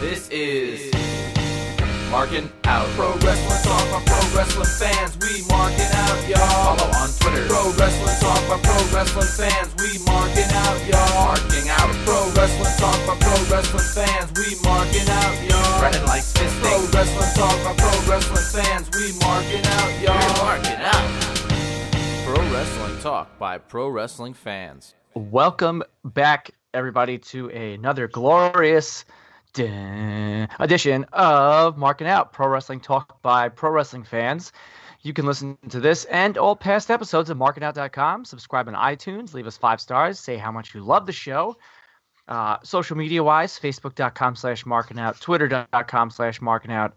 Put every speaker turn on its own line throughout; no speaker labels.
This is Marking Out. Pro Wrestling Talk by Pro Wrestling Fans. We marking out, y'all. Follow on Twitter. Pro Wrestling Talk by Pro Wrestling Fans. We marking out, y'all. Marking Out. Pro Wrestling Talk by Pro Wrestling Fans. We marking out, y'all. Running like fisting. Pro Wrestling Talk by Pro Wrestling Fans. We marking out, y'all. We're marking out. Pro Wrestling Talk by Pro Wrestling Fans.
Welcome back, everybody, to another glorious dun, edition of Marking Out Pro Wrestling Talk by Pro Wrestling Fans. You can listen to this and all past episodes at marketout.com. Subscribe on iTunes, leave us five stars, say how much you love the show. Uh, social media wise, facebook.com slash marking out, twitter.com slash marking out.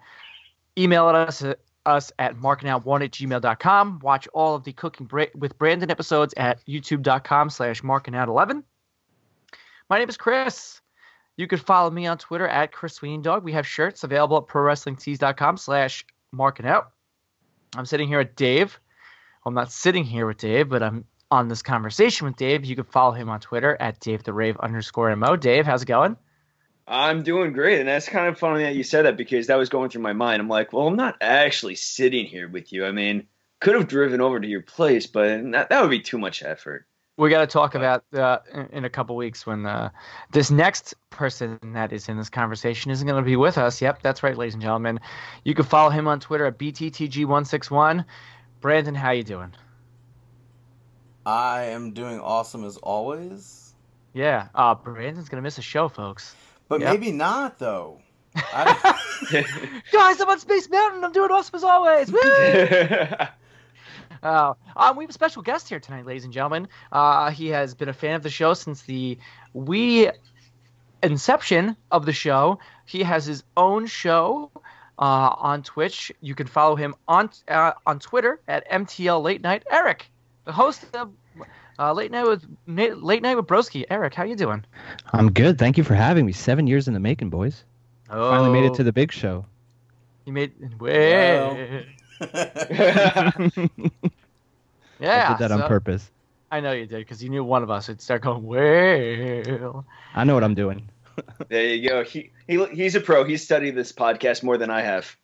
Email us at us at markingout1 at gmail.com. Watch all of the Cooking Bra- with Brandon episodes at youtube.com slash markingout11. My name is Chris. You can follow me on Twitter at Chris Sweeney Dog. We have shirts available at prowrestlingtees.com slash markingout. I'm sitting here with Dave. I'm not sitting here with Dave, but I'm on this conversation with Dave. You can follow him on Twitter at Dave the Rave underscore MO. Dave, how's it going?
I'm doing great, and that's kind of funny that you said that because that was going through my mind. I'm like, well, I'm not actually sitting here with you. I mean, could have driven over to your place, but that, that would be too much effort.
We got to talk about uh, in- in a couple weeks when uh, this next person that is in this conversation isn't going to be with us. Yep, that's right, ladies and gentlemen. You can follow him on Twitter at bttg161. Brandon, how you doing?
I am doing awesome as always,
Yeah, uh, Brandon's going to miss a show, folks.
but
Yeah.
maybe not though. I,
Guys, I'm on Space Mountain. I'm doing awesome as always. Woo! Uh, um, we have a special guest here tonight, ladies and gentlemen. Uh, he has been a fan of the show since the we inception of the show. He has his own show uh, on Twitch. You can follow him on uh, on Twitter at MTL Late Night. Eric, the host of uh, Late Night with Na- Late Night with Broski. Eric, how you doing?
I'm good. Thank you for having me. Seven years in the making, boys. Finally made it
Oh,
to the big show.
You made way. Yeah,
I did that on
so-
purpose.
I know you did because you knew one of us would start going well.
I know what I'm doing.
there you go. He, he he's a pro. He's studied this podcast more than I have.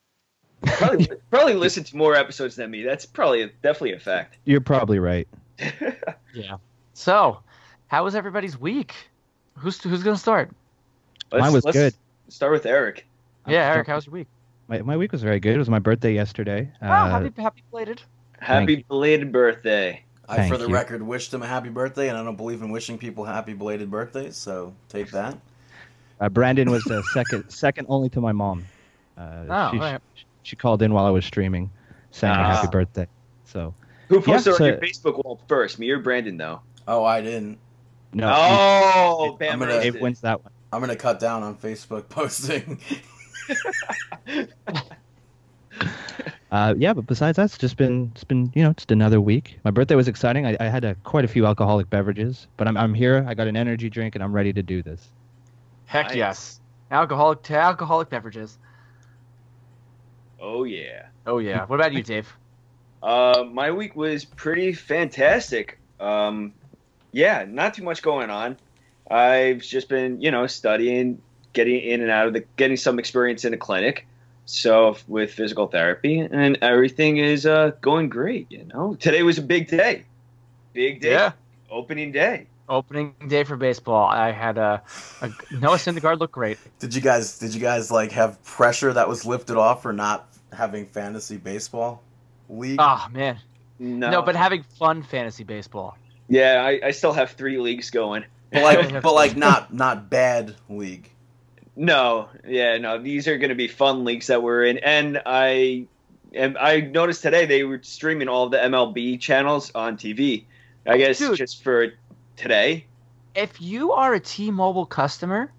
Probably, probably listened to more episodes than me. That's probably definitely a fact.
You're probably right.
Yeah. So, how was everybody's week? Who's who's gonna start?
Mine was good.
Start with Eric.
yeah, Eric, how was your week?
My, my week was very good. It was my birthday yesterday.
Oh,
Uh,
happy happy belated.
Happy
you.
belated birthday.
I,
Thank
for the
you.
record, wished him a happy birthday, and I don't believe in wishing people happy belated birthdays. So take that.
uh, Brandon was uh, second, second only to my mom. Uh,
Oh,
she,
alright.
she called in while I was streaming, sang me happy
Ah.
birthday. So
Who posted
Yeah,
on your
so-
Facebook wall first? Me or Brandon though?
Oh, I didn't.
no,
Oh,
it-
Bam
I'm gonna-
it,
roasted.
it wins that one.
I'm gonna cut down on Facebook posting.
Uh, yeah, but besides that, it's just been it's been you know just another week. My birthday was exciting. I, I had a, quite a few alcoholic beverages, but I'm I'm here. I got an energy drink, and I'm ready to do this.
Heck
Nice.
yes. Alcoholic to alcoholic beverages.
Oh yeah.
Oh yeah. What about you, Dave?
Uh, my week was pretty fantastic. Um, yeah, not too much going on. I've just been, you know, studying, getting in and out of the, getting some experience in a clinic. So f- with physical therapy and everything is uh, going great. You know, today was a big day, big day, opening day.
Opening day for baseball. I had a, a Noah Syndergaard looked great.
did you guys? Did you guys like have pressure that was lifted off for not having fantasy baseball league?
Oh man.
No,
No. but having fun fantasy baseball.
yeah, I, I still have three leagues going.
but like, but like not not bad league.
No, yeah, no. These are going to be fun leagues that we're in, and I, and I noticed today they were streaming all the MLB channels on TV. I guess
Dude.
just for today.
If you are a T-Mobile customer,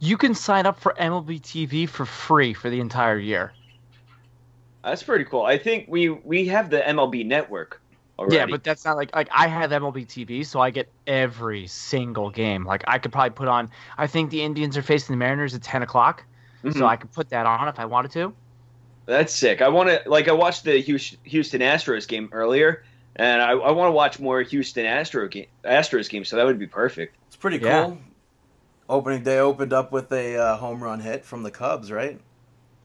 you can sign up for MLB TV for free for the entire year.
That's pretty cool. I think we we have the MLB network already.
Yeah, but that's not like like I have MLB TV, so I get every single game. Like I could probably put on. I think the Indians are facing the Mariners at ten o'clock,
Mhm.
so I could put that on if I wanted to.
that's sick. I want to like I watched the Hous- Houston Astros game earlier, and I, I want to watch more Houston Astro game, Astros games. So that would be perfect.
It's pretty
Yeah.
cool. opening day opened up with a uh, home run hit from the Cubs, right?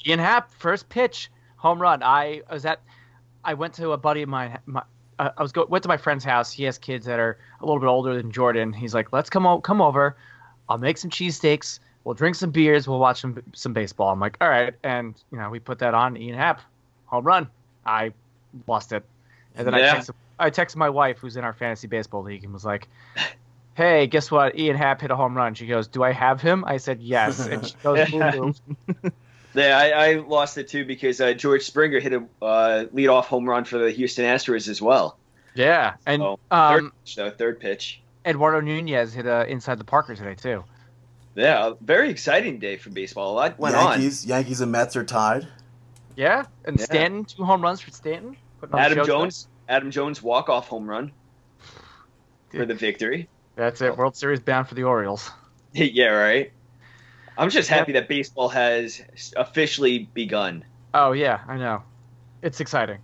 Ian Happ, first pitch, home run. I was at, I went to a buddy of mine. My, uh, I was go, went to my friend's house. He has kids that are a little bit older than Jordan. He's like, let's come o- come over. I'll make some cheesesteaks. We'll drink some beers. We'll watch some some baseball. I'm like, all right. And you know, we put that on. Ian Happ, home run. I lost it. And then
Yeah.
I texted, I texted my wife, who's in our fantasy baseball league, and was like, hey, guess what? Ian Happ hit a home run. She goes, do I have him? I said yes. And she goes, "Boo, boo."
Yeah, I, I lost it too because uh, George Springer hit a uh, leadoff home run for the Houston Astros as well.
yeah. And
Oh,
um,
third, pitch, though, third pitch.
Eduardo Nunez hit a inside the Parker today too.
Yeah, a very exciting day for baseball. A lot went
Yankees, Yankees and Mets are tied.
Yeah, and
Yeah.
Stanton two home runs for Stanton. Putting on
on.
the
Adam
show
Jones, Adam Jones walk off home run for
Dude.
the victory.
tonight. That's it. World Series bound for the Orioles.
yeah, right. I'm just happy that baseball has officially begun.
Oh yeah, I know. It's exciting.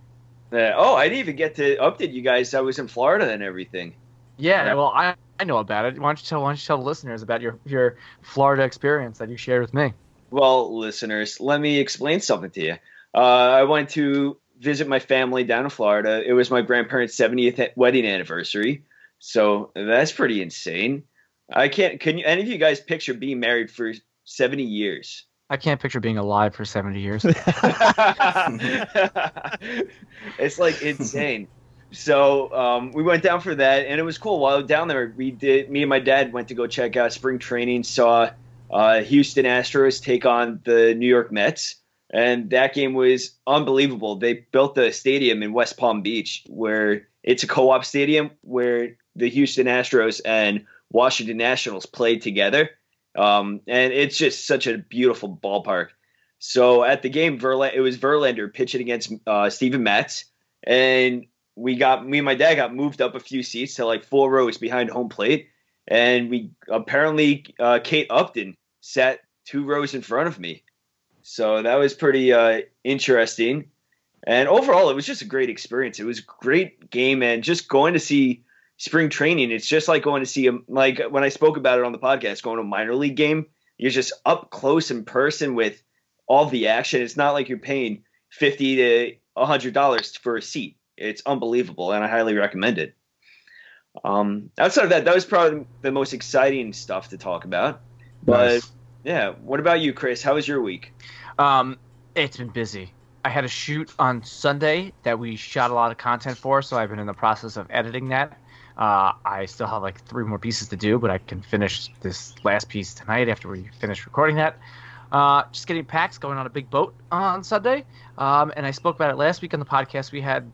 Uh, oh, I didn't even get to update you guys. I was in Florida and everything.
Yeah.
Yeah.
Well, I I know about it. Why don't you tell Why don't you tell the listeners about your your Florida experience that you shared with me?
Well, listeners, let me explain something to you. Uh, I went to visit my family down in Florida. It was my grandparents' 70th wedding anniversary, so that's pretty insane. I can't. Can you? Any of you guys picture being married for 70 years?
I can't picture being alive for seventy years.
it's like insane. So um, we went down for that, and it was cool. While down there, we did. Me and my dad went to go check out spring training. Saw uh, Houston Astros take on the New York Mets, and that game was unbelievable. They built the stadium in West Palm Beach, where it's a co-op stadium where the Houston Astros and Washington Nationals played together, um, and it's just such a beautiful ballpark. So at the game, Verla- it was Verlander pitching against uh, Steven Matz, and we got me and my dad got moved up a few seats to like four rows behind home plate, and we apparently uh, Kate Upton sat two rows in front of me, so that was pretty uh, interesting. And overall, it was just a great experience. It was a great game, and just going to see spring training. It's just like going to see a, like when I spoke about it on the podcast, going to a minor league game. You're just up close in person with all the action. It's not like you're paying fifty to hundred dollars for a seat. It's unbelievable, and I highly recommend it. Um, outside of that, that was probably the most exciting stuff to talk about. But
Nice.
yeah, what about you, Chris? How was your week?
Um, it's been busy. I had a shoot on Sunday that we shot a lot of content for, so I've been in the process of editing that. Uh, I still have like three more pieces to do, but I can finish this last piece tonight after we finish recording that. Uh, just getting packs, going on a big boat on Sunday, um, and I spoke about it last week on the podcast. We had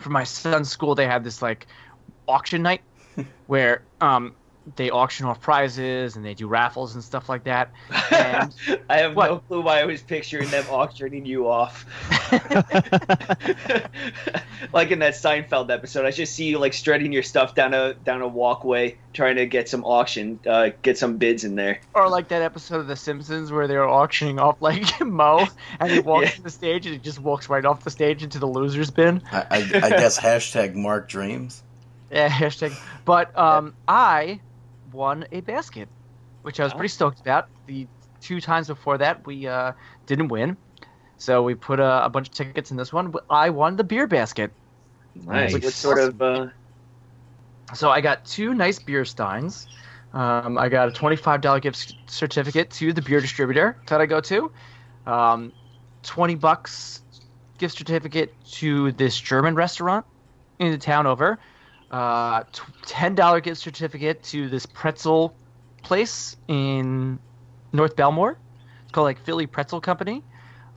for my son's school, they had this like auction night where um, they auction off prizes and they do raffles and stuff like that.
I
And
have no
what?
clue why I was picturing them auctioning you off, like in that Seinfeld episode. I just see you like strutting your stuff down a down a walkway, trying to get some auction, uh, get some bids in there.
Or like that episode of The Simpsons where they were auctioning off like Mo, and he walks
Yeah.
to the stage and he just walks right off the stage into the losers bin.
I, I, I guess hashtag Mark Dreams.
Yeah, hashtag. But um, I won a basket, which I was pretty stoked about. The two times before that we uh, didn't win, so we put a, a bunch of tickets in this one. But I won the beer basket,
Nice.
What sort of uh,
so I got two nice beer steins. Um, I got a twenty-five dollar gift c- certificate to the beer distributor that I go to. Um, Twenty bucks gift certificate to this German restaurant in the town over. Uh, t- Ten dollar gift certificate to this pretzel place in North Belmore. It's called like Philly Pretzel Company.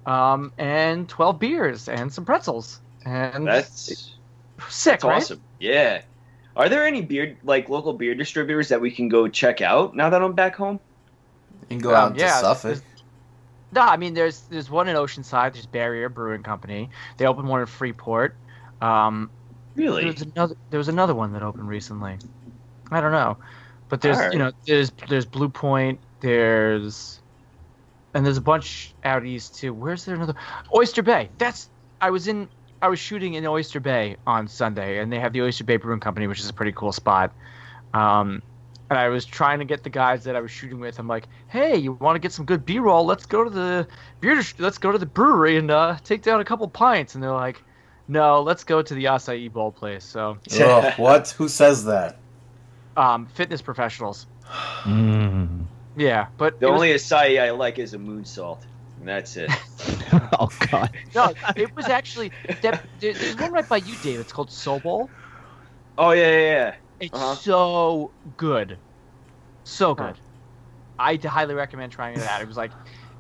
Um, and twelve beers and some pretzels. And
that's
sick,
That's
right?
awesome. Yeah. Are there any beer like local beer distributors that we can go check out now that I'm back home?
You can go
Um,
out to
yeah,
Suffolk.
No, I mean there's there's one in Oceanside. There's Barrier Brewing Company. They opened one in Freeport. Um, there
Really?
was another there was another one that opened recently. I don't know, but there's
Alright.
you know there's there's Blue Point. There's and there's a bunch out east too. Where's there another Oyster Bay? That's I was in I was shooting in Oyster Bay on Sunday, and they have the Oyster Bay Brewing Company, which is a pretty cool spot. Um, and I was trying to get the guys that I was shooting with. I'm like, hey, you want to get some good B-roll? Let's go to the beer. dist- Let's go to the brewery and uh, take down a couple pints. And they're like, no, let's go to the acai bowl place. So,
Ugh, what? Who says that?
um, fitness professionals.
Mm.
Yeah, but
The
it was-
only acai I like is a moon salt, and that's it.
oh God.
no, it was actually that, there- there's one right by you, Dave. It's called Sobol.
oh yeah, yeah, yeah.
It's
Uh-huh.
so good, so
Huh.
good. I d- highly recommend trying it out. It was like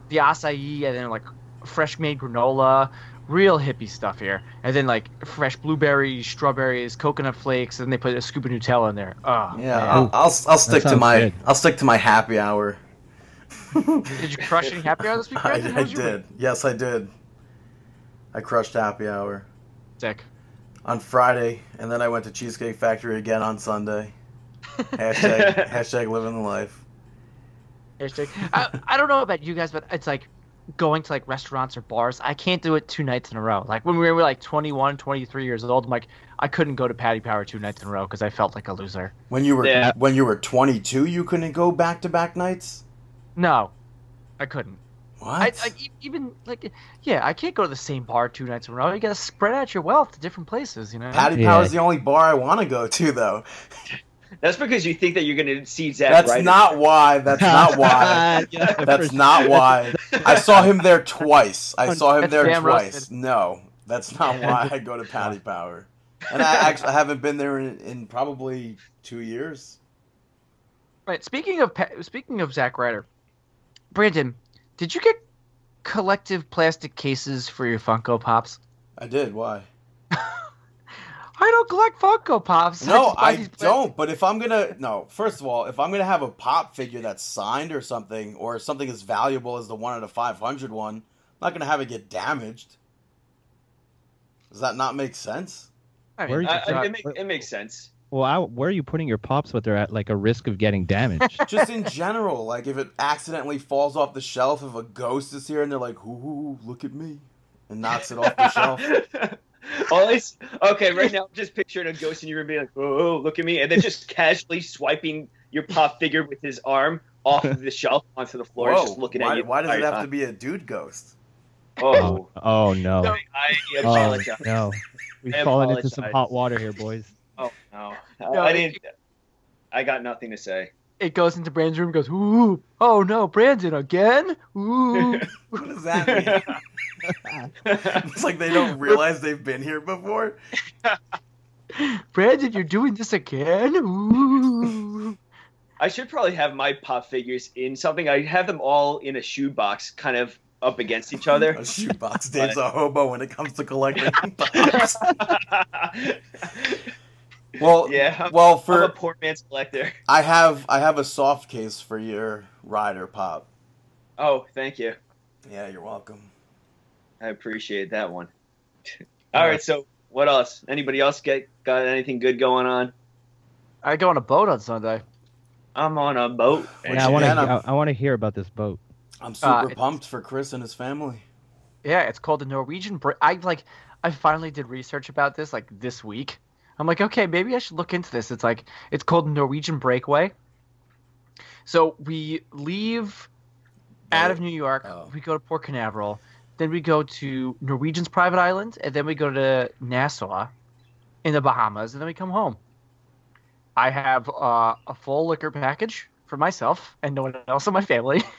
the acai, and then like fresh made granola, real hippie stuff here, and then like fresh blueberries, strawberries, coconut flakes, and they put a scoop of Nutella in there. Oh,
Yeah,
man.
I'll, I'll I'll stick to
sounds
my
good.
I'll stick to my happy hour.
did you crush any happy hour this week,
I,
Brandon? How
I
was your
did.
week?
Yes, I did. I crushed happy hour
Sick.
on Friday, and then I went to Cheesecake Factory again on Sunday. Hashtag hashtag living the life.
Hashtag- I, I don't know about you guys, but it's like going to like restaurants or bars. I can't do it two nights in a row. Like when we were like 21, 23 years old, I'm like, I couldn't go to Patty Power two nights in a row because I felt like a loser.
When you were
Yeah.
when you were 22, you couldn't go back to back nights.
No, I couldn't.
What?
I, I e- even like, yeah, I can't go to the same bar two nights in a row. You gotta spread out your wealth to different places, you know.
Patty
Yeah.
Power's the only bar I want to go to, though.
That's because you think that you're gonna see Zach.
That's
Ryder.
not why. That's not why.
Yeah,
That's
for
not why. I saw him there twice. I saw him
That's
there
damn
twice.
roasted.
No, that's not why I go to Patty Power. And I actually I haven't been there in, in probably two years.
Right. Speaking of pa- speaking of Zack Ryder, Brandon, did you get collective plastic cases for your Funko Pops?
I did. Why?
I don't collect Funko Pops.
No,
just buy
I
these plastic-
don't. But if I'm gonna no, first of all, if I'm gonna have a pop figure that's signed or something, or something as valuable as the one out of 500 one, I'm not gonna have it get damaged. Does that not make sense?
I mean,
Where are you-
I, I, it,
Zach-
make, it makes sense.
Well, I, where are you putting your pops? But they're at like a risk of getting damaged.
Just in general, like if it accidentally falls off the shelf, if a ghost is here and they're like, "Ooh, look at me," and knocks it off the shelf.
All it's okay right now. I'm just picturing a ghost in your room being like, "Oh, look at me," and then just casually swiping your pop figure with his arm off of the shelf onto the floor,
Whoa,
just looking
why,
at you.
Why does it have to
be?
be a dude ghost?
Oh,
oh no.
I
Oh,
apologize.
no. We've
I
fallen into some
apologize.
hot water here, boys.
Oh no, I,
No,
I
it-
didn't. I got nothing to say.
It goes into Brandon's room. and Goes, ooh, oh no, Brandon again. Ooh,
What does that mean? it's like they don't realize they've been here before.
Brandon, you're doing this again. Ooh.
I should probably have my pop figures in something. I have them all in a shoebox, kind of up against each other.
A shoebox Dave's a hobo when it comes to collecting pops. Well,
yeah, I'm,
well,
I'm
for
a poor man's collector.
I have I have a soft case for your rider pop.
Oh, thank you.
Yeah, you're welcome.
I appreciate that one. All right, so what else? Anybody else get got anything good going on?
I go on a boat on Sunday.
I'm on a boat.
Which
Yeah, I want to.
again, I'm,
I, want to hear about this boat.
I'm
uh,
super
it's-
pumped for Chris and his family.
Yeah, it's called the Norwegian. Br- I like. I finally did research about this like this week. I'm like, okay, maybe I should look into this. It's like it's called Norwegian Breakaway. So we leave out of New York,
Oh.
we go to Port Canaveral, then we go to Norwegian's private island, and then we go to Nassau in the Bahamas, and then we come home. I have uh, a full liquor package for myself and no one else in my family.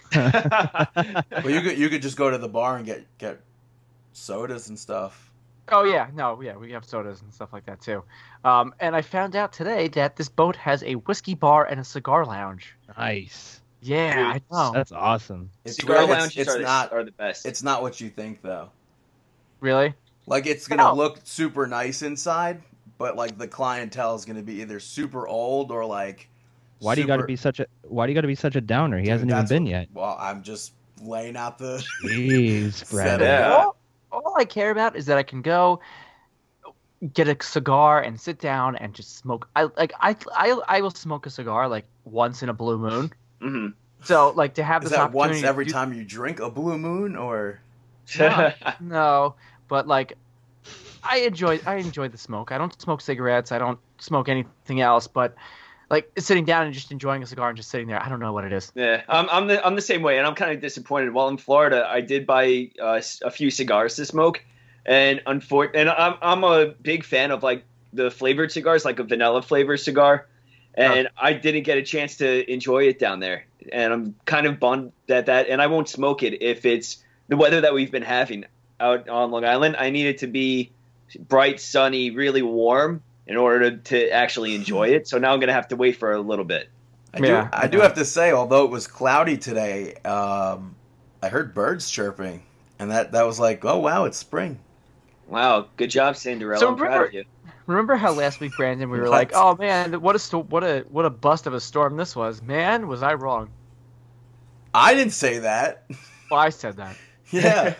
Well, you could you could just go to the bar and get get sodas and stuff.
Oh yeah, no, yeah, we have sodas and stuff like that too. Um, and I found out today that this boat has a whiskey bar and a cigar lounge.
Nice.
Yeah,
Dude,
I know.
That's awesome.
It's
Cigar
really-
lounges
it's, it's
are,
not
the, are the best.
it's not what you think though.
Really?
Like it's gonna
No.
look super nice inside, but like the clientele is gonna be either super old or like.
Why do you got to
super-
be such a? Why do you got to be such a downer? He
Dude,
hasn't even
that's-
been yet.
Well, I'm just laying out the.
Jeez, Brad.
Seven.
Yeah.
All, all I care about is that I can go get a cigar and sit down and just smoke. I like I I, I will smoke a cigar like once in a blue moon.
Mhm.
So like to have
Is
this
that once
opportunity to
every
do-
time you drink a blue moon, or
Yeah. No, but like I enjoy I enjoy the smoke. I don't smoke cigarettes. I don't smoke anything else. But like sitting down and just enjoying a cigar and just sitting there. I don't know what it is.
Yeah, I'm, I'm the I'm the same way, and I'm kind of disappointed. While in Florida, I did buy uh, s- a few cigars to smoke, and unfor- and I'm I'm a big fan of like the flavored cigars, like a vanilla flavored cigar, and I didn't get a chance to enjoy it down there, and I'm kind of bummed at that. And I won't smoke it if it's the weather that we've been having out on Long Island. I need it to be bright, sunny, really warm in order to, to actually enjoy it. So now I'm gonna have to wait for a little bit.
I do,
Yeah.
I do have to say, although it was cloudy today, um, I heard birds chirping, and that that was like, oh wow, it's spring.
Wow, good job, Cinderella.
So
I'm proud of
remember-
you.
Remember how last week, Brandon, we were
What?
like, "Oh man, what a sto- what a what a bust of a storm this was." Man, was I wrong?
I didn't say that.
Well, I said that.
yeah,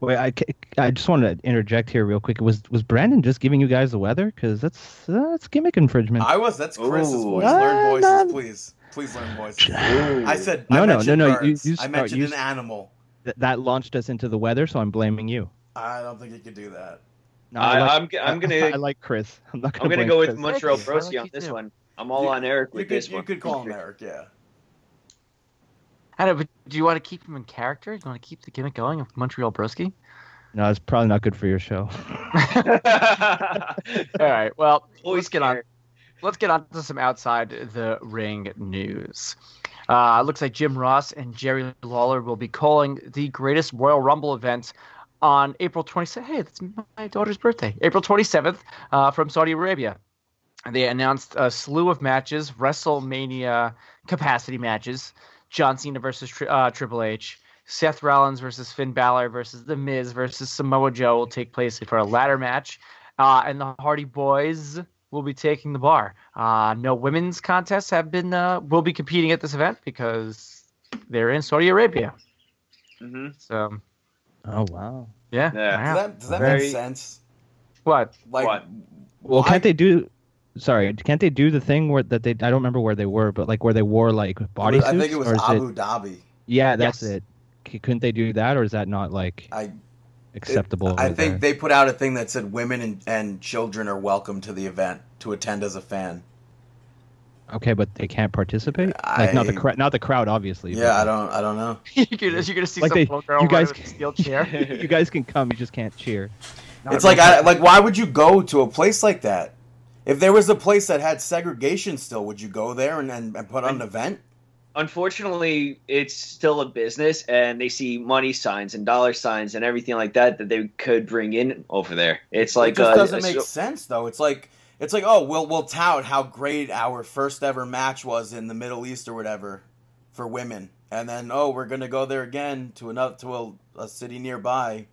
Wait, I, ca- I just wanted to interject here real quick. Was was Brandon just giving you guys the weather? Because that's that's gimmick infringement.
I was. That's Chris's
Ooh.
voice.
Ah,
Learn
no.
voices, please. Please learn voices. I said
No,
I
no,
mentioned
no, no, you-
birds.
you
I
start-
mentioned
you
an
s-
animal.
Th- that launched us into the weather, so I'm blaming you.
I don't think you could do that.
No,
I,
like-
I'm, I'm gonna
I like Chris. I'm not gonna.
I'm gonna
blame
go with
Chris.
Montreal
Thank you. I
Broski
like
on
you
this
too.
one. I'm all
You-
on Eric
You
with
could,
this
you
one.
could call him Eric. Yeah.
I know, but do you want to keep him in character? Do you want to keep the gimmick going of Montreal Broski?
No, it's probably not good for your show.
All right. Well,
Always
let's get on. Let's get on to some outside the ring news. Uh, looks like Jim Ross and Jerry Lawler will be calling the greatest Royal Rumble event on April 27th. Hey, that's my daughter's birthday. April 27th uh, from Saudi Arabia. They announced a slew of matches, WrestleMania capacity matches, John Cena versus Tri- uh, Triple H, Seth Rollins versus Finn Balor versus The Miz versus Samoa Joe will take place for a ladder match, uh, and the Hardy Boys will be taking the bar. Uh, no women's contests have been uh, will be competing at this event because they're in Saudi Arabia.
Mm-hmm.
hmm
So
oh wow.
yeah,
Yeah.
Does
wow.
that, does that
Very-
make sense?
what?
Like,
What?
Well,
why-
can't they do? Sorry, can't they do the thing where that they? I don't remember where they were, but like where they wore like body
I think it was
or is
Abu Dhabi.
yeah, that's
Yes.
it. C- couldn't they do that, or is that not like
I
acceptable?
I
over
think
there?
they put out a thing that said women and, and children are welcome to the event to attend as a fan.
okay, but they can't participate. Like not the
I-
cra- not the crowd, obviously.
Yeah, I
but-
don't I don't know.
you're, gonna, you're gonna see
Like
some
they-
little girl
you guys
running with a steel chair.
you guys can come, you just can't cheer. Not
it's
really.
like I like why would you go to a place like that? If there was a place that had segregation still, would you go there and, and, and put on an event?
Unfortunately, it's still a business, and they see money signs and dollar signs and everything like that that they could bring in over there. It's like
it just
uh,
doesn't make
so-
sense though. It's like it's like oh we'll we'll tout how great our first ever match was in the Middle East or whatever for women, and then oh we're gonna go there again to another to a, a city nearby.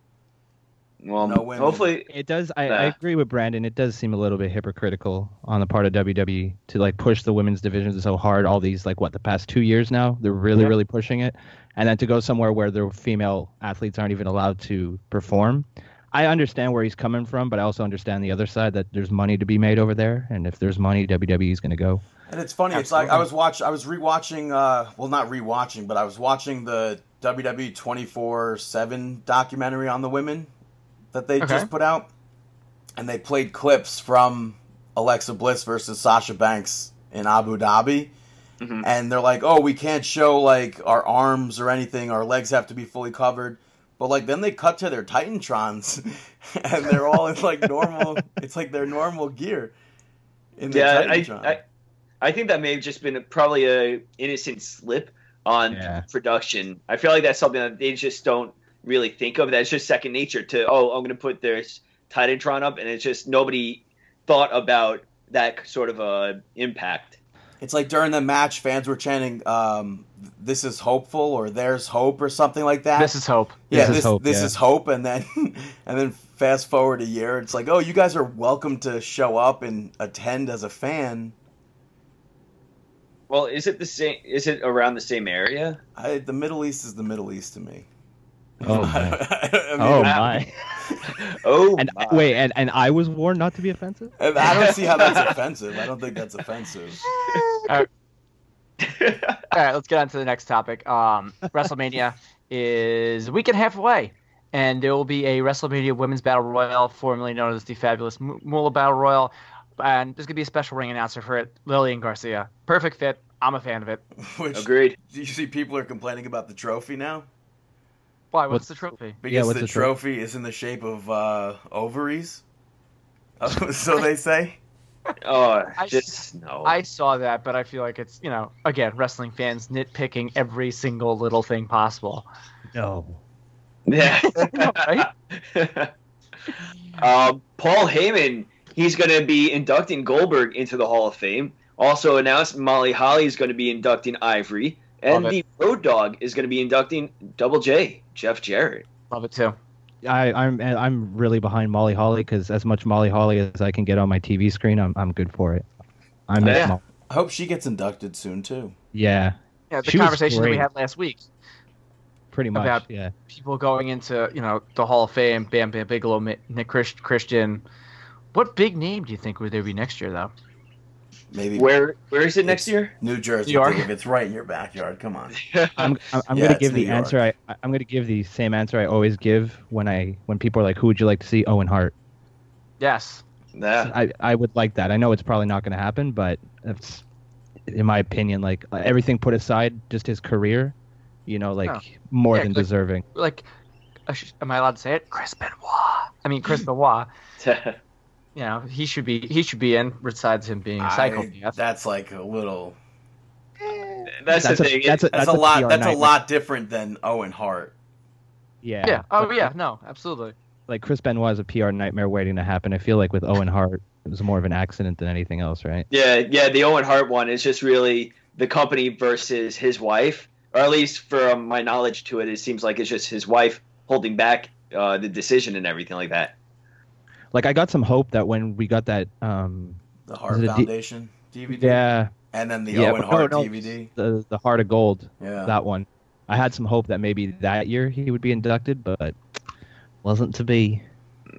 well,
no women.
hopefully,
it does. I, I
Nah.
agree with Brandon. It does seem a little bit hypocritical on the part of WWE to like push the women's division so hard. All these like what the past two years now, they're really
Yeah.
really pushing it, and then to go somewhere where their female athletes aren't even allowed to perform. I understand where he's coming from, but I also understand the other side that there's money to be made over there, and if there's money, WWE is going to go.
And it's funny. It's like I was watch. I was rewatching. Uh, well, not rewatching, but I was watching the WWE twenty four seven documentary on the women that they
Okay.
just put out, and they played clips from Alexa Bliss versus Sasha Banks in Abu Dhabi,
Mhm.
and they're like, "Oh, we can't show like our arms or anything. Our legs have to be fully covered." But like then they cut to their Titantrons, and they're all in like normal. it's like their normal gear. In their
yeah, I,
Titantron.
I, I think that may have just been a, probably a innocent slip on
Yeah.
production. I feel like that's something that they just don't really think of. That's just second nature to oh, I'm going to put this Titantron up, and it's just nobody thought about that sort of a impact.
It's like during the match, fans were chanting, um, "This is hopeful" or "There's hope" or something like that.
This is hope.
yeah,
This is
this,
hope,
this
yeah.
is hope, and then and then fast forward a year, it's like, oh, you guys are welcome to show up and attend as a fan.
Well, is it the same? Is it around the same area?
I, the Middle East is the Middle East to me.
Oh my!
I mean, I-
Oh my!
Oh,
And
my.
wait, and, and I was warned not to be offensive.
and I don't see how that's offensive. I don't think that's offensive.
All right, let's get on to the next topic. Um, WrestleMania is a week and a half away, and there will be a WrestleMania Women's Battle Royal, formerly known as the Fabulous M- Moolah Battle Royal. and there's gonna be a special ring announcer for it. Lillian Garcia, perfect fit. I'm a fan of it.
Which
Agreed.
you see, people are complaining about the trophy now
Why? What's
What's-
the trophy?
Yeah,
because
what's
the,
the tro-
trophy is in the shape of uh, ovaries. so they say.
Oh,
I-
just no.
I saw that, but I feel like it's you know again wrestling fans nitpicking every single little thing possible.
No.
yeah.
Right?
um, Paul Heyman, he's going to be inducting Goldberg into the Hall of Fame. Also announced, Molly Holly is going to be inducting Ivory, and
Love
the Road Dog is going to be inducting Double J, Jeff Jarrett.
Love it too.
I, I'm and I'm really behind Molly Holly because as much Molly Holly as I can get on my TV screen, I'm I'm good for it. I'm
Yeah.
yeah. Molly.
I hope she gets inducted soon too.
yeah,
Yeah, the
She was
conversation that we
great.
had last week.
pretty much.
About-
yeah,
people going into you know the Hall of Fame, Bam Bam Bigelow, Mi- Nick Chris- Christian. What big name do you think would there be next year though?
Maybe
Where Where is it next year?
New Jersey,
New York.
Dave. It's right in your backyard. Come on.
I'm I'm, I'm
Yeah,
gonna
it's
give
New
the
York.
answer. I I- I'm gonna give the same answer I always give when I when people are like, "Who would you like to see?" Owen Hart.
Yes,
Nah.
I I would like that. I know it's probably not gonna happen, but it's in my opinion, like uh, everything put aside, just his career, you know, like
Yeah.
more
Yeah,
than
'cause-
deserving.
like, uh, sh- am I allowed to say it? Chris Benoit. I mean Chris Benoit. You know he should be he should be in. Besides him being a
I,
psychopath.
that's like a little.
that's, the
a,
thing.
That's a,
That's,
that's
a, lot.
PR
That's a
nightmare.
lot different than Owen Hart.
Yeah.
yeah. Oh
Like-
yeah. No. Absolutely.
Like Chris Benoit is a PR nightmare waiting to happen. I feel like with Owen Hart, it was more of an accident than anything else, right?
Yeah, yeah, the Owen Hart one is just really the company versus his wife, or at least from my knowledge to it, it seems like it's just his wife holding back uh, the decision and everything like that.
Like I got some hope that when we got that, um,
The Hart
Is it a D-
Foundation DVD.
yeah,
And then the
Yeah,
Owen
but no,
Hart
no.
DVD.
the the Heart of Gold,
Yeah.
that one. I had some hope that maybe that year he would be inducted, but wasn't to be.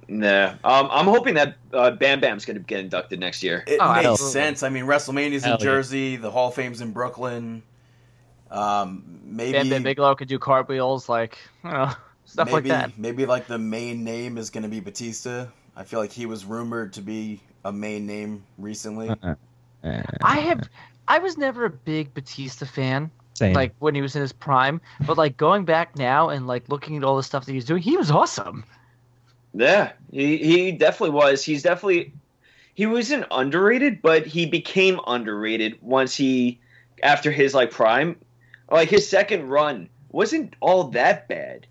Nah, um, I'm hoping that uh, Bam Bam's going to get inducted next year.
It
Oh,
makes
absolutely.
sense. I mean, WrestleMania's in
Hell yeah.
Jersey. The Hall of Fame's in Brooklyn. Um, maybe
Bam Bam Bigelow could do cartwheels like you know stuff
maybe,
like that.
Maybe like the main name is going to be Batista. I feel like he was rumored to be a main name recently.
Uh-uh. Eh,
I have. I was never a big Batista fan.
same.
like when he was in his prime. But like going back now and like looking at all the stuff that he's doing, he was awesome.
Yeah, he, he definitely was. He's definitely he wasn't underrated, but he became underrated once he after his like prime, like his second run wasn't all that bad.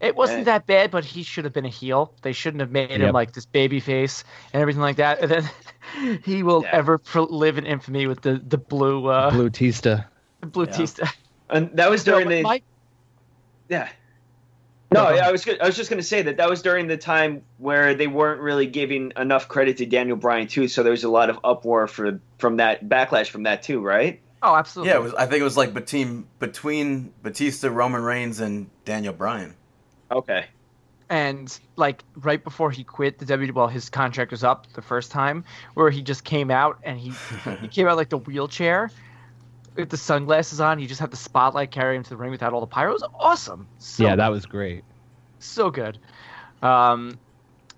It wasn't
Yeah.
that bad, but he should have been a heel. They shouldn't have made him
Yep.
like this baby face and everything like that. And then he will
Yeah.
ever pro- live in infamy with the the blue uh, blue,
Blue Tista.
Yeah.
Tista.
And that was during
No,
the
Mike, Uh-huh.
Yeah. No,
No, go
yeah,
ahead.
I was go- I was just going to say that that was during the time where they weren't really giving enough credit to Daniel Bryan too, so there was a lot of uproar for from that backlash from that too, right?
oh, absolutely.
Yeah, it was, I think it was like between between Batista, Roman Reigns, and Daniel Bryan.
Okay.
and like right before he quit the WWE, well, his contract was up the first time, where he just came out and he he came out like the wheelchair with the sunglasses on. You just had the spotlight carry him to the ring without all the pyro. It was awesome. So,
yeah, that was great.
so good. Um,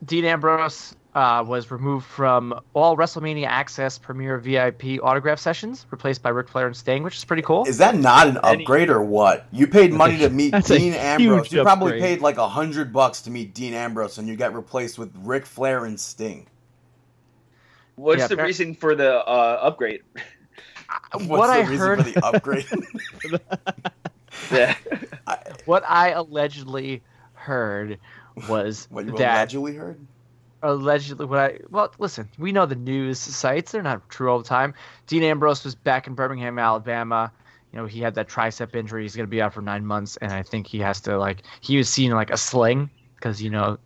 Dean Ambrose uh, was removed from all WrestleMania Access Premier VIP autograph sessions, replaced by Ric Flair and Sting, which is pretty cool.
Is that not an
Any-
upgrade or what? You paid money to meet
that's a
Dean Ambrose.
huge
You probably
upgrade.
paid like a hundred bucks to meet Dean Ambrose, and you got replaced with Ric Flair and Sting.
What's
Yeah,
the
fair-
reason for the uh, upgrade?
What's
Uh, what
the
I
reason
heard
for the upgrade?
Yeah.
what I allegedly heard was
what you
that
allegedly heard?
allegedly what I well listen, we know the news sites, they're not true all the time. Dean Ambrose was back in Birmingham, Alabama. You know, he had that tricep injury. He's going to be out for 9 months and I think he has to like he was seen in, like a sling cuz you know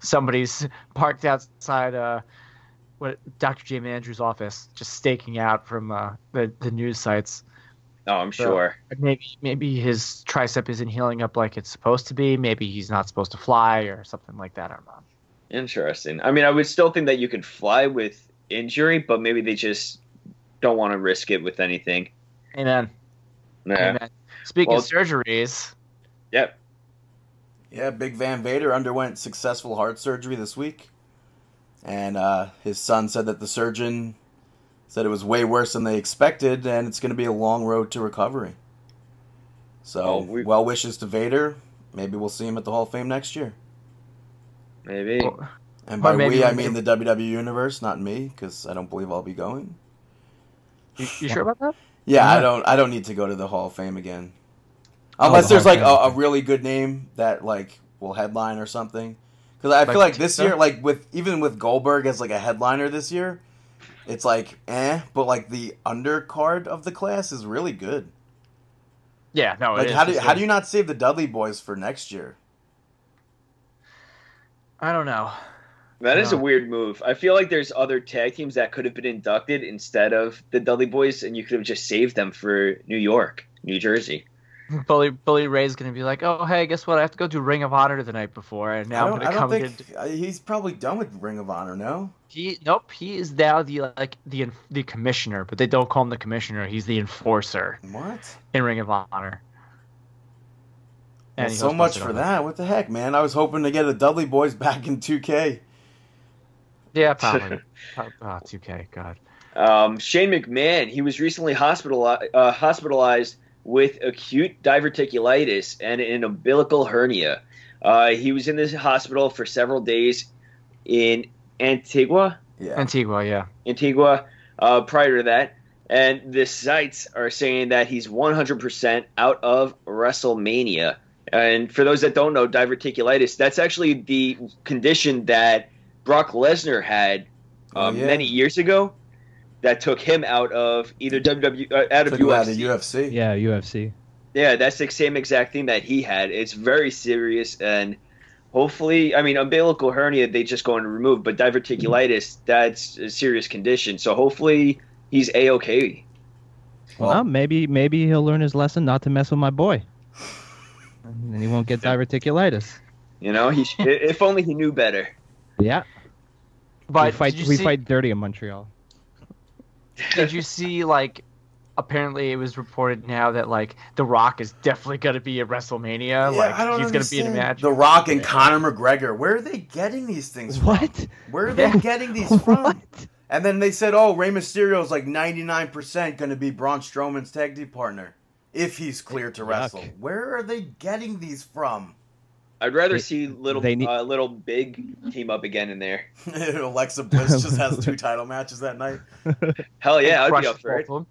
somebody's parked outside uh what Dr. J. Andrews' office just staking out from uh, the the news sites.
No, I'm sure.
Maybe maybe his tricep isn't healing up like it's supposed to be. Maybe he's not supposed to fly or something like that. I don't know.
Interesting. I mean, I would still think that you could fly with injury, but maybe they just don't want to risk it with anything.
Amen.
Yeah.
Amen. Speaking
Well-
of surgeries,
Yep.
Yeah, Big Van Vader underwent successful heart surgery this week. and uh, his son said that the surgeon said it was way worse than they expected, and it's going to be a long road to recovery. So,
Oh, we-
well wishes to Vader. Maybe we'll see him at the Hall of Fame next year.
Maybe.
And by
But maybe
we, I
we
mean
can-
the WWE Universe, not me, because I don't believe I'll be going.
You, you sure about that?
Yeah,
Yeah.
I don't. I don't need to go to the Hall of Fame again,
Oh,
unless
the
there's
Hall
like
of
a,
Fame.
a really good name that like will headline or something. Because I
Like
feel like this
Batista?
year, like with even with Goldberg as like a headliner this year, it's like eh. But like the undercard of the class is really good.
Yeah, no. Oh, it
Like
is.
how do
It's
how do
good.
you not save the Dudley Boys for next year?
I don't know.
That is
No.
a weird move. I feel like there's other tag teams that could have been inducted instead of the Dudley Boys, and you could have just saved them for New York, New Jersey.
Bully Bully Ray's gonna be like, oh hey, guess what? I have to go do Ring of Honor the night before, and
I
now I'm
don't,
gonna
I don't
come in.
think I- he's probably done with Ring of Honor. No,
He nope. He is now the like the en- the commissioner, but they don't call him the commissioner. He's the enforcer
what?
in Ring of Honor.
Well,
he
so
hosts
much
it
for
on-
that. What the heck, man? I was hoping to get the Dudley Boys back in 2K.
Yeah, probably. Prob- oh, 2K. God.
Um, Shane McMahon, he was recently hospitalized, uh, hospitalized with acute diverticulitis and an umbilical hernia. Uh, he was in this hospital for several days in Antigua,
Yeah,
Antigua. Yeah.
Antigua uh, prior to that. And the sites are saying that he's 100% out of WrestleMania. And for those that don't know, diverticulitis, that's actually the condition that Brock Lesnar had
Oh,
um,
yeah.
many years ago that took him out of either WWE, uh, out of
Took him
UFC.
out of UFC.
Yeah, UFC.
Yeah, that's the same exact thing that he had. It's very serious, and hopefully, I mean, umbilical hernia they just go and remove, but diverticulitis that's a serious condition. So hopefully he's a okay.
Well, maybe maybe he'll learn his lesson not to mess with my boy, and then he won't get diverticulitis.
You know, he sh- if only he knew better.
Yeah,
But
we fight
did you
we
see,
fight dirty in Montreal.
Did you see like? Apparently, it was reported now that like The Rock is definitely going to be at WrestleMania. like he's going to be in a
understand.
match.
The Rock and Conor McGregor. Where are they getting these things from?
What?
Where are they
Yeah.
getting these from?
What?
And then they said, "Oh, Rey Mysterio is like 99% going to be Braun Strowman's tag team partner if he's clear to wrestle."
Yuck.
Where are they getting these from?
I'd rather
They-
see little
they need-
uh, little big team up again in there.
Alexa Bliss just has two title matches that night.
Hell yeah, I'd be
Crushes
up for it.
both of 'em.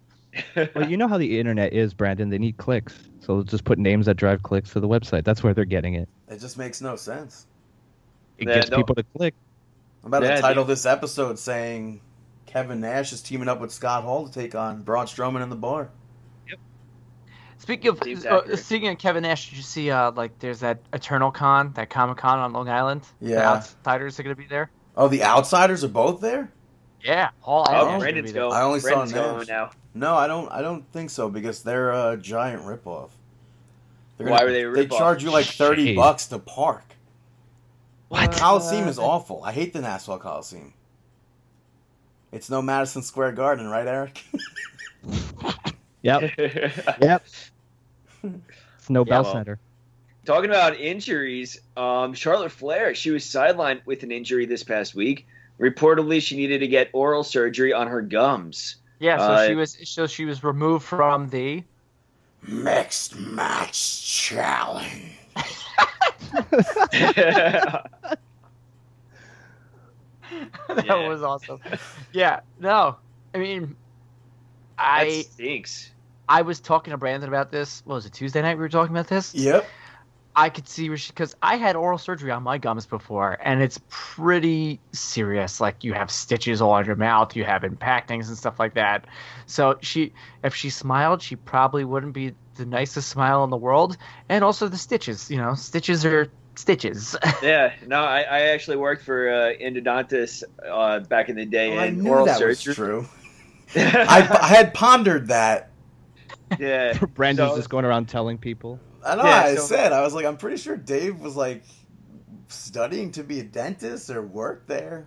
Well, you know how the internet is, Brandon. They need clicks, so they'll just put names that drive clicks to the website. That's where they're getting it.
It just makes no sense.
It
Yeah,
gets
no.
people to click.
I'm about
Yeah,
to title this episode saying Kevin Nash is teaming up with Scott Hall to take on Braun Strowman in the bar.
Speaking of
Seems
uh,
accurate.
speaking of Kevin Nash, did you see uh, like there's that Eternal Con, that Comic Con on Long Island? The
Yeah.
outsiders are gonna be there.
Oh, the outsiders are both there?
Yeah, all
Oh,
outsiders are gonna
Brandon's
be there.
going.
I only saw
Brandon's
Nash.
going now.
No, I don't. I don't think so because they're a giant ripoff. They're
Why were they a
They
ripoff?
charge you like thirty
Jeez.
bucks to park.
What?
Coliseum is awful. I hate the Nassau Coliseum. It's no Madison Square Garden, right, Eric?
Yep. Yep. It's no
Yeah,
Bell
well.
Center.
Talking about injuries, um, Charlotte Flair, she was sidelined with an injury this past week. Reportedly, she needed to get oral surgery on her gums.
Yeah, so
Uh,
she was so she was removed from the
Mixed match challenge.
yeah,
that
Yeah.
was awesome. Yeah, no. I mean I
that stinks.
I was talking to Brandon about this. What was it, Tuesday night we were talking about this?
Yep.
I could see where she because I had oral surgery on my gums before, and it's pretty serious. Like you have stitches all on your mouth, you have impactings and stuff like that. So she, if she smiled, she probably wouldn't be the nicest smile in the world. And also the stitches, you know, stitches are stitches.
Yeah, no, I, I actually worked for uh, endodontist uh, back in the day
Well, Oh, I
and
knew
oral
that was
surgery.
true. I, I had pondered that.
yeah,
Brandon's
So-
just going around telling people.
I know.
Yeah,
I
so-
said I was like, I'm pretty sure Dave was like studying to be a dentist or worked there.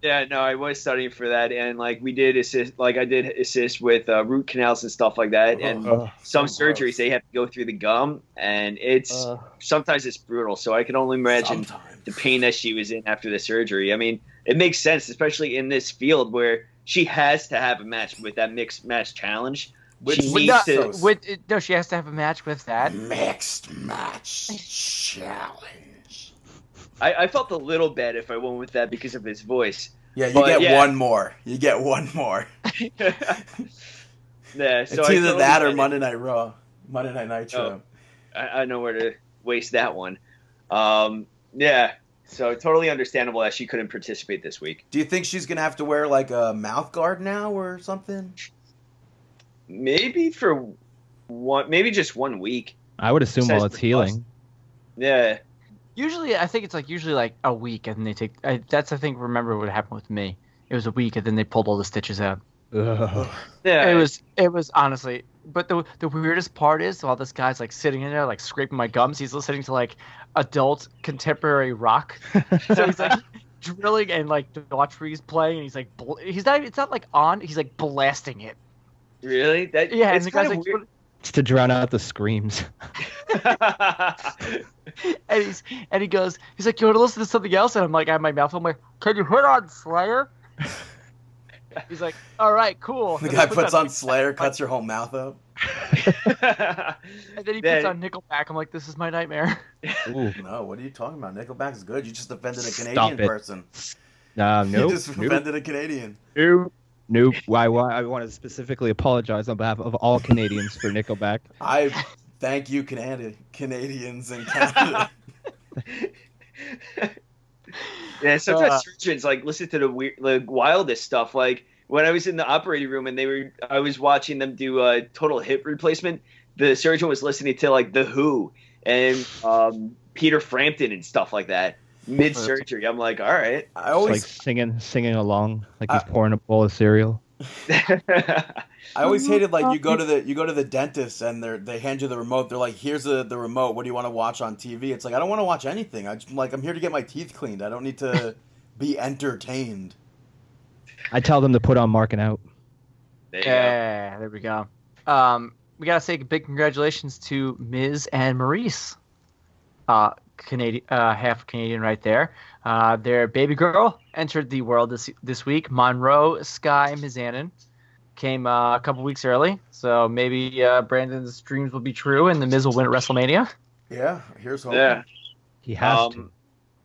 yeah, no, I was studying for that, and like we did assist, like I did assist with uh, root canals and stuff like that, and
Uh,
Ugh.
some
Oh, so
surgeries
gross.
they have to go through the gum, and it's
Uh,
sometimes it's brutal. So I can only imagine
Sometimes.
the pain that she was in after the surgery. I mean, it makes sense, especially in this field where she has to have a match with that mixed match challenge.
Which
she
would
needs
not-
to.
so-
Would, it- no, she has to have a match with that.
Mixed match challenge.
I, I felt a little bad if I went with that because of his voice.
Yeah, you
But,
get
yeah.
one more. You get one more.
yeah, so
it's
I
either
totally
that or
get it. Oh.
Monday Night Raw, Monday Night Nitro.
I, I know where to waste that one. Um, yeah, so totally understandable that she couldn't participate this week.
Do you think she's gonna have to wear like a mouth guard now or something?
Maybe for one, maybe just one week.
I would assume
Besides
while it's
the
healing.
Yeah,
Usually, I think it's like usually like a week, and they take. I, that's I think remember what happened with me. It was a week, and then they pulled all the stitches out.
Ugh.
yeah.
It was it was honestly. But the the weirdest part is while this guy's like sitting in there like scraping my gums, he's listening to like adult contemporary rock. So he's like drilling and like Daughtry's playing, and he's like bl- he's not it's not like on, he's like blasting it.
really that.
Yeah, and
it's
the guy's like
kind of weird.
It's to drown out the screams.
and he's and he goes he's like you want to listen to something else, and I'm like I have my mouth. I'm like can you put on Slayer? he's like all right
Oh,
cool.
The
And
guy
he
puts on Slayer, cuts your whole mouth up.
and then he
Then-
puts on Nickelback. I'm like this is my nightmare.
Ooh.
No, what are you talking about? Nickelback is good. You just offended a
Stop
Canadian
it.
person.
Nah,
Uh,
nope.
You just
nope.
offended a Canadian.
Nope. Nope. Why? Why? I want to specifically apologize on behalf of all Canadians for Nickelback.
I thank you, Canadi- Canadians and Canada.
Yeah, sometimes
Uh,
surgeons like listen to the weird, the wildest stuff. Like when I was in the operating room and they were, I was watching them do a total hip replacement. The surgeon was listening to like the Who and um, Peter Frampton and stuff like that mid surgery. I'm like, all right,
I
Just,
always
like singing, singing along, like he's
I-
pouring a bowl of cereal.
I always hated like you go to the you go to the dentist and they are they hand you the remote. They're like, "Here's the, the remote. What do you want to watch on TV?" It's like I don't want to watch anything. I just like I'm here to get my teeth cleaned. I don't need to be entertained.
I tell them to put on marking out.
There you go.
Yeah, there we go. Um, we gotta say a big congratulations to Ms. and Maurice, uh, Canadian, uh, half Canadian right there. Uh, their baby girl entered the world this this week. Monroe Sky Mizanin came uh, a couple weeks early, so maybe uh, Brandon's dreams will be true and the Miz will win at WrestleMania.
Yeah, here's hoping.
Yeah.
He has
Um,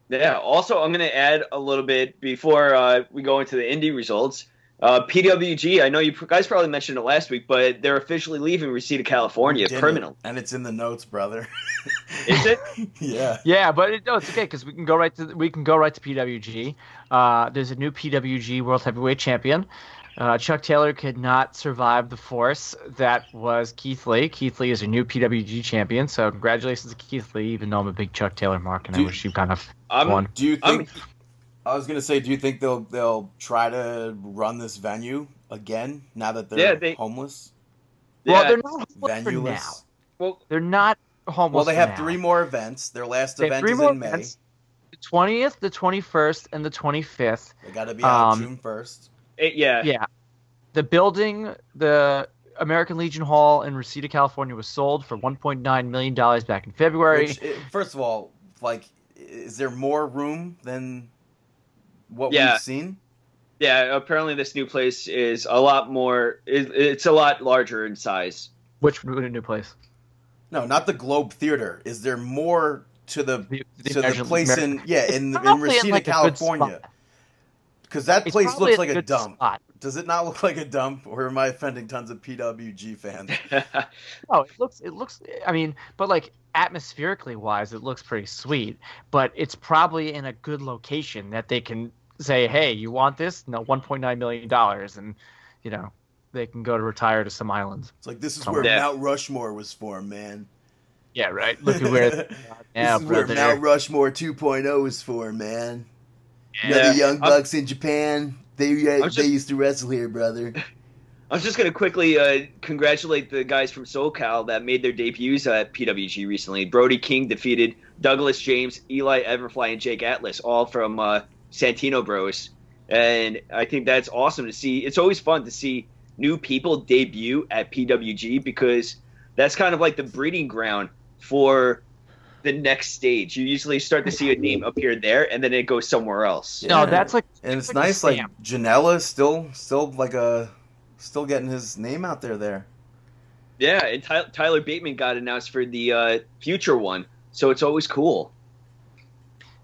Yeah. Also, I'm going to add a little bit before uh, we go into the indie results. Uh, PWG, I know you guys probably mentioned it last week, but they're officially leaving Reseda, California
Did it.
permanently.
and it's in the notes, brother.
Is it?
yeah,
Yeah, but it, no, it's okay because we can go right to we can go right to PWG. Uh, there's a new PWG World Heavyweight Champion. Uh, Chuck Taylor could not survive the force that was Keith Lee. Keith Lee is a new PWG champion, so congratulations to Keith Lee. Even though I'm a big Chuck Taylor mark, and I
Dude.
wish you kind of
I'm,
won.
do you
I'm-
think? I was gonna say, do you think they'll they'll try to run this venue again now that they're
Yeah, they-
homeless,
Well,
yeah.
they're not homeless for
venueless?
now.
Well,
They're not homeless.
Well, they
for
have
now.
three more events. Their last
They have
event
three
is
more
in May.
events. The twentieth, the twenty-first, and the twenty-fifth.
They got to be out
Um,
June first.
it- yeah.
Yeah. The building, the American Legion Hall in Reseda, California was sold for $1.9 million back in February.
Which, it, first of all, like, is there more room than what
Yeah.
we've seen?
Yeah, apparently this new place is a lot more. It, it's a lot larger in size.
Which would a new place?
No, not the Globe Theater. Is there more to the,
The,
to the
American-
place
Ameri-
in yeah in, in
probably in,
Reseda,
like, a good
California?
spot.
Because that
It's
place
probably
looks like a
good
dump.
spot.
Does it not look like a dump, or am I offending tons of PWG fans?
No, Oh, it looks, it looks, I mean, but like atmospherically wise, it looks pretty sweet. But it's probably in a good location that they can say, hey, you want this? No, $1.9 million. And, you know, they can go to retire to some islands.
It's like this is where
Yeah.
Mount Rushmore was formed, man.
Yeah, right. Look at where. Yeah,
this is where
brother.
Mount Rushmore 2.0 is for, man. You know,
Yeah.
the Young
I'm-
Bucks in Japan, they uh,
I'm
they
just-
used to wrestle here, brother.
I was just going to quickly uh, congratulate the guys from SoCal that made their debuts at PWG recently. Brody King defeated Douglas James, Eli Everfly, and Jake Atlas, all from uh, Santino Bros. and I think that's awesome to see. It's always fun to see new people debut at PWG because that's kind of like the breeding ground for the next stage. You usually start to see a name appear there, and then it goes somewhere else.
No, that's like
And it's
Like a
nice, like
stamp.
Janela's still, still like a, still getting his name out there. There,
Yeah, and Ty- Tyler Bateman got announced for the uh, future one, so it's always cool.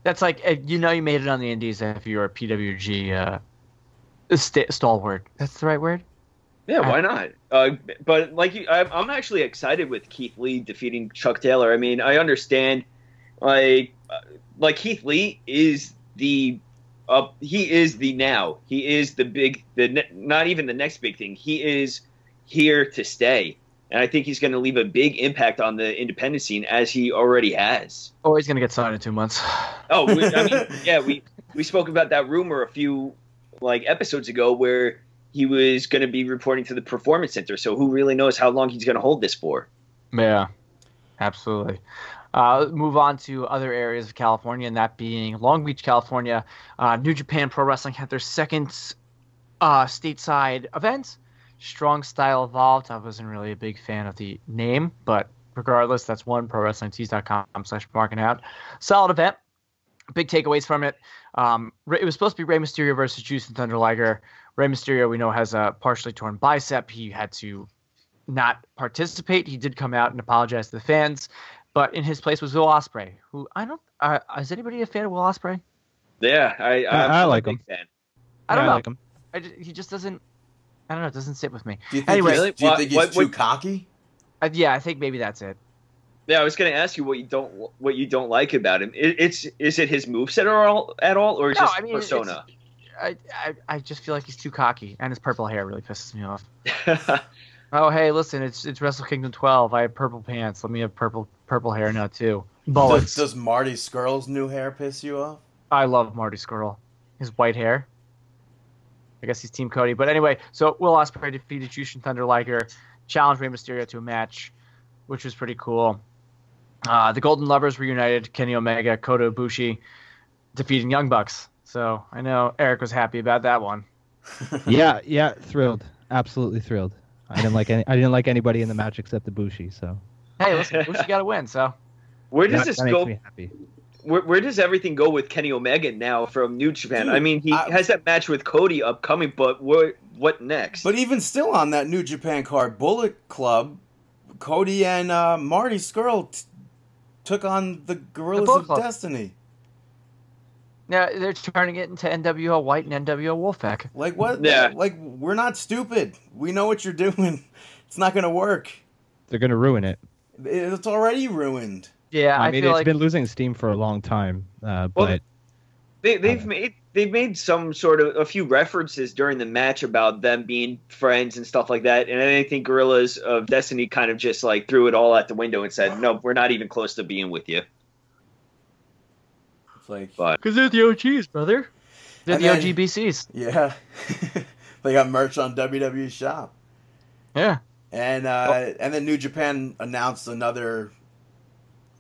that's like uh, you know you made it on the Indies if you're a PWG uh, st- stalwart. That's the right word.
Yeah, why not? Uh, but like, you, I'm, I'm actually excited with Keith Lee defeating Chuck Taylor. I mean, I understand, like, uh, like Keith Lee is the, uh, he is the now. He is the big, the ne- not even the next big thing. He is here to stay, and I think he's going to leave a big impact on the independent scene as he already has.
Or he's gonna get signed in two months.
Oh, we, I mean, yeah, we we spoke about that rumor a few like episodes ago where he was going to be reporting to the performance center. So who really knows how long he's going to hold this for?
Yeah, absolutely. Uh, move on to other areas of California, and that being Long Beach, California. Uh, New Japan Pro Wrestling had their second uh, stateside event. Strong Style Evolved. I wasn't really a big fan of the name, but regardless, that's one pro wrestlingtees.com slash marking out. Solid event. Big takeaways from it. Um, it was supposed to be Rey Mysterio versus Juice and Thunder Liger. Rey Mysterio, we know, has a partially torn bicep. He had to not participate. He did come out and apologize to the fans, but in his place was Will Osprey, who I don't. Uh, is anybody a fan of Will Osprey?
Yeah, I I'm
I
a
like
big
him.
fan.
I don't know.
like him.
I ju- he just doesn't. I don't know. It doesn't sit with me.
do you think
Anyway,
he's, do you
what-
think he's
what-
too
what-
cocky?
Uh, yeah, I think maybe that's it.
Yeah, I was going to ask you what you don't what you don't like about him. It, it's is it his moveset at all at all or
No,
just
I mean, it's-
persona?
I, I I just feel like he's too cocky, and his purple hair really pisses me off. Oh hey, listen, it's it's Wrestle Kingdom 12. I have purple pants. Let me have purple purple hair now too.
Does,
Bullets.
does Marty Skrull's new hair piss you off?
I love Marty Skrull. His white hair. I guess he's Team Cody. But anyway, so Will Ospreay defeated Jushin Thunder Liger, challenged Rey Mysterio to a match, which was pretty cool. Uh, the Golden Lovers reunited. Kenny Omega, Kota Ibushi, defeating Young Bucks. So I know Eric was happy about that one.
yeah, yeah, thrilled, absolutely thrilled. I didn't like any. I didn't like anybody in the match except Ibushi. So
Hey, listen, Ibushi got to win. So
where does
that,
this
that makes
go?
me happy.
Where, where does everything go with Kenny Omega now from New Japan?
Dude,
I mean, he
I-
has that match with Cody upcoming, but what what next?
But even still on that New Japan card, Bullet Club, Cody and uh, Marty Skrull t- took on the Gorillas
Bullet
of
Club.
Destiny.
now they're turning it into NWO White and NWO Wolfpack.
Like what?
Yeah.
Like we're not stupid. We know what you're doing. It's not going to work.
They're gonna ruin it.
It's already ruined.
Yeah, I,
I mean,
feel
it's
like
been losing steam for a long time, uh,
Well,
but
They, they've made they've made some sort of a few references during the match about them being friends and stuff like that. And I think Gorillas of Destiny kind of just like threw it all out the window and said, "No, we're not even close to being with you."
It's like
But
because they're the OGs, brother. They're
And
the
then-
OGBCs.
yeah, they got merch on WWE Shop,
Yeah.
and uh, and then New Japan announced another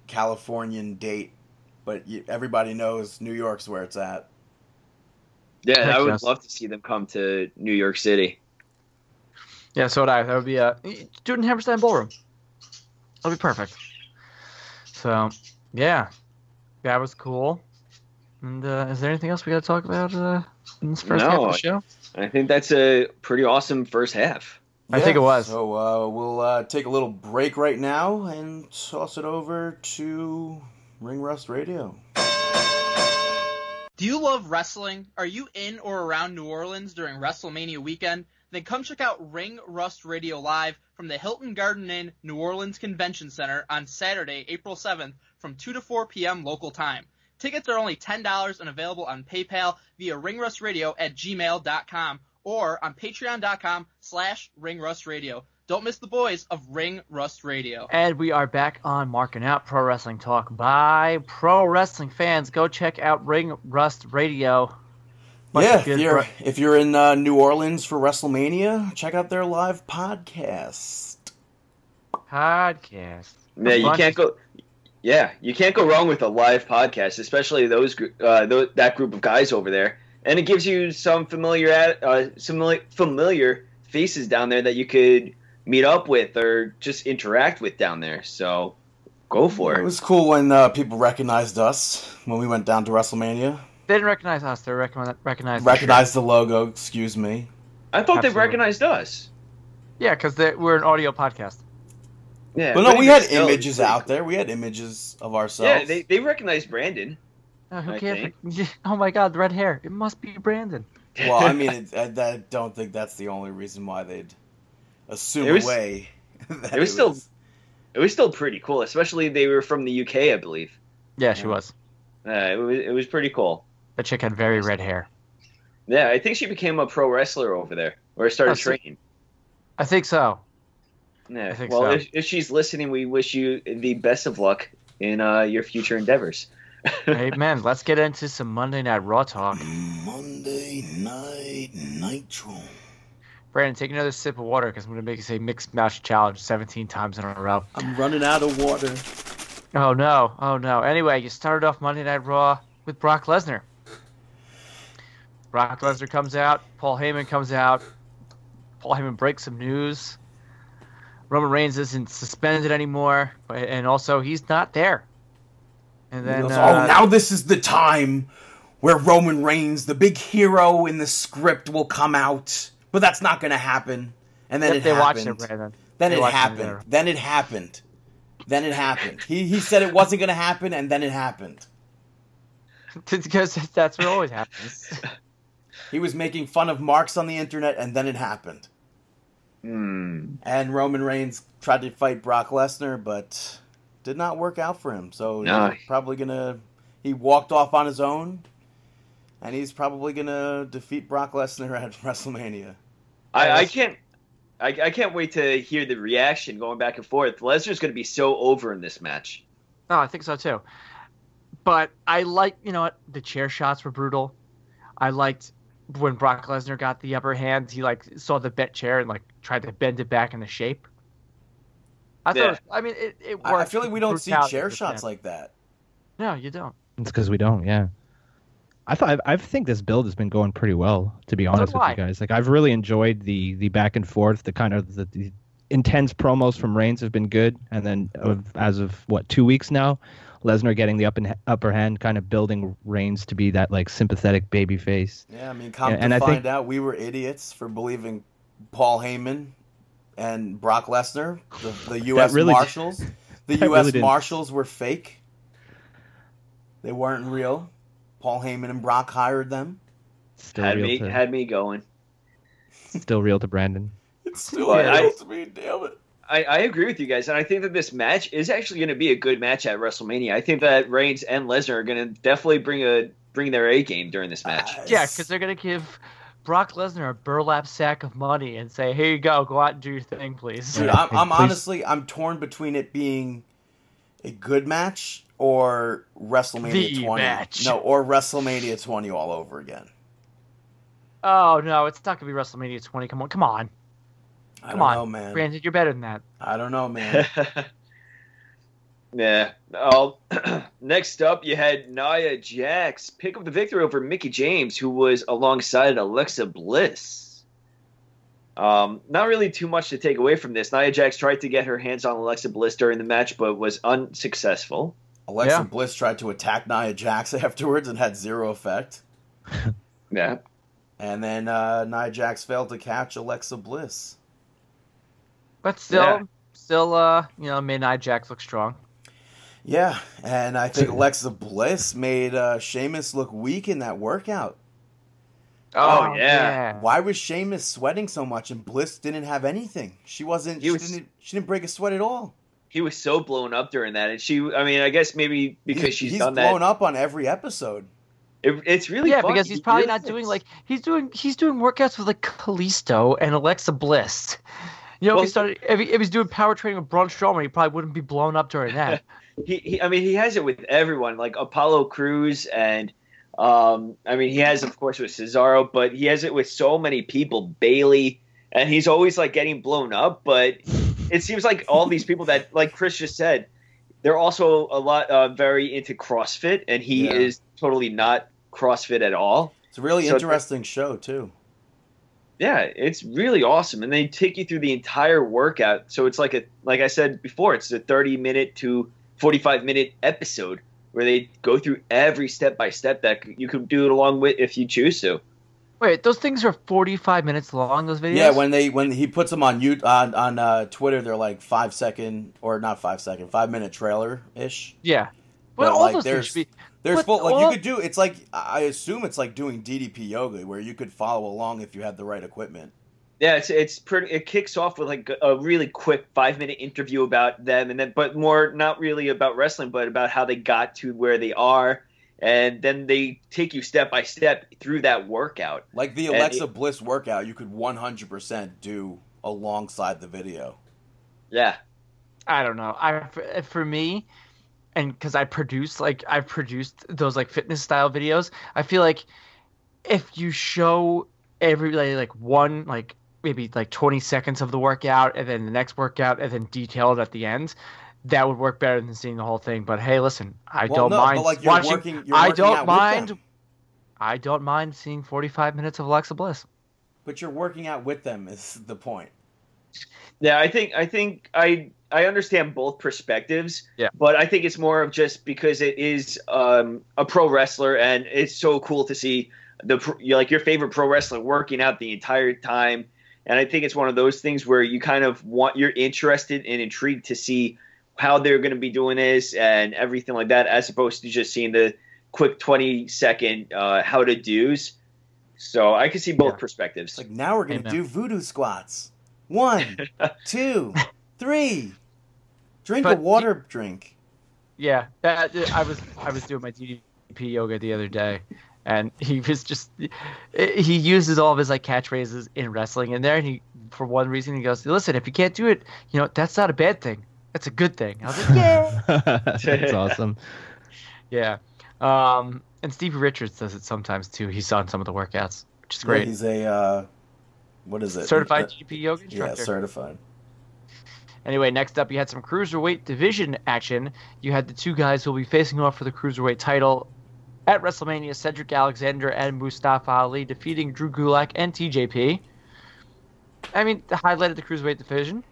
Californian date, but you, everybody knows New York's where it's at.
yeah, I
Heck
would
yes.
love to see them come to New York City.
Yeah, so would I. That would be a do it in Hammerstein Ballroom. That'll be perfect. So, yeah, that was cool. And uh, is there anything else we got to talk about uh, in this first half
No,
of
I-
the show?
I think that's a pretty awesome first half.
I think it was.
So uh, we'll uh, take a little break right now and toss it over to Ring Rust Radio.
Do you love wrestling? Are you in or around New Orleans during WrestleMania weekend? Then come check out Ring Rust Radio Live from the Hilton Garden Inn New Orleans Convention Center on Saturday, April 7th from 2 to 4 p.m. local time. Tickets are only $10 and available on PayPal via ringrustradio at gmail.com or on patreon.com slash ringrustradio. Don't miss the boys of Ring Rust Radio.
And we are back on Marking Out Pro Wrestling Talk by Pro Wrestling Fans. Go check out Ring Rust Radio. Bunch
yeah,
of
if
good
you're,
bro-
if you're in uh, New Orleans for WrestleMania, check out their live podcast.
podcast.
Yeah, you
bunch
can't
of-
go. Yeah, you can't go wrong with a live podcast, especially those gr- uh, tho- that group of guys over there. and it gives you some familiar uh, some li- familiar faces down there that you could meet up with or just interact with down there. So go for
It
it.
was cool when uh, people recognized us when we went down to WrestleMania.
They didn't recognize us. They recognize recognized. the
Recognized the logo, excuse me.
I thought they
Absolutely.
recognized us.
shirt. Yeah, because we're an audio podcast.
Yeah,
But no,
but
we
even
had
still,
images
it's pretty
out
cool.
there. We had images of ourselves.
Yeah, they, they recognized Brandon.
Uh, who
I
cares? Oh my God, the red hair. It must be Brandon.
Well, I mean, it, I, I don't think that's the only reason why they'd assume
It was-
away. That
it was still- it was still pretty cool, especially they were from the UK, I believe.
Yeah, she
Yeah.
was.
Uh, it was it was pretty cool.
The chick had very red hair.
Yeah, I think she became a pro wrestler over there, or started
Oh, so-
training.
I think so.
Yeah.
I think
well,
so.
if, if she's listening, we wish you the best of luck in uh, your future endeavors.
Amen. Let's get into some Monday Night Raw talk.
Monday Night Nitro.
Brandon, take another sip of water because I'm going to make you say mixed match challenge 17 times in a row.
I'm running out of water.
Oh no, oh no. Anyway, you started off Monday Night Raw with Brock Lesnar. Brock Lesnar comes out, Paul Heyman comes out, Paul Heyman breaks some news. Roman Reigns isn't suspended anymore, but, and also he's not there. And then
He goes,
uh,
oh, now this is the time where Roman Reigns, the big hero in the script, will come out. But that's not going to happen. And then
yep,
it
they watched
happened.
it, Brandon.
then
They
it
watched it
happened.
there.
Then it happened. Then it happened. He he said it wasn't going to happen, and then it happened.
because that's what always happens.
He was making fun of marks on the internet, and then it happened.
Hmm.
And Roman Reigns tried to fight Brock Lesnar, but did not work out for him. So
No.
he's probably gonna. He walked off on his own, and he's probably gonna defeat Brock Lesnar at WrestleMania.
I, I can't. I, I can't wait to hear the reaction going back and forth. Lesnar's going to be so over in this match.
No, I think so too. But I like, you know what, the chair shots were brutal. I liked when Brock Lesnar got the upper hand. He like saw the bent chair and like tried to bend it back into shape. I thought.
Yeah.
it was- I mean, it, it
I, I
worked.
feel like we don't see
Brutality
chair
was
shots
bad.
like that.
No, you don't.
It's because we don't. Yeah. I thought I think this build has been going pretty well. To be honest
do
with
I.
you guys, like I've really enjoyed the the back and forth, the kind of the, the intense promos from Reigns have been good, and then of, as of what two weeks now, Lesnar getting the up and upper hand, kind of building Reigns to be that like sympathetic baby face.
Yeah, I mean, come
Yeah,
to
and I
find
think-
out, we were idiots for believing Paul Heyman and Brock Lesnar, the, the U.S.
really-
Marshals. The
that
U.S.
really didn't-
Marshals were fake. They weren't real. Paul Heyman and Brock hired them.
Still
had
real
me
to
had me going.
still real to Brandon.
It's still
Yeah,
real
I-
to me, damn it.
I, I agree with you guys, and I think that this match is actually going to be a good match at WrestleMania. I think that Reigns and Lesnar are going to definitely bring a bring their A game during this match.
Yeah, because they're gonna give Brock Lesnar a burlap sack of money and say, "Here you go, go out and do your thing, please."
Dude,
Yeah,
I'm,
please-
I'm
please-
honestly, I'm torn between it being a good match or WrestleMania
The
20.
match.
No, or WrestleMania 20 all over again.
Oh no, it's not gonna be WrestleMania 20. Come on, come on,
I
Come
don't
on,
know, man.
Brandon, you're better than that.
I don't know, man.
yeah. Oh, next up, you had Nia Jax pick up the victory over Mickey James, who was alongside Alexa Bliss. Um, not really too much to take away from this. Nia Jax tried to get her hands on Alexa Bliss during the match, but was unsuccessful.
Alexa
Yeah.
Bliss tried to attack Nia Jax afterwards and had zero effect.
Yeah.
And then uh, Nia Jax failed to catch Alexa Bliss.
But still,
Yeah.
still, uh, you know, Midnight Jax looks strong.
Yeah, and I think Alexa Bliss made uh, Sheamus look weak in that workout.
Oh, yeah.
Why was Sheamus sweating so much and Bliss didn't have anything? She wasn't.
He
She,
was-
didn't, she didn't break a sweat at all.
He was so blown up during that, and she—I mean, I guess maybe because
He's-
she's
he's
done
blown
that,
up on every episode.
it, it's really
yeah,
funny.
because he's
It
probably
really
not doing
is.
like he's doing he's doing workouts with like Kalisto and Alexa Bliss. You know, if
Well-
he started if he, if he's doing power training with Braun Strowman, he probably wouldn't be blown up during that.
he, he I mean he has it with everyone like Apollo Cruz and um I mean he has of course with Cesaro but he has it with so many people Bailey and he's always like getting blown up but it seems like all these people that like Chris just said they're also a lot uh, very into CrossFit and he
Yeah.
is totally not CrossFit at all
It's It's a really
So-
interesting show too.
Yeah, it's really awesome, and they take you through the entire workout. So it's like a like I said before, it's a thirty minute to forty five minute episode where they go through every step by step that c- you could do it along with if you choose to.
Wait, those things are 45 minutes long, those videos?
Yeah, when they when he puts them on you on on uh, Twitter, they're like five second or not five second, five minute trailer ish.
Yeah. Well,
No,
all
like,
those
there's-
things should be.
There's
But
full like
all-
you could do. It's like I assume it's like doing DDP yoga where you could follow along if you had the right equipment.
Yeah, it's it's pretty. It kicks off with like a really quick five minute interview about them, and then but more not really about wrestling, but about how they got to where they are, and then they take you step by step through that workout.
Like the
And
Alexa Bliss workout, you could 100% do alongside the video.
Yeah,
I don't know. I for, for me, and because I produce like I've produced those like fitness style videos, I feel like if you show every like, like one like maybe like 20 seconds of the workout and then the next workout and then detailed at the end, that would work better than seeing the whole thing. But hey, listen, I don't mind watching.
you're
I
working
don't
out with
mind-
them.
I don't mind seeing 45 minutes of Alexa Bliss.
but you're working out with them is the point.
yeah. I think I think I I understand both perspectives.
Yeah.
but I think it's more of just because it is um, a pro wrestler, and it's so cool to see the pro- like your favorite pro wrestler working out the entire time. And I think it's one of those things where you kind of want you're interested and intrigued to see how they're going to be doing this and everything like that, as opposed to just seeing the quick twenty second uh, how to do's. So I can see both
Yeah.
perspectives.
It's like now we're going to
Amen.
do voodoo squats. One, two, three. Drink
But
a
you-
water drink.
Yeah, that I was I was doing my DDP yoga the other day, and he was just he uses all of his like catchphrases in wrestling in there, and he for one reason he goes, listen, if you can't do it, you know that's not a bad thing, that's a good thing. I was like, yeah,
That's awesome.
yeah. Um, and Stevie Richards does it sometimes too. He's on some of the workouts, which is
Yeah,
great.
he's a uh, what is it?
Certified
Uh,
DDP yoga
yeah,
instructor.
certified.
Anyway, next up, you had some cruiserweight division action. You had the two guys who will be facing off for the cruiserweight title at WrestleMania: Cedric Alexander and Mustafa Ali, defeating Drew Gulak and TJP. I mean, the highlight of the cruiserweight division.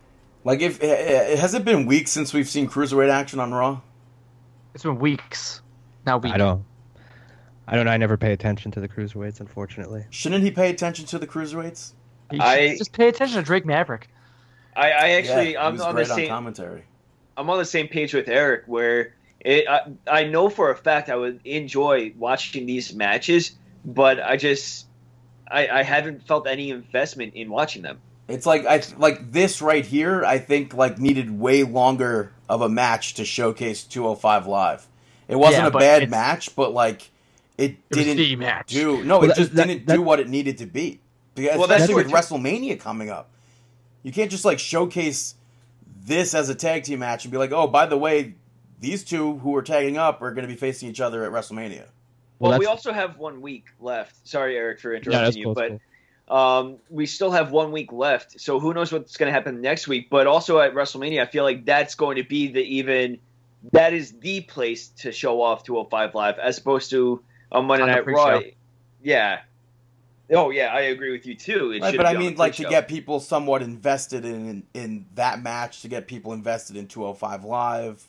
Like if eh, eh, has it been weeks since we've seen cruiserweight action on Raw?
It's been weeks, now weeks.
I don't. I don't. know. I never pay attention to the cruiserweights, unfortunately.
Shouldn't he pay attention to the cruiserweights?
You should
I-
just pay attention to Drake Maverick.
I, I actually
Yeah, he
I'm
was
on the
great on
same
commentary.
I'm on the same page with Eric where it, I, I know for a fact I would enjoy watching these matches, but I just I, I haven't felt any investment in watching them.
It's like I like this right here. I think like needed way longer of a match to showcase 205 live. It wasn't
Yeah,
a
but
bad
it's-
match, but like it,
It was the
didn't
match.
do. No,
Well,
it
that-
just
that-
didn't
that-
do what it needed to be. Because
Well, that's
especially
what
with
you-
WrestleMania coming up, you can't just like showcase this as a tag team match and be like, oh, by the way, these two who are tagging up are going to be facing each other at WrestleMania.
Well,
Well, that's,
we also have one week left. Sorry, Eric, for
yeah, that's
interrupting
cool,
you,
that's
but
cool.
um, we still have one week left. So who knows what's going to happen next week? But also at WrestleMania, I feel like that's going to be the even that is the place to show off 205 Live as opposed to a Monday
On the
Night Raw.
pre-show.
Yeah. Oh yeah, I agree with you too. It
Right,
should
but
be
I
on the
mean, like to
pre-show.
get people somewhat invested in, in in that match, to get people invested in 205 Live.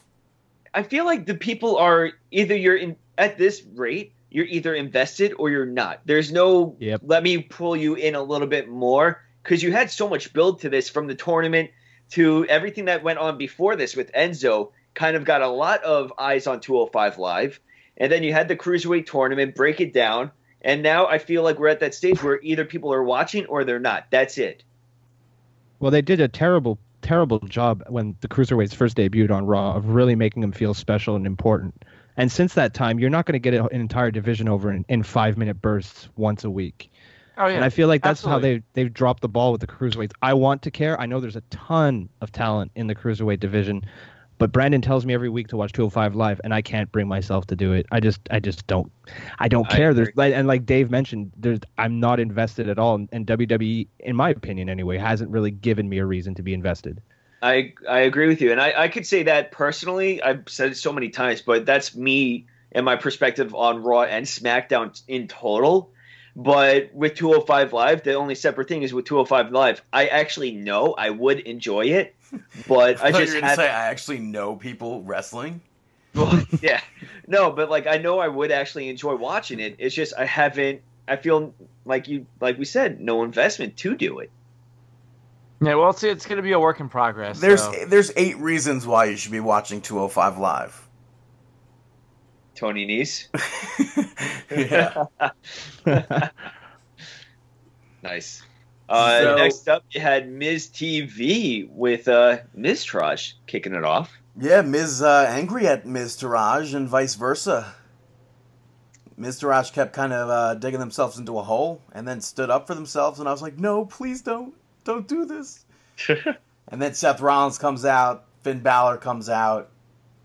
I feel like the people are either you're in at this rate, you're either invested or you're not. There's no
Yep.
let me pull you in a little bit more because you had so much build to this from the tournament to everything that went on before this with Enzo. Kind of got a lot of eyes on 205 Live, and then you had the cruiserweight tournament break it down. And now I feel like we're at that stage where either people are watching or they're not. That's it.
Well, they did a terrible, terrible job when the cruiserweights first debuted on Raw of really making them feel special and important. And since that time, you're not going to get an entire division over in, in five minute bursts once a week.
Oh
And
yeah,
I feel like that's
absolutely.
how they they've dropped the ball with the cruiserweights. I want to care. I know there's a ton of talent in the cruiserweight division, but Brandon tells me every week to watch 205 live, and I can't bring myself to do it. I just I just don't I don't
I
care. There's
agree.
like and like Dave mentioned, there's I'm not invested at all, and, and WWE, in my opinion anyway, hasn't really given me a reason to be invested.
I I agree with you, and I, I could say that personally. I've said it so many times, but that's me and my perspective on Raw and SmackDown in total. But with 205 Live, the only separate thing is with 205 Live, I actually know I would enjoy it, but I,
I, thought
just
you were
have-
gonna say I actually know people wrestling.
well, yeah, no, but like I know I would actually enjoy watching it. It's just I haven't. I feel like you, like we said, no investment to do it.
Yeah, well, see, it's going to be a work in progress.
There's
so-
there's eight reasons why you should be watching 205 live.
Tony Nese,
yeah.
nice. Uh,
So-
next up, you had Ms. TV with uh, Ms. Traj kicking it off.
Yeah, Ms. Uh, angry at Ms. Taraj and vice versa. Ms. Taraj kept kind of uh, digging themselves into a hole and then stood up for themselves, and I was like, no, please don't. Don't do this. and then Seth Rollins comes out, Finn Balor comes out,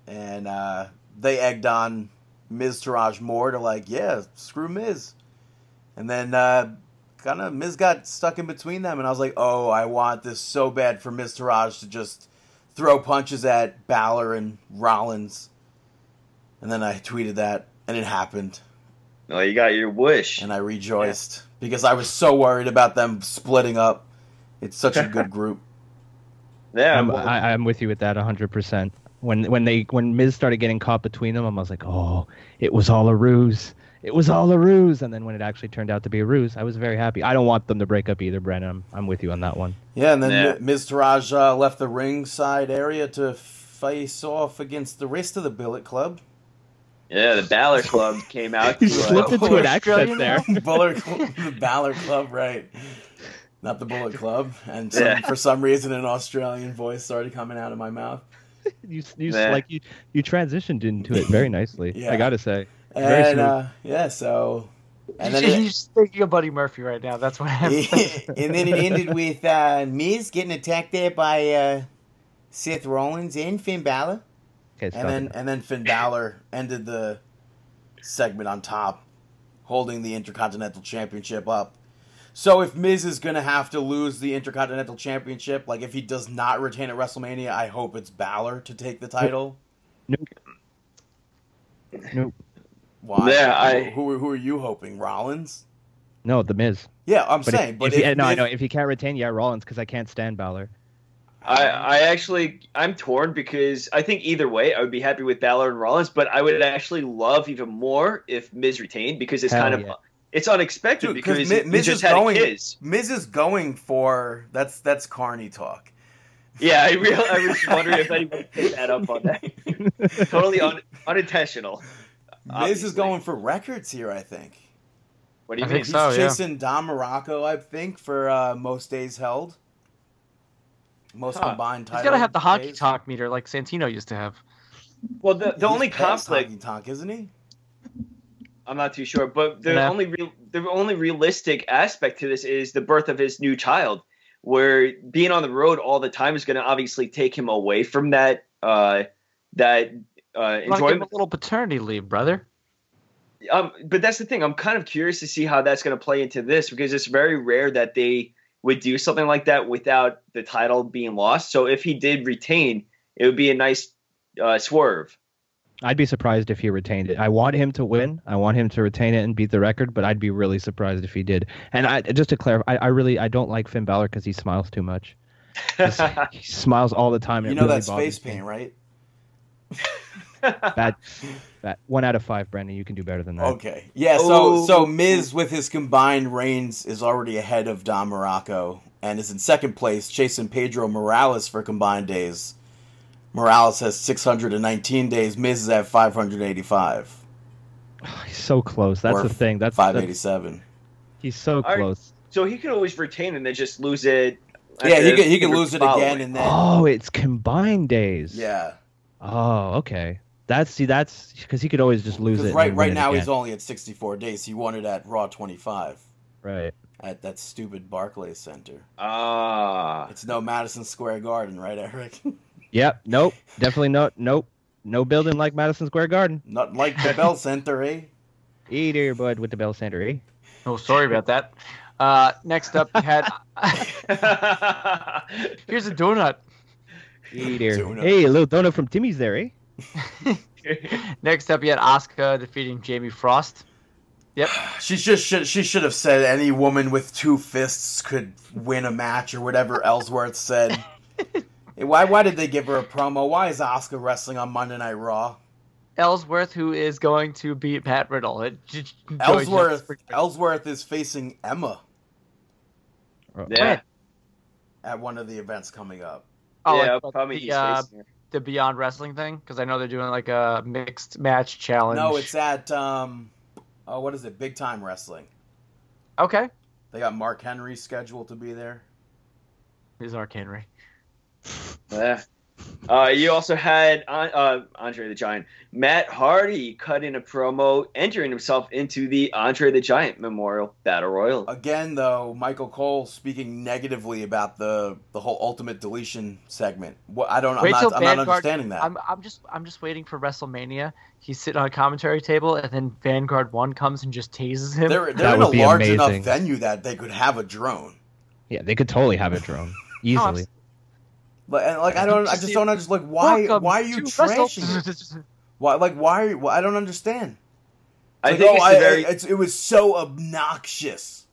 and uh, they egged on Ms. Taraj more to like, yeah, screw Miz. And then uh, kind of Miz got stuck in between them, and I was like, oh, I want this so bad for Ms. Taraj to just throw punches at Balor and Rollins. And then I tweeted that, and it happened,
Well, you got your wish.
and I rejoiced because I was so worried about them splitting up. It's such a good group.
Yeah,
I'm,
well,
I, I'm with you with that 100%. When when they when Miz started getting caught between them, I was like, oh, it was all a ruse. It was all a ruse. And then when it actually turned out to be a ruse, I was very happy. I don't want them to break up either, Brandon. I'm, I'm with you on that one.
Yeah, and then
Yeah.
Mi- Ms. Taraj uh, left the ringside area to face off against the rest of the Billet Club.
yeah, the Balor Club came out.
You
to, uh,
slipped into an accent
Australian
there.
Buller Club, the Balor Club, right? Not the Bullet Club. And some,
Yeah.
for some reason, an Australian voice started coming out of my mouth.
You, you
Yeah.
like you, you transitioned into it very nicely.
Yeah.
I gotta say, Very
And
smooth.
uh, yeah, so and then
he's,
it,
he's thinking of Buddy Murphy right now. That's what happened.
and then it ended with uh, Miz getting attacked there by uh, Seth Rollins and Finn Balor,
okay, stop
and then and then Finn Balor ended the segment on top, holding the Intercontinental Championship up. So if Miz is gonna have to lose the Intercontinental Championship, like if he does not retain at WrestleMania, I hope it's Balor to take the title.
it. No,
Why?
Yeah, I-
who, who are you hoping? Rollins?
no, the Miz.
Yeah, I'm
But if-
saying.
if,
but
he-
if
no, I
Miz-
know if he can't retain, yeah, Rollins, because I can't stand Balor.
I, I actually I'm torn because I think either way I would be happy with Balor and Rollins, but I would actually love even more if Miz retained because it's
Hell
kind
yeah.
of it's unexpected
Dude, 'cause
because
Mi-
Miz,
Miz
just
is
had
going-
kids.
Miz is going for that's that's carny talk.
Yeah, I real I was wondering if anybody picked that up on that. totally un, unintentional.
Miz
Obviously.
is going for records here, I think.
What do you
I think
mean?
He's
so, yeah.
chasing Don Morocco, I think, for uh, most days held. Most
Huh.
combined
he's
titles.
got to have the hockey talk meter like Santino used to have.
Well, the, the only conflict
hockey talk, isn't he?
I'm not too sure, but the
Yeah.
only real the only realistic aspect to this is the birth of his new child, where being on the road all the time is going to obviously take him away from that uh, that
Want to give
uh,
him a
enjoyment.
little paternity leave, brother.
Um, but that's the thing. I'm kind of curious to see how that's going to play into this because it's very rare that they would do something like that without the title being lost. So if he did retain, it would be a nice uh, swerve.
I'd be surprised if he retained it. I want him to win. I want him to retain it and beat the record, but I'd be really surprised if he did. And I just to clarify, I, I really I don't like Finn Balor because he smiles too much. Just- he smiles all the time. and
You
it
know
really
that's face
bothers
paint, right?
me. Bad, bad. One out of five, Brandon. You can do better than that.
Okay. Yeah, so
Oh.
so Miz with his combined reigns is already ahead of Don Morocco and is in second place, chasing Pedro Morales for combined days. Morales has 619 days. Miz is at 585. Oh,
He's so close. That's
Or
the thing. That's, that's
587.
he's so
Are-
close.
So he could always retain and then just lose it.
yeah, he
after
could, he could
the
lose it
following.
again and then.
Oh, it's combined days.
Yeah.
Oh, okay. That's see. That's because he could always just lose it.
Because
and
right,
then
right
win it
now he's
again.
only at 64 days. He won it at Raw 25
right.
at that stupid Barclays Center.
Ah,
It's no Madison Square Garden, right, Eric?
Yep. Nope. Definitely no. Nope. No building like Madison Square Garden.
Not like the Bell Center, eh?
Eat your bud with the Bell Center. Eh?
Oh, sorry about that. Uh, next up, you had here's a donut.
Eat your.
Donut.
Hey, a little donut from Timmy's there. Eh?
Next up, you had Asuka defeating Jamie Frost. Yep.
She just should she should have said any woman with two fists could win a match or whatever Ellsworth said. why why did they give her a promo? Why is Oscar wrestling on Monday Night Raw?
Ellsworth, who is going to beat Pat Riddle. It j- j-
Ellsworth Ellsworth is facing Emma
Oh,
Yeah,
at one of the events coming up.
Oh,
yeah,
like,
probably
the,
he's
uh,
facing her.
the Beyond Wrestling thing because I know they're doing like a mixed match challenge.
No, it's at um oh what is it? Big Time Wrestling.
okay.
They got Mark Henry scheduled to be there.
He's Mark Henry.
Yeah. Uh, you also had An- uh, Andre the Giant. Matt Hardy cut in a promo, entering himself into the Andre the Giant Memorial Battle Royal.
Again though, Michael Cole speaking negatively about the the whole ultimate deletion segment. What I don't I'm
Wait
not,
till
I'm not
Vanguard-
understanding that.
I'm, I'm just I'm just waiting for WrestleMania. He's sitting on a commentary table, and then Vanguard One comes and just tases him.
They're,
That
they're in
would
a
be
large
amazing.
enough venue that they could have a drone.
Yeah, they could totally have a drone
Oh,
easily.
Like, and like I don't, I just don't understand. Like why,
Welcome
why are you
to
trashing? it?
Wrestle-
Why, like why? Are you, I don't understand.
I
Like,
think
oh,
it's
I-
the very.
it's- it was so obnoxious.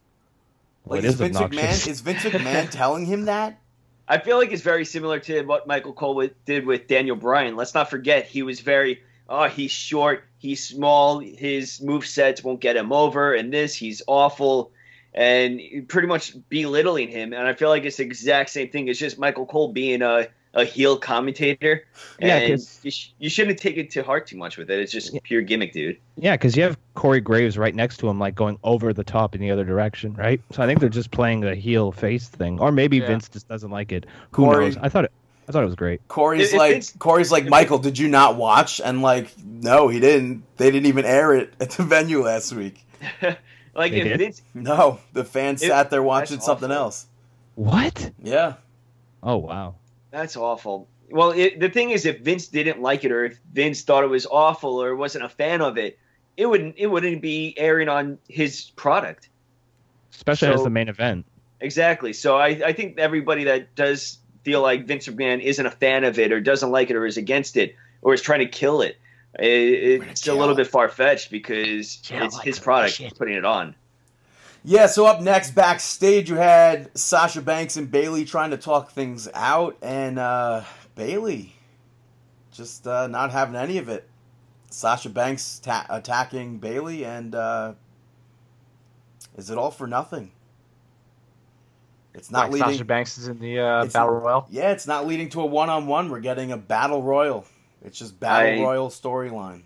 Well,
Like
it
is,
is
Vince
obnoxious.
McMahon is Vince McMahon telling him that?
I feel like it's very similar to what Michael Cole with, did with Daniel Bryan. Let's not forget he was very. Oh, he's short. He's small. His move sets won't get him over, and this he's awful, and pretty much belittling him. And I feel like it's the exact same thing. It's just Michael Cole being a a heel commentator,
Yeah,
and
'cause-
you, sh- you shouldn't take it to heart too much with it. It's just pure gimmick, dude.
Yeah, because you have Corey Graves right next to him, like going over the top in the other direction, right? So I think they're just playing the heel face thing, or maybe
Yeah.
Vince just doesn't like it. Who
Corey-
knows? I thought it, I thought it was great.
Corey's
If- if
like,
Vince-
Corey's like, Michael, did you not watch? And like, no, he didn't. They didn't even air it at the venue last week.
Like
They
if
did?
Vince,
No, the fans
It-
sat there watching
that's
something
awful.
else.
What?
Yeah,
Oh wow.
That's awful. Well, it, the thing is, if Vince didn't like it, or if Vince thought it was awful, or wasn't a fan of it, it wouldn't it wouldn't be airing on his product
Especially as
So-
the main event.
exactly. So I, I think everybody that does feel like Vince McMahon isn't a fan of it, or doesn't like it, or is against it, or is trying to kill it, i
gonna
it's a
kill
little
it.
bit far fetched because
Yeah,
it's
like
his
that
product
shit.
putting it on.
Yeah, so up next backstage you had Sasha Banks and Bailey trying to talk things out and uh Bailey just uh not having any of it. Sasha Banks ta- attacking Bailey and uh is it all for nothing? It's not
like
leading
Sasha Banks is in the uh,
It's-
battle royal.
Yeah, it's not leading to a one-on-one. We're getting a battle royal. It's just battle
I-
royal storyline.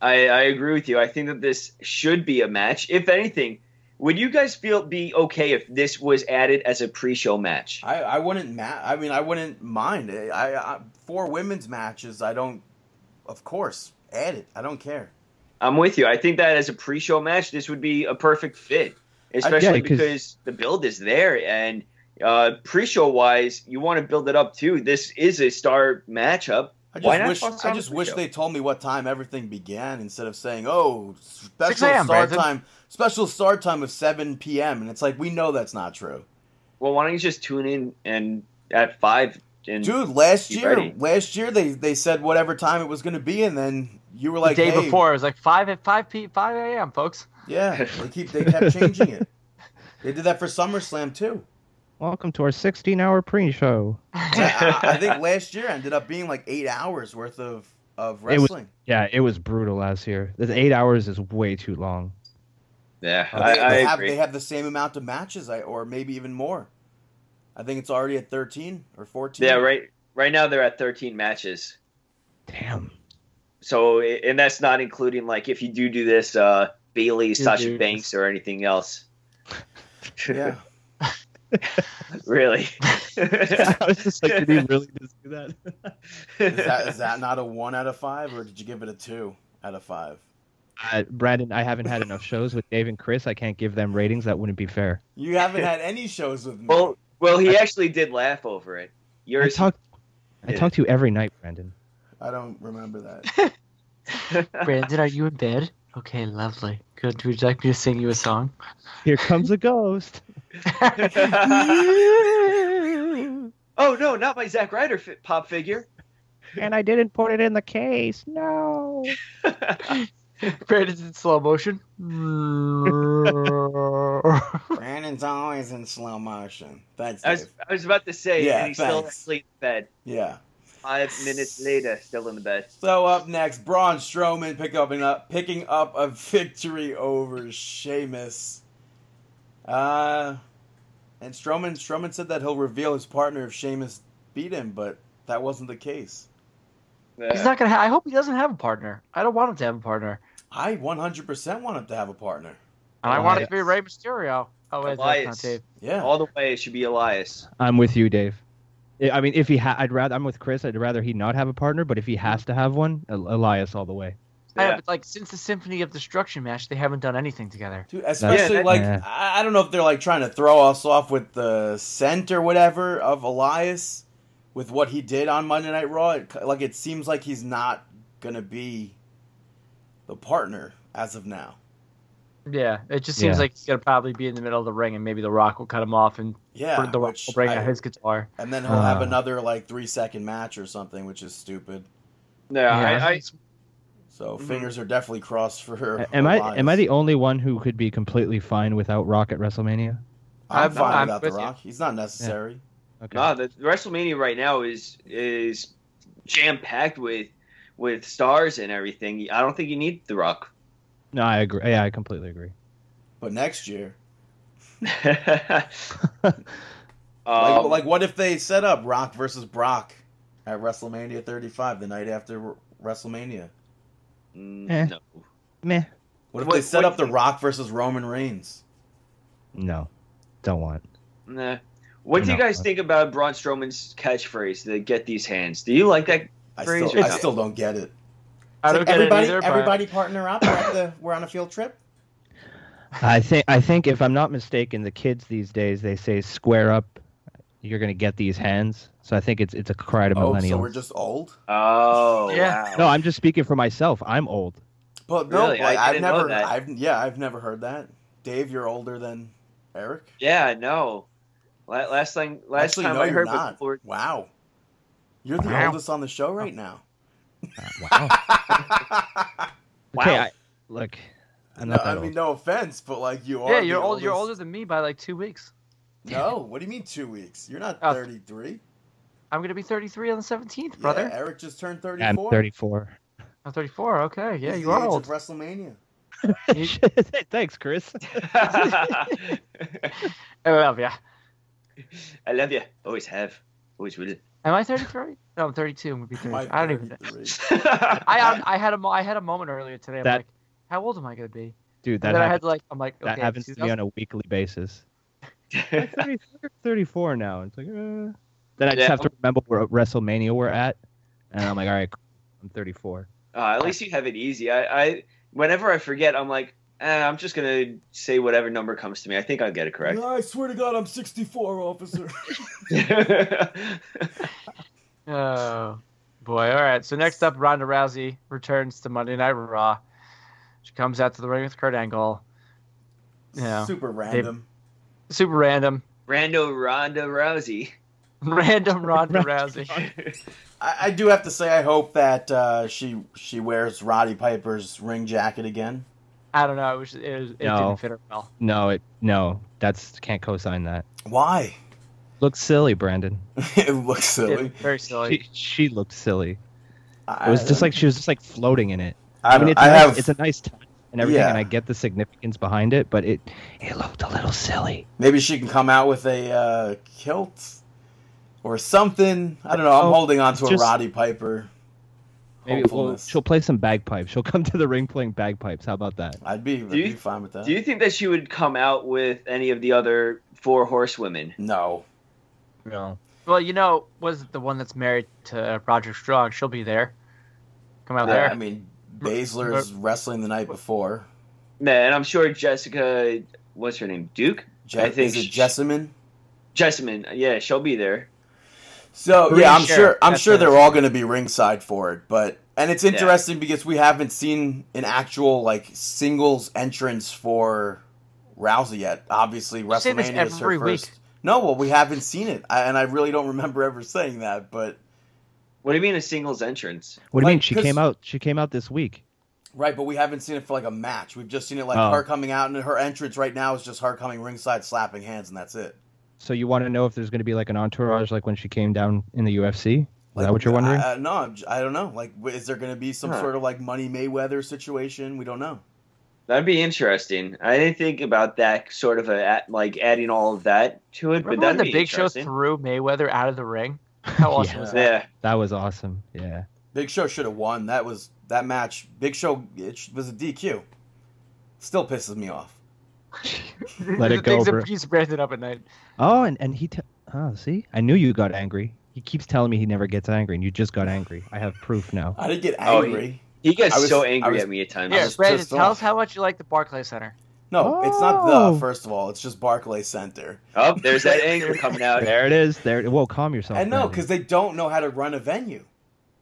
I, I agree with you. I think that this should be a match. If anything, would you guys feel be okay if this was added as a pre-show match?
I, I wouldn't ma- I mean I wouldn't mind. I, I, I four women's matches. I don't. Of course, add it. I don't care.
I'm with you. I think that as a pre-show match, this would be a perfect fit, especially
'cause-
because the build is there and uh, pre-show wise, you want to build it up too. This is a star matchup.
I
Why not
just
fuck
wish I
around
just
with
wish
it?
they told me what time everything began instead of saying oh special
6 a.m.,
start
Brandon.
time special start time of seven p.m. and it's like we know that's not true,
Well, why don't you just tune in and at five and
dude. Last
Be
year,
ready.
last year they they said whatever time it was going to be, and then you were like
the day
hey,
before, it was like five at five p five a.m. Folks,
Yeah, they keep they kept changing it. They did that for SummerSlam too.
Welcome to our 16-hour pre-show.
I, I think last year ended up being like eight hours worth of of
It was-
wrestling.
Yeah, it was brutal last year. The eight hours is way too long.
yeah,
They,
I, I
they have,
agree.
they have the same amount of matches, I or maybe even more. I think it's already at thirteen or fourteen.
yeah, right. Right now they're at 13 matches.
Damn.
So, and that's not including like if you do do this, uh, Bailey, Sasha
dude.
Banks, or anything else.
Yeah,
really.
I was just like, did he really just do that?
is that is that not a one out of five, or did you give it a two out of five?
Uh, Brandon, I haven't had enough shows with Dave and Chris. I can't give them ratings. That wouldn't be fair.
You haven't had any shows with me.
well, well, he actually did laugh over it.
I
Yours,
talk, I
Yeah.
talk to you every night, Brandon.
I don't remember that.
Brandon, are you in bed? Okay, lovely. Good. Would you like me to sing you a song?
Here comes a ghost.
oh no, not my Zack Ryder fi- pop figure.
and I didn't put it in the case. No.
Brandon's in slow motion.
Brandon's always in slow motion. Thanks,
I was,
Dave.
I was about to say,
Yeah,
and he's still
thanks.
asleep in bed.
Yeah.
Five minutes later, still in the bed.
So up next, Braun Strowman pick up an up, picking up a victory over Sheamus. Uh, and Strowman Strowman said that he'll reveal his partner if Sheamus beat him, but that wasn't the case.
Uh,
He's not gonna. Ha- I hope he doesn't have a partner. I don't want him to have a partner,
I 100% want him to have a partner.
and I want it to be
Elias.
Rey Mysterio. Oh wait, that's not
Elias.
Dave.
Yeah.
All the way, it should be Elias.
I'm with you, Dave. I- I mean, if he ha- I'd rather I'm with Chris. I'd rather he not have a partner, but if he has to have one, El- Elias all the way.
I
Yeah.
have, like since the Symphony of Destruction match, they haven't done anything together.
Dude, especially
that-
like
Yeah.
I, I don't know if they're like trying to throw us off with the scent or whatever of Elias with what he did on Monday Night Raw. It, ki- like it seems like he's not gonna be the partner as of now.
Yeah, it just seems
Yeah.
like he's gonna probably be in the middle of the ring, and maybe The Rock will cut him off, and
Yeah,
The Rock
which
will bring
I-
out his guitar.
and then he'll have
Uh.
another like three second match or something, which is stupid.
No,
Yeah.
I, I,
So
Mhm.
fingers are definitely crossed for her.
A- Am I am I the only one who could be completely fine without Rock at WrestleMania?
I'm,
I'm-
fine
I'm
without The
with you.
Rock. He's not necessary.
Okay.
Nah, the the WrestleMania right now is is jam packed with with stars and everything. I don't think you need The Rock.
No, I agree. Yeah, I completely agree.
But next year,
Um,
like, like, what if they set up Rock versus Brock at WrestleMania 35, the night after WrestleMania?
mm,
Eh.
no.
Meh.
What if
What-
they set
what-
up The Rock versus Roman Reigns?
No, don't want.
Nah. What do
No.
you guys think about Braun Strowman's catchphrase, the "Get these hands"? Do you like that?
I
Fraser.
still, I
It's-
still don't get it.
I don't
It's like,
get
everybody,
it either. but-
everybody partner up. We're, at the, we're on a field trip.
I think I think if I'm not mistaken, the kids these days they say square up. You're gonna get these hands. So I think it's it's a cry to
Oh,
millennials.
so we're just old.
Oh,
Yeah.
No, I'm just speaking for myself. I'm old.
But no,
Really? I
like, I've
didn't know
never.
that.
I've yeah, I've never heard that. Dave, you're older than Eric.
yeah, no. La- Last thing, last
Actually,
time
no,
I
you're
heard was
not.
before-
Wow, you're the
Wow.
oldest on the show right now.
Uh, Wow.
Wow.
Okay, I, look, I'm
no,
not
I
that
mean,
old.
no offense, but like you are.
yeah,
the
you're old. You're older
oldest-
than me by like two weeks.
No, what do you mean two weeks? You're not
Oh.
33,
I'm gonna be 33 on the 17th,
Yeah,
brother.
Eric just turned 34.
I'm 34.
I'm 34. Okay, yeah,
He's
you
the
are
age
old.
Of WrestleMania.
You-
Thanks, Chris.
Oh, well, yeah.
I love you. Always have. Always will.
Am I 33? No, I'm 32. I'm gonna be 33. I don't even. know.
33.
Uh,
I um, I had a mo- I had a moment earlier today. I'm
That-
like, how old am I gonna be?
Dude, that
And then I
happens,
had like, I'm like, okay,
that happens to me
2000
on a weekly basis. 30, 34 now. It's like, uh... Then I just
Yeah.
have to remember where WrestleMania we're at, and I'm like, all right, cool, I'm 34.
Uh, at least you have it easy. I, I whenever I forget, I'm like, eh, I'm just gonna say whatever number comes to me. I think I'll get it correct.
No, I swear to God, I'm 64, officer.
Oh boy! All right. So next up, Ronda Rousey returns to Monday Night Raw. She comes out to the ring with Kurt Angle. Yeah,
Super random.
super random,
Rando Ronda Rousey.
random Ronda Rousey.
I, I do have to say, I hope that uh, she she wears Roddy Piper's ring jacket again.
I don't know. It was it, was, it
No.
didn't fit her well.
No, it no, that's can't co-sign that.
Why?
Looks silly, Brandon.
it looks silly.
It- very silly.
She, she looked silly.
I-
It was just like she was just like floating in it.
I,
I mean, it's,
I
a nice,
have
it's a nice touch and everything,
Yeah.
and I get the significance behind it, but it it looked a little silly.
Maybe she can come out with a uh, kilt or something. I don't know. I'm
Oh,
holding on to a
just-
Roddy Piper.
Maybe well,
hopefulness.
she'll play some bagpipes. She'll come to the ring playing bagpipes. How about that?
I'd be, I'd
you-
be fine with that.
Do you think that she would come out with any of the other four horsewomen?
no.
No.
Well, you know, was it the one that's married to uh, Roger Strong? She'll be there. Come out
I
there.
mean, Baszler's wrestling the night before.
Man, I'm sure Jessica. What's her name? Duke.
Je-
I think
is it
she-
Jessamine?
Jessamine. Yeah, she'll be there.
So
Bree
yeah, I'm
Sher-
sure I'm
that's
sure
her.
they're all going to be ringside for it. But and it's interesting because we haven't seen an actual like singles entrance for Rousey yet. Obviously,
You say this
WrestleMania is her
every week.
first. No, well, we haven't seen it, I, and I really don't remember ever saying that. But
What do you mean a singles entrance?
What do you
Like,
mean? She
'cause-
came out. She came out this week.
Right, but we haven't seen it for like a match. We've just seen it like
Oh.
her coming out, and her entrance right now is just her coming ringside, slapping hands, and that's it.
So you want to know if there's going to be like an entourage like when she came down in the UFC? Is that what you're wondering?
I, I- no, I'm j- I don't know. Like, w- is there going to be some
Huh.
sort of like Money Mayweather situation? We don't know.
That'd be interesting. I didn't think about that sort of a, like adding all of that to it,
Remember
but
when
that'd
the
be
Big Show
interesting.
threw Mayweather out of the ring? How awesome
Yeah.
was that?
yeah,
that was awesome. Yeah.
Big Show should have won. That was that match. Big Show it sh- was a DQ. Still pisses me off.
Let
the
it go,
Things
bro.
that beats Brandon up at night.
Oh, and and he. T- oh, see, I knew you got angry. He keeps telling me he never gets angry, and you just got angry. I have proof now.
I didn't get
Oh,
angry.
he gets
I was-
so
I
angry
was-
at me at times.
Here,
was
Brandon,
pissed
tell
off.
us how much you like the Barclay Center.
No, it's not the
Oh.
first of all. It's just Barclay Center.
Oh, there's that anger coming out.
Oh, There it is. There. Whoa, calm yourself.
And no,
Brandon.
because they don't know how to run a venue.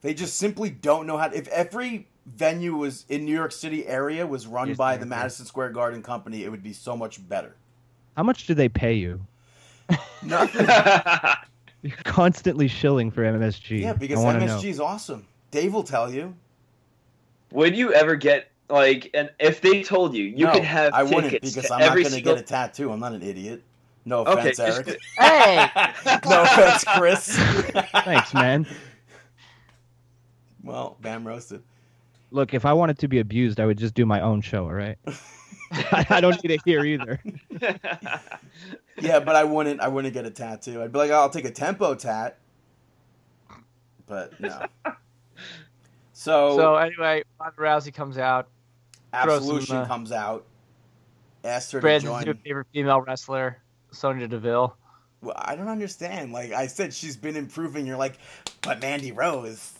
They just simply don't know how. To, if every venue was in New York City area was run
Yes,
by
they
the
are.
Madison Square Garden company, it would be so much better.
how much do they pay you?
Nothing.
You're constantly shilling for MSG.
yeah, because
I wanna know.
MSG is awesome. Dave will tell you.
Would you ever get like, and if they told you, you
No,
could have
I
tickets
wouldn't because
to
I'm not
every
going to
single-
get a tattoo. I'm not an idiot. No
Okay,
offense,
just-
Eric.
Hey,
no offense, Chris.
Thanks, man.
well, bam roasted.
Look, if I wanted to be abused, I would just do my own show. All right. I don't need it here either.
Yeah, but I wouldn't. I wouldn't get a tattoo. I'd be like, I'll take a tempo tat. But no. So,
so anyway, Ronda Rousey comes out. throw some,
absolution
uh,
comes out. Asked her to
Brandon's new
join.
favorite female wrestler, Sonya Deville.
Well, I don't understand. Like I said, she's been improving. You're like, but Mandy Rose.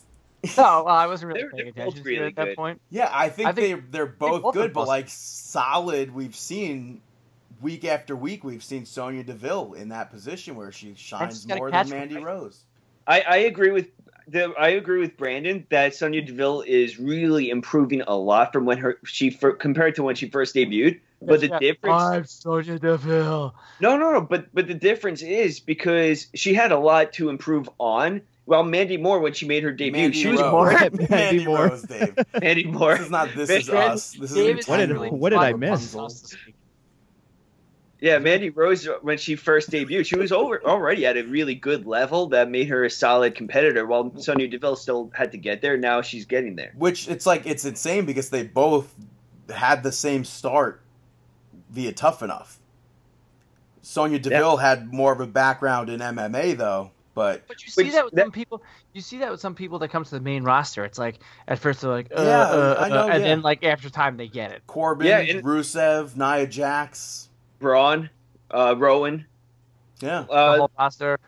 No, well, I wasn't
They
really
were
paying
both
attention to
really
it at that
good.
point.
Yeah, I think,
I think-
they they're both,
both
good,
are
but
awesome.
like solid. We've seen week after week. We've seen Sonya Deville in that position where she shines
just gotta
more
catch
than
one,
Mandy
right?
Rose.
I, I agree with the, I agree with Brandon that Sonya Deville is really improving a lot from when her she fir- compared to when she first debuted. But the
Yeah,
difference,
I'm Sonya Deville.
no, no, no. But but the difference is because she had a lot to improve on. While Mandy Moore, when she made her debut,
Mandy
she was
Rose.
more
Mandy
Mandy
Moore.
Rose, Dave.
Mandy Moore.
This is not. This is
Brandon,
us. This
Davis
is
What did-
really
what did I
fun
miss?
us this week.
Yeah, Mandy Rose when she first debuted, she was over, already at a really good level that made her a solid competitor. While Sonya Deville still had to get there, now she's getting there.
Which it's like it's insane because they both had the same start via Tough Enough. Sonya Deville had more of a background in MMA though, but
But you see
Which-
that with
that-
some people. You see that with some people that come to the main roster. It's like at first they're like, uh,
Yeah,
uh,
I
uh,
know,
and
yeah.
then like after time they get it.
Corbin,
Yeah, and-
Rusev, Nia Jax,
Braun, uh, Rowan.
yeah,
The
Uh,
whole roster.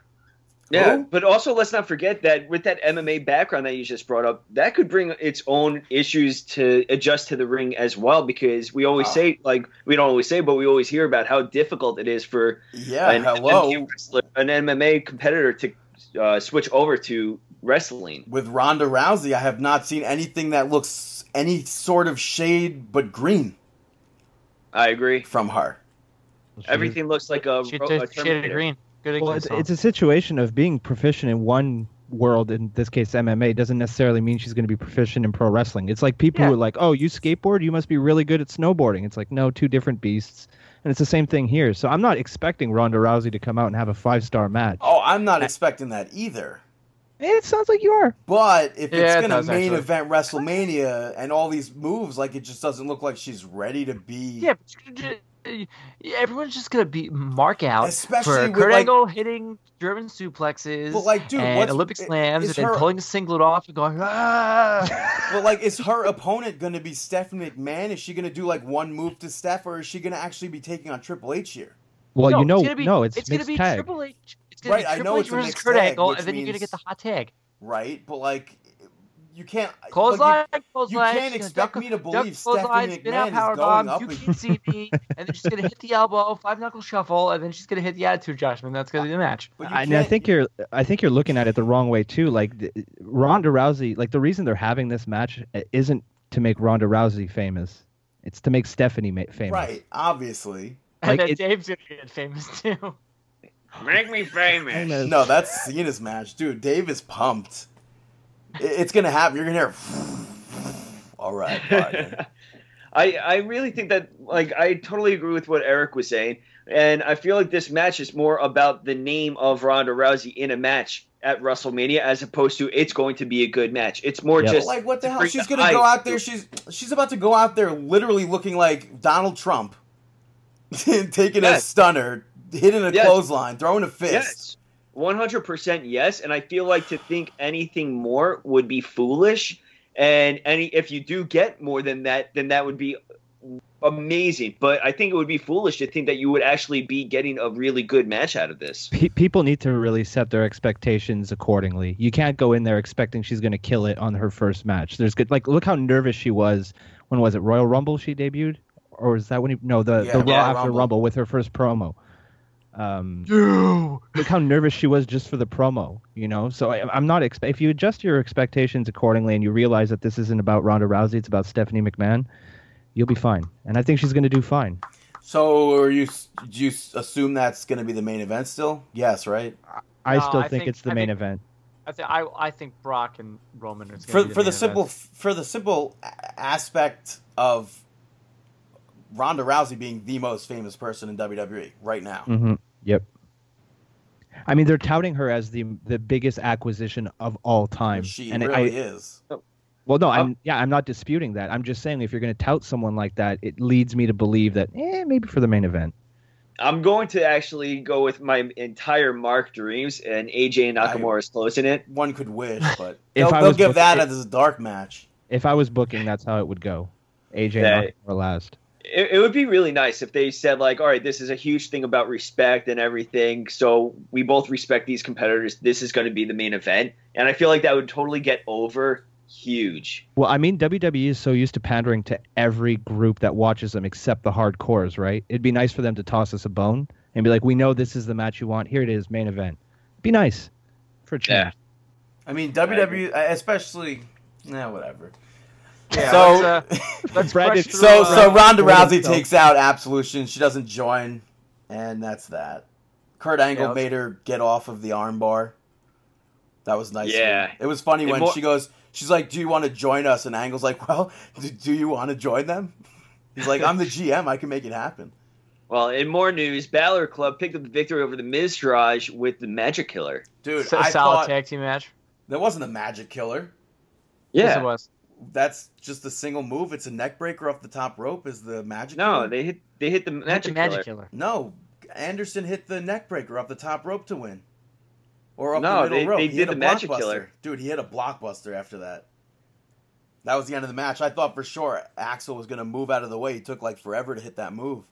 yeah,
Uh-huh. Who?
but also let's not forget that with that MMA background that you just brought up, that could bring its own issues to adjust to the ring as well. Because we always
Ah.
say, like, we don't always say, but we always hear about how difficult it is for
yeah.
an,
hello,
MMA wrestler, an MMA competitor to uh, switch over to wrestling.
with Ronda Rousey, I have not seen anything that looks any sort of shade but green
I agree.
from her.
Everything looks like a,
She
ro-
took
a
shade of
Terminator.
green. Good
Well,
English
it's,
song.
it's a situation of being proficient in one world, in this case MMA, doesn't necessarily mean she's going to be proficient in pro wrestling. It's like people who
Yeah.
are like, oh, you skateboard, you must be really good at snowboarding. It's like, no, two different beasts. And it's the same thing here. So I'm not expecting Ronda Rousey to come out and have a five star match.
Oh, I'm not expecting that either.
It sounds like you are.
But if
Yeah,
it's
it
going to
does,
main
actually.
event WrestleMania and all these moves, like it just doesn't look like she's ready to be.
Yeah, but you could ju- yeah, everyone's just gonna be mark out
Especially
for
with,
Kurt
like-
Angle hitting German suplexes
But like, dude,
and
what's,
Olympic
i-
slams and
is
then
her-
pulling a singlet off and going. Ah!
But like, is her opponent going to be Stephanie McMahon? Is she going to do like one move to Steph, or is she going to actually be taking on Triple H here?
Well, you know,
it's gonna be,
no, it's,
gonna
mixed
be
tag.
Triple H. It's gonna
Right,
be
I
Triple
know
H
it's a
versus
mixed
Kurt
tag,
Angle,
which
and then you're gonna
means-
get the hot tag.
Right? But like, you can't like, you-
Clothesline,
You
clothesline.
can't
she's gonna
expect
duck-
me to
duck
believe
clothesline,
Stephanie
spin out
McMahon
power
is going
bomb.
up.
You
ag-
can't see me, and then she's gonna hit the elbow, five knuckle shuffle, and then she's gonna hit the attitude adjustment. That's gonna be the match.
but you
I, and I
can't-
think you're, I think you're looking at it the wrong way too. Like th- Ronda Rousey, like the reason they're having this match eh, isn't to make Ronda Rousey famous. It's to make Stephanie ma- famous.
right, obviously.
And
Like,
then
it-
Dave's gonna get famous too.
Make me famous.
Famous.
No, that's Cena's match, dude. Dave is pumped. I- It's going to happen. You're going to hear All right, partner.
I, I really think that like I totally agree with what Eric was saying, and I feel like this match is more about the name of Ronda Rousey in a match at WrestleMania as opposed to it's going to be a good match. It's more
Yeah.
just
like what the hell?
bring
She's
the
gonna go
hype.
out there. She's she's about to go out there, literally looking like Donald Trump, taking a
Yes.
stunner, hitting a
Yes.
clothesline, throwing a fist.
yes, one hundred percent yes. And I feel like to think anything more would be foolish, and any if you do get more than that, then that would be amazing. But I think it would be foolish to think that you would actually be getting a really good match out of this.
Pe- people need to really set their expectations accordingly. You can't go in there expecting she's going to kill it on her first match. There's good, like, look how nervous she was. When was it? Royal Rumble she debuted, or is that when? He, no, the
Yeah,
the Raw
Royal
after
Rumble.
Rumble. with her first promo. Um,
You.
look how nervous she was just for the promo, you know. So I, I'm not expe- if you adjust your expectations accordingly and you realize that this isn't about Ronda Rousey, it's about Stephanie McMahon, you'll be fine. And I think she's going to do fine.
So, are you do you assume that's going to be the main event still? Yes, right.
I
No,
still
I
think,
think-
it's the
I
main
think-
event.
I, th- I I think Brock and Roman is
For
going to
for the simple for the simple a- aspect of Ronda Rousey being the most famous person in WWE right now.
hmm Yep. I mean, they're touting her as the the biggest acquisition of all time.
She
Mm, and I,
really Oh. is.
well, no, I'm yeah, I'm not disputing that. I'm just saying if you're going to tout someone like that, it leads me to believe that eh, maybe for the main event.
I'm going to actually go with my entire Mark Dreams and AJ Nakamura is closing it.
One could wish, but
If
they'll,
I
they'll
was
give that
booked-
as a dark match.
If I was booking, that's how it would go. AJ
Yeah.
or last.
it. It would be really nice if they said like, all right, this is a huge thing about respect and everything. So we both respect these competitors. This is going to be the main event, and I feel like that would totally get over huge.
Well, I mean, WWE is so used to pandering to every group that watches them except the hardcores, right? It'd be nice for them to toss us a bone and be like, "We know this is the match you want. Here it is, main event." Be nice for a change.
Yeah.
I mean, WWE, especially, yeah, whatever.
Yeah,
So-
let's, uh, let's
Brad
brush
did-
through,
So,
uh,
so Ronda
Rousey
Rousey
himself.
takes out Absolution. She doesn't join, and that's that. Kurt Angle
Yeah, let's-
made her get off of the armbar. That was nice. of
Yeah.
him. it was funny
And
when
more-
she goes. She's like, "Do you want to join us?" And Angle's like, "Well, do, do you want to join them?" He's like, "I'm the GM. I can make it happen."
Well, in more news, Balor Club picked up the victory over the Mizraj with the Magic Killer.
Dude,
so-
I
solid
thought
tag team match.
that wasn't a magic killer.
Yes, it
Yeah,
was.
That's just a single move. It's a neck breaker off the top rope. Is the magic?
no,
Killer.
they hit they hit the
Not the
Magic,
Magic Killer.
Killer.
No, Anderson hit the neck breaker off the top rope to win. Or off
No,
the middle
they-
rope.
they
He
did
hit a
the magic
blockbuster.
killer.
Dude, he hit a blockbuster after that. That was the end of the match. I thought for sure Axel was going to move out of the way. He took like forever to hit that move.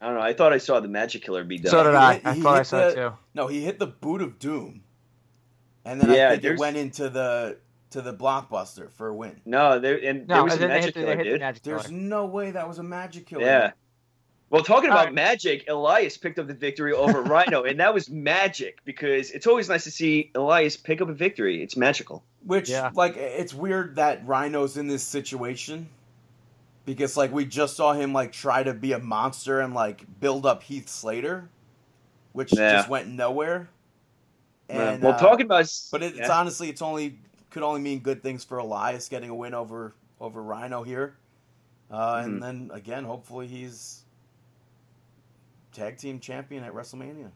I don't know. I thought I saw the Magic Killer be done.
So did
he
I.
hit-
I
he
thought I
hit
saw it
the-
too.
No, he hit the boot of doom. And then
Yeah,
I think it
there's-
went into the to the blockbuster for a win.
no, there and there
No,
was
and
a
then they
Magic
hit, the-
Killer,
they hit the
dude.
Magic Killer.
There's no way that was a magic killer.
Yeah. Well, talking
All
about
Um,
right.
magic, Elias picked up the victory over Rhino, and that was magic because it's always nice to see Elias pick up a victory. It's magical.
Which
Yeah.
like it's weird that Rhino's in this situation because like we just saw him like try to be a monster and like build up Heath Slater, which
Yeah.
just went nowhere. And
Um, well,
uh,
talking about
but it, it's
yeah.
honestly it's only could only mean good things for Elias getting a win over over Rhino here, uh,
Mm-hmm.
and then again hopefully he's tag team champion at WrestleMania.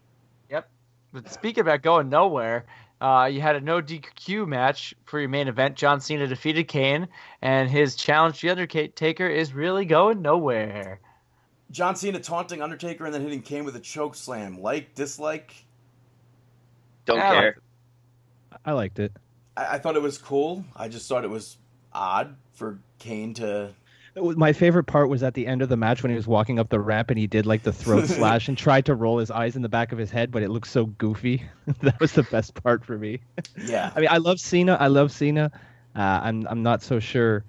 But speaking about going nowhere, uh, you had a no DQ match for your main event. John Cena defeated Kane, and his challenge to the Undertaker is really going nowhere.
John Cena taunting Undertaker and then hitting Kane with a choke slam. Like dislike.
don't
Yeah.
care.
I liked it.
I, I thought it was cool. I just thought it was odd for Kane to.
My favorite part was at the end of the match when he was walking up the ramp and he did like the throat slash and tried to roll his eyes in the back of his head, but it looked so goofy. that was the best part for me.
Yeah.
I mean, I love Cena. I love Cena. Uh, I'm I'm not so sure.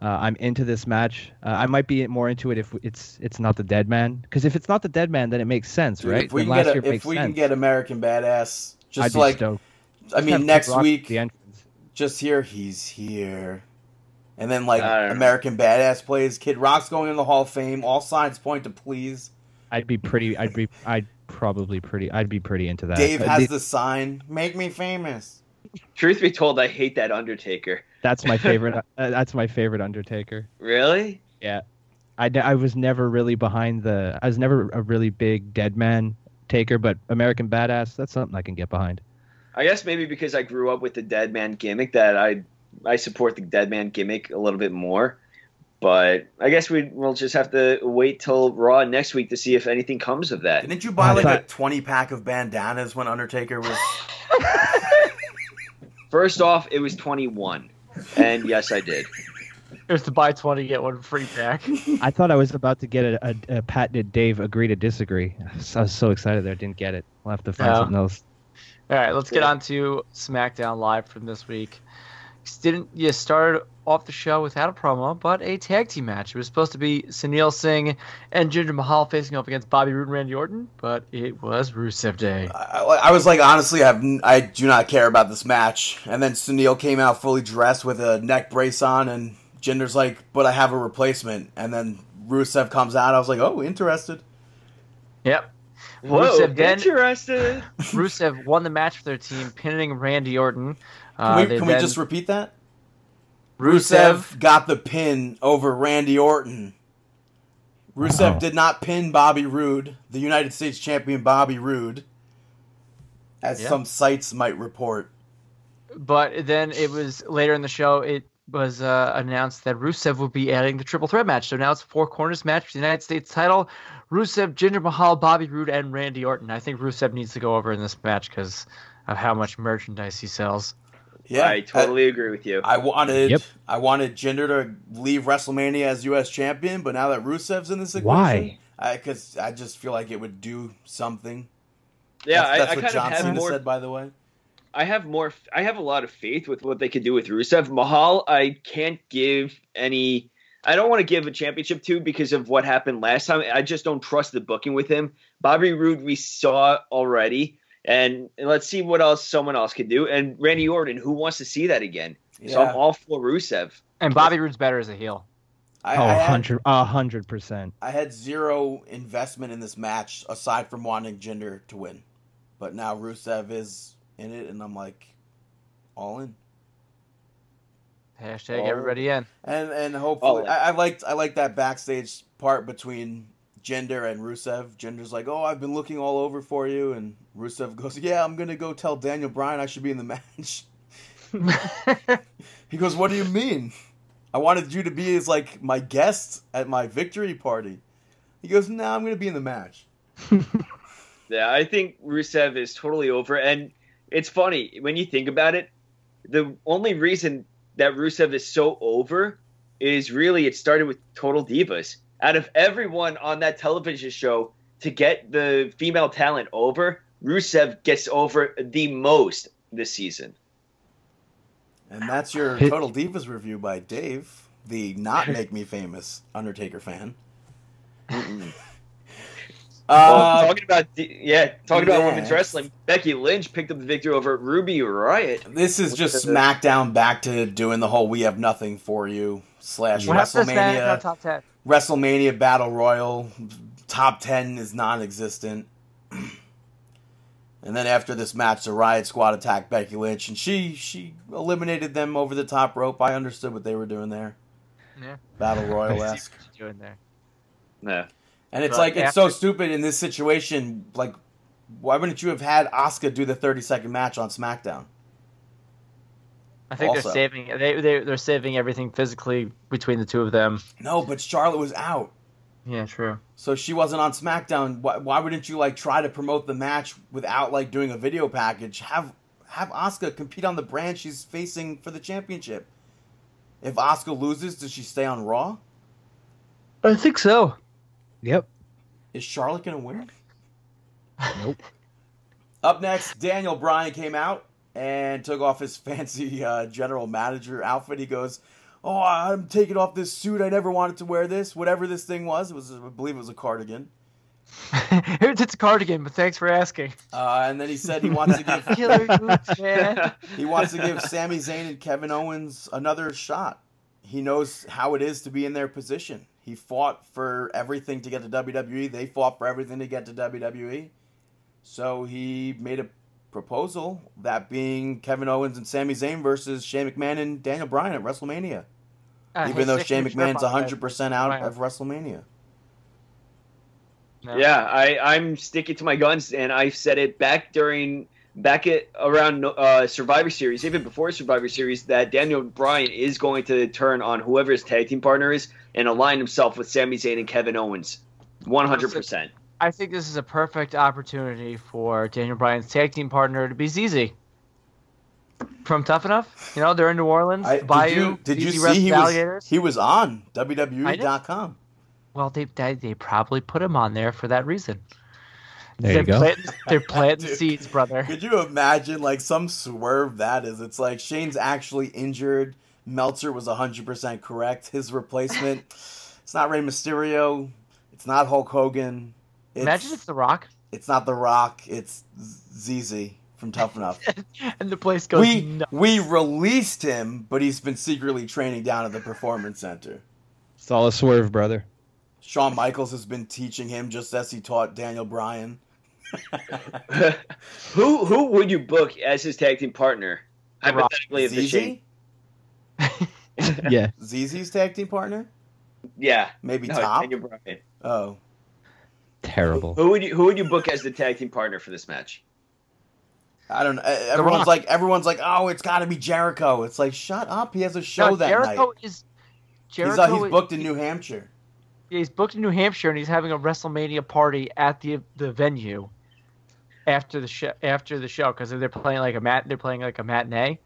Uh, I'm into this match. Uh, I might be more into it if it's it's not the Dead Man. Because if it's not the Dead Man, then it makes sense,
Dude,
right?
If we,
Then
can get,
last
a- if
year makes
we can
sense.
get American Badass,
I'd
just
be
like
stoked.
I
Have
mean,
Kid
next
Rock at
week,
the entrance.
just hear he's here, and then like
I don't know.
American Badass plays. Kid Rock's going in the Hall of Fame. All signs point to please.
I'd be pretty. I'd be. I'd probably pretty. I'd be pretty into that. Uh,
Dave
I'd
has
be-
the sign. Make me famous.
Truth be told, I hate that Undertaker.
That's my favorite. uh, that's my favorite Undertaker.
Really?
I, ne- I was never really behind the. I was never a really big Dead Man taker, but American Badass. That's something I can get behind.
I guess maybe because I grew up with the dead man gimmick that I I support the dead man gimmick a little bit more. But I guess we we'll just have to wait till Raw next week to see if anything comes of that.
Didn't you buy
I
like a
thought-
twenty pack of bandanas when Undertaker was?
First off, it was 21. And yes, I did.
It was to buy 20, get one free pack.
I thought I was about to get a, a, a patented Dave agree to disagree. I was so excited there, I didn't get it. We'll have to find
Yeah.
something else.
All right, let's get on to SmackDown Live from this week. Didn't you started off the show without a promo, but a tag team match? It was supposed to be Sunil Singh and Jinder Mahal facing off against Bobby Roode and Randy Orton, but it was Rusev Day.
I, I was like, honestly, I've n- I do not care about this match. And then Sunil came out fully dressed with a neck brace on, and Jinder's like, "But I have a replacement." And then Rusev comes out. I was like, "Oh, interested."
Yep.
Whoa,
Rusev then
interested.
Rusev won the match for their team, pinning Randy Orton.
Can,
Uh,
we,
they
can we
then-
just repeat that?
Rusev
Rusev got the pin over Randy Orton. Rusev
Wow.
did not pin Bobby Roode, the United States champion Bobby Roode, as
Yeah.
some sites might report.
But then it was later in the show, it was uh, announced that Rusev would be adding the triple threat match. So now it's a four corners match for the United States title. Rusev, Jinder Mahal, Bobby Roode, and Randy Orton. I think Rusev needs to go over in this match because of how much merchandise he sells.
Yeah,
I totally agree with you.
I, I wanted
Yep.
I wanted Jinder to leave WrestleMania as U.S. champion, but now that Rusev's in this,
Why?
Because I, just feel like it would do something.
yeah,
that's, that's
I, I
what
kind
John
of
Cena
have more.
said, by the way.
I have more. I have a lot of faith with what they could do with Rusev. Mahal, I can't give any. I don't want to give a championship to because of what happened last time. I just don't trust the booking with him. Bobby Roode, we saw already, and let's see what else someone else could do. And Randy Orton, who wants to see that again? So
Yeah.
I'm all for Rusev.
And Bobby Roode's better as a heel.
I,
Oh,
I had-
100 100 percent.
I had zero investment in this match aside from wanting Jinder to win. But now Rusev is in it, and I'm like, all in.
Hashtag
Oh.
everybody in.
And and hopefully,
All in.
I, I liked I liked that backstage part between Jinder and Rusev. Jinder's like, oh, I've been looking all over for you, and Rusev goes, yeah, I'm gonna go tell Daniel Bryan I should be in the match. He goes, what do you mean? I wanted you to be as like my guest at my victory party. He goes, no, I'm gonna be in the match.
Yeah, I think Rusev is totally over. And it's funny when you think about it. The only reason that Rusev is so over is really it started with Total Divas. Out of everyone on that television show to get the female talent over, Rusev gets over the most this season.
And that's your
Hit-
Total Divas review by Dave, the not make me famous Undertaker fan. Um,
well,
uh,
talking about yeah, talking about women's
next.
wrestling, Becky Lynch picked up the victory over Ruby Riot.
this is just
Uh,
SmackDown back to doing the whole "We have nothing for you" slash
What happened to SmackDown
WrestleMania
Top 10?
WrestleMania Battle Royal top ten is non-existent. And then after this match, the Riot Squad attacked Becky Lynch, and she she eliminated them over the top rope. I understood what they were doing there.
Yeah.
Battle Royal esque.
What you doing there?
No.
And it's
But
like it's so stupid in this situation. Like, why wouldn't you have had Oscar do the thirty second match on SmackDown?
I think
Also-
they're saving they, they they're saving everything physically between the two of them.
No, but Charlotte was out,
Yeah, true.
so she wasn't on SmackDown. Why, why wouldn't you like try to promote the match without like doing a video package? Have have Oscar compete on the brand she's facing for the championship. If Oscar loses, does she stay on Raw?
I think so.
Yep.
Is Charlotte gonna win?
Nope.
Up next, Daniel Bryan came out and took off his fancy uh, general manager outfit. He goes, "Oh, I'm taking off this suit. I never wanted to wear this. Whatever this thing was, it was I believe it was a cardigan."
Here's it's a cardigan, but thanks for asking.
Uh, and then he said he wants to give
Killer boots, man.
he wants to give Sami Zayn and Kevin Owens another shot. He knows how it is to be in their position. He fought for everything to E. get to WWE. They fought for everything to get to WWE. So E. he made a proposal, that being Kevin Owens and Sami Zayn versus Shane McMahon and Daniel Bryan at WrestleMania.
Ah,
even
his
though
sick
Shane
new shirt
McMahon's
on, guys.
100% out
Bryan.
of WrestleMania.
No.
Yeah, I, I'm sticking to my guns, and I said it back during back at around uh, Survivor Series, even before Survivor Series, that Daniel Bryan is going to turn on whoever his tag team partner is and align himself with Sami Zayn and Kevin Owens, 100. percent
I think this is a perfect opportunity for Daniel Bryan's tag team partner to be ZZ from Tough Enough. You know, they're in New Orleans.
I,
the Bayou,
did you, did you
ZZ
see he
Wrestling
was,
Alligators.
he was on E
I know.
WWE.com?
Well, they, they they probably put him on there for that reason.
There
they're
you go.
Planting, they're planting
Dude.
seeds, brother.
Could you imagine like some swerve that is? It's like Shane's actually injured. Meltzer was 100% correct. His replacement, it's not Rey Mysterio. It's not Hulk Hogan. It's,
Imagine if The Rock
it's not The Rock. It's ZZ from Tough Enough.
and the place goes
we
nuts.
we released him, but he's been secretly training down at the Performance Center.
It's all a swerve, brother.
Shawn Michaels has been teaching him just as he taught Daniel Bryan.
who who would you book as his tag team partner?
Rock.
Hypothetically, if the
ZZ?
Shane-
Yeah.
ZZ's tag team partner?
yeah,
Maybe
no,
Top?
Daniel Bryan.
Oh.
Terrible.
Who would you who would you book as the tag team partner for this match?
I don't know. E, Everyone's
Rock.
like, everyone's like, oh, it's got to be Jericho. It's like, shut up. He has a show
No,
that
Jericho
night.
is
He's,
Jericho.
uh, he's
is-
booked in New Hampshire.
yeah, he's booked in New Hampshire, and he's having a WrestleMania party at the the venue after the show. After the show, because they're playing like a mat, they're playing like a matinee,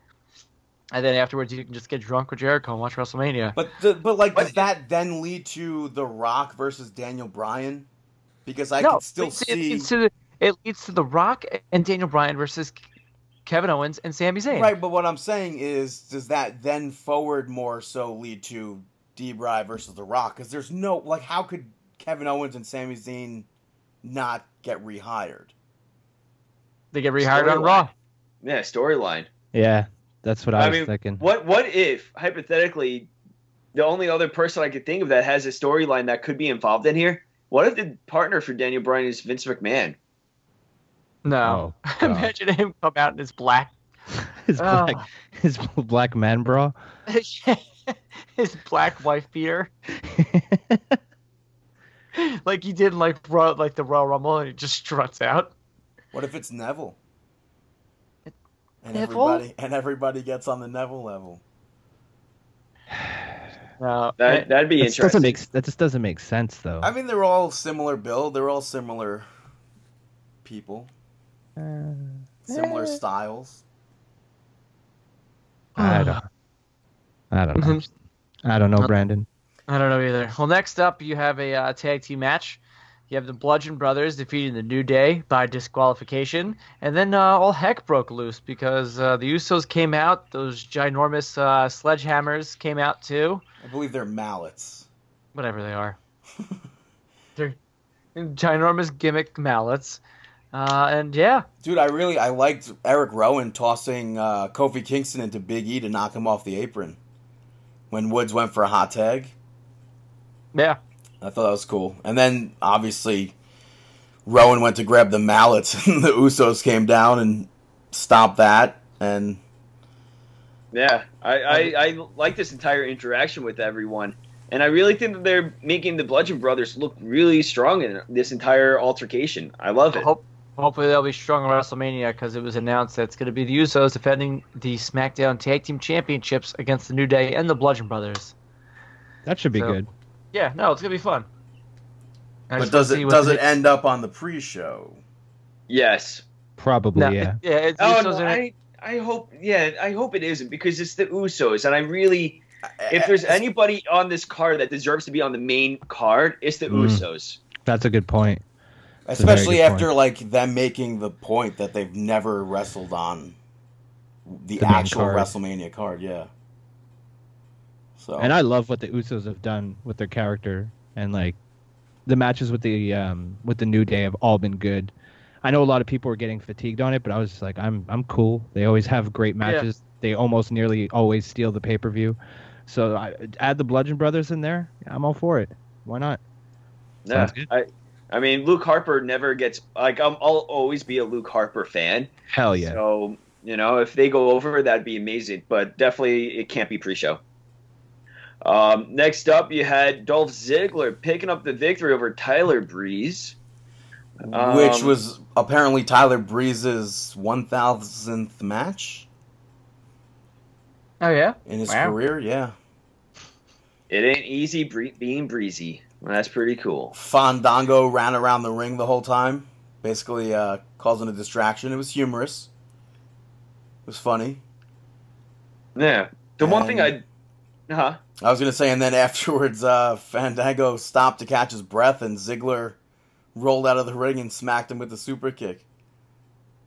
and then afterwards you can just get drunk with Jericho and watch WrestleMania.
But the, but like, does
What-
that then lead to The Rock versus Daniel Bryan? Because I can still
it's- it
see.
leads to the, it leads to The Rock and Daniel Bryan versus Kevin Owens and Sami Zayn.
Right, but what I'm saying is, does that then forward more so lead to D. Bry versus The Rock? Because there's no like, how could Kevin Owens and Sami Zayn not get rehired?
They get rehired on
Storyline.
Raw.
Yeah, storyline.
Yeah, that's what I,
I
was
mean,
thinking.
What what if hypothetically the only other person I could think of that has a storyline that could be involved in here? What if the partner for Daniel Bryan is Vince McMahon?
No,
Oh, God.
imagine him come out in his black,
his
Oh.
black, his black man bra.
his black wife beater, like he did in like Raw, like the Royal Rumble, and he just struts out.
What if it's Neville? And
Neville?
everybody and everybody gets on the Neville level.
No,
That that'd be
That just doesn't
interesting.
make s- that just doesn't make sense though.
I mean, they're all similar build. They're all similar people, similar styles.
I don't. I don't know. I don't know, Brandon.
I don't know either. Well, next up, you have a uh, tag team match. You have the Bludgeon Brothers defeating the New Day by disqualification, and then uh, all heck broke loose because uh, the Usos came out. Those ginormous uh, sledgehammers came out too.
I believe they're mallets.
Whatever they are, they're ginormous gimmick mallets. Uh, and yeah,
Dude, I really I liked Eric Rowan tossing uh, Kofi Kingston into Big E to knock him off the apron when Woods went for a hot tag.
yeah,
I thought that was cool. And then obviously Rowan went to grab the mallets and the Usos came down and stopped that and
Yeah, I, I I like this entire interaction with everyone, and I really think that they're making the Bludgeon Brothers look really strong in this entire altercation. I love it.
Hope, hopefully they'll be strong at WrestleMania because it was announced that it's going to be the Usos defending the SmackDown Tag Team Championships against the New Day and the Bludgeon Brothers.
That should be
So-
good.
Yeah, no, it's going to be fun. I
But
just wanna
does
see
it
what
does
the-
it end up on the pre-show?
Yes.
Probably,
No,
yeah.
it- yeah, it's
Oh
Usos
no,
and-
I I hope yeah I hope it isn't because it's the Usos, and I really if there's
Eh, eh,
anybody on this card that deserves to be on the main card, it's the
Mm.
Usos.
That's a good point. a very
especially
good
after like them making the point that they've never wrestled on the,
The main
actual
card.
WrestleMania card, yeah. So
And I love what the Usos have done with their character and like the matches with the um with the New Day have all been good. I know a lot of people were getting fatigued on it, but I was just like, I'm I'm cool. They always have great matches. They almost nearly always steal the pay per view. So I add the Bludgeon Brothers in there. I'm all for it. Why not?
Yeah,
Sounds good.
I, I mean, Luke Harper never gets like I'm, I'll always be a Luke Harper fan.
Hell Oh, yeah.
So you know, if they go over, that'd be amazing. But definitely, it can't be pre-show. Um, next up, you had Dolph Ziggler picking up the victory over Tyler Breeze. Um,
which was apparently Tyler Breeze's one thousandth match
Oh yeah.
in his
Wow.
career. Yeah,
It ain't easy bree- being breezy. Well, that's pretty cool.
Fandango ran around the ring the whole time, basically uh, causing a distraction. It was humorous. It was funny.
Yeah. The one thing I,
Um,
And-
huh?
I was gonna say, and then afterwards, uh, Fandango stopped to catch his breath, and Ziggler rolled out of the ring and smacked him with the super kick.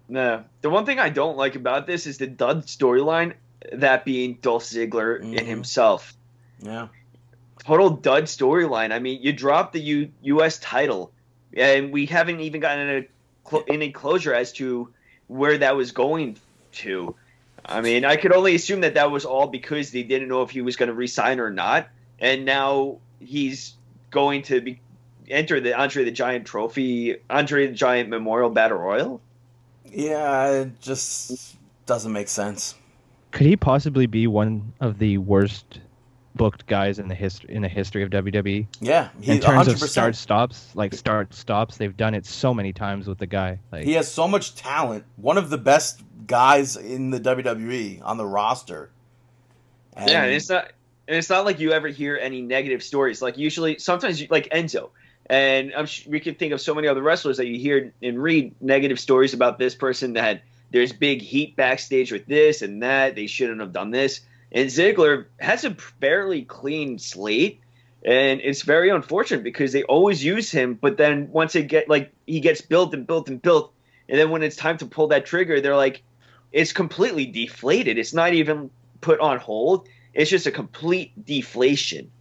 No. The one thing I don't like about this is the dud storyline, that being Dolph Ziggler
Mhm.
and himself.
Yeah,
Total dud storyline. I mean, you dropped the U- U.S. title, and we haven't even gotten a cl- any closure as to where that was going to. I mean, I could only assume that that was all because they didn't know if he was going to resign or not, and now he's going to be enter the Andre the Giant Trophy, Andre the Giant Memorial Battle Royal.
yeah, it just doesn't make sense.
Could he possibly be one of the worst booked guys in the history in the history of WWE
Yeah,
in
he
terms
100%.
of start stops? Like start stops, they've done it so many times with the guy. Like
He has so much talent. One of the best guys in the WWE on the roster. And
yeah, and it's not and it's not like you ever hear any negative stories. Like usually, sometimes you, like Enzo, and I'm sh- we can think of so many other wrestlers that you hear and read negative stories about this person that there's big heat backstage with this and that. They shouldn't have done this. And Ziggler has a fairly clean slate. And it's very unfortunate because they always use him, but then once it get like he gets built and built and built, and then when it's time to pull that trigger, they're like, it's completely deflated. It's not even put on hold. It's just a complete deflation.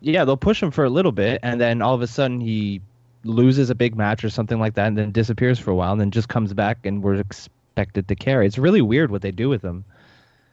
yeah, they'll push him for a little bit, and then all of a sudden he loses a big match or something like that, and then disappears for a while, and then just comes back, and we're expected to care. It's really weird what they do with him.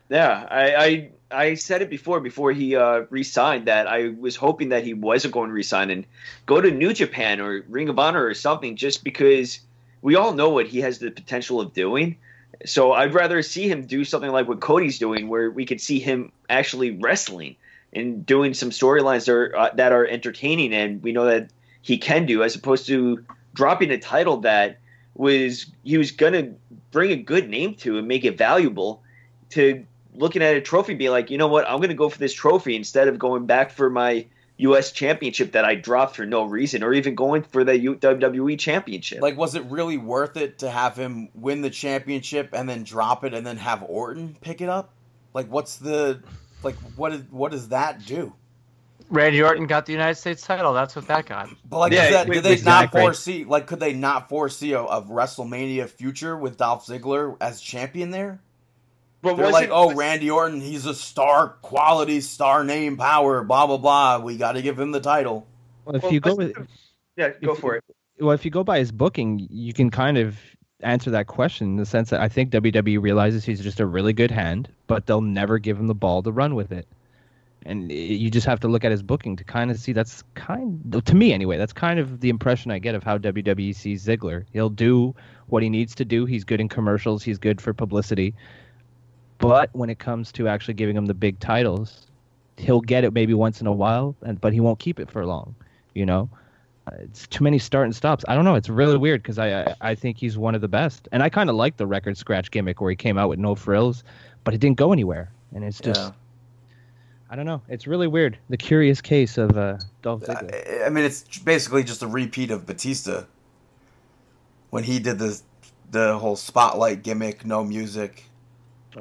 Yeah, I I, I said it before before he uh, resigned that I was hoping that he wasn't going to resign and go to New Japan or Ring of Honor or something just because we all know what he has the potential of doing. So I'd rather see him do something like what Cody's doing, where we could see him actually wrestling and doing some storylines that are, uh, that are entertaining, and we know that he can do, as opposed to dropping a title that was he was gonna bring a good name to and make it valuable. To looking at a trophy, and be like, you know what, I'm gonna go for this trophy instead of going back for my U.S. Championship that I dropped for no reason, or even going for the U- WWE Championship.
like, was it really worth it to have him win the championship and then drop it and then have Orton pick it up? Like, what's the like? What is what does that do?
Randy Orton got the United States title. That's what that got.
But like,
Yeah,
is that,
wait,
did they
wait,
not
exactly.
foresee? Like, could they not foresee a, a WrestleMania future with Dolph Ziggler as champion there?
But
They're
was
like,
it-
oh,
was-
Randy Orton, he's a star quality, star name power, blah, blah, blah. We got to give him the title.
Well, if
Well,
you go
let's-
with
yeah, go for it.
well, if you go by his booking, you can kind of answer that question in the sense that I think WWE realizes he's just a really good hand, but they'll never give him the ball to run with it. And i- you just have to look at his booking to kind of see that's kind to me anyway. That's kind of the impression I get of how WWE sees Ziggler. He'll do what he needs to do. He's good in commercials. He's good for publicity. But when it comes to actually giving him the big titles, he'll get it maybe once in a while, and but he won't keep it for long. You know, Uh, it's too many start and stops. I don't know. It's really weird because I, I I think he's one of the best, and I kind of like the record scratch gimmick where he came out with no frills, but it didn't go anywhere, and it's just
Yeah.
I don't know. It's really weird. The curious case of uh, Dolph Ziggler.
I, I mean, it's basically just a repeat of Batista when he did the, the whole spotlight gimmick, no music.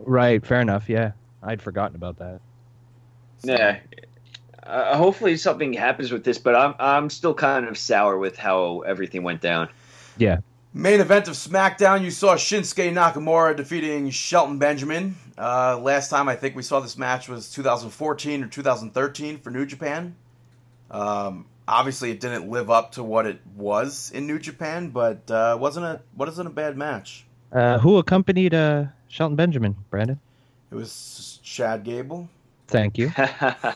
right. Fair enough. Yeah, I'd forgotten about that.
Yeah. Uh, hopefully something happens with this, but I'm I'm still kind of sour with how everything went down.
Main event of SmackDown, you saw Shinsuke Nakamura defeating Shelton Benjamin. Uh, last time I think we saw this match was 2014 or 2013 for New Japan. Um, obviously, it didn't live up to what it was in New Japan, but uh, wasn't a wasn't a bad match.
Uh, who accompanied uh, Shelton Benjamin? Brandon.
It was Chad Gable.
Thank you.
yeah,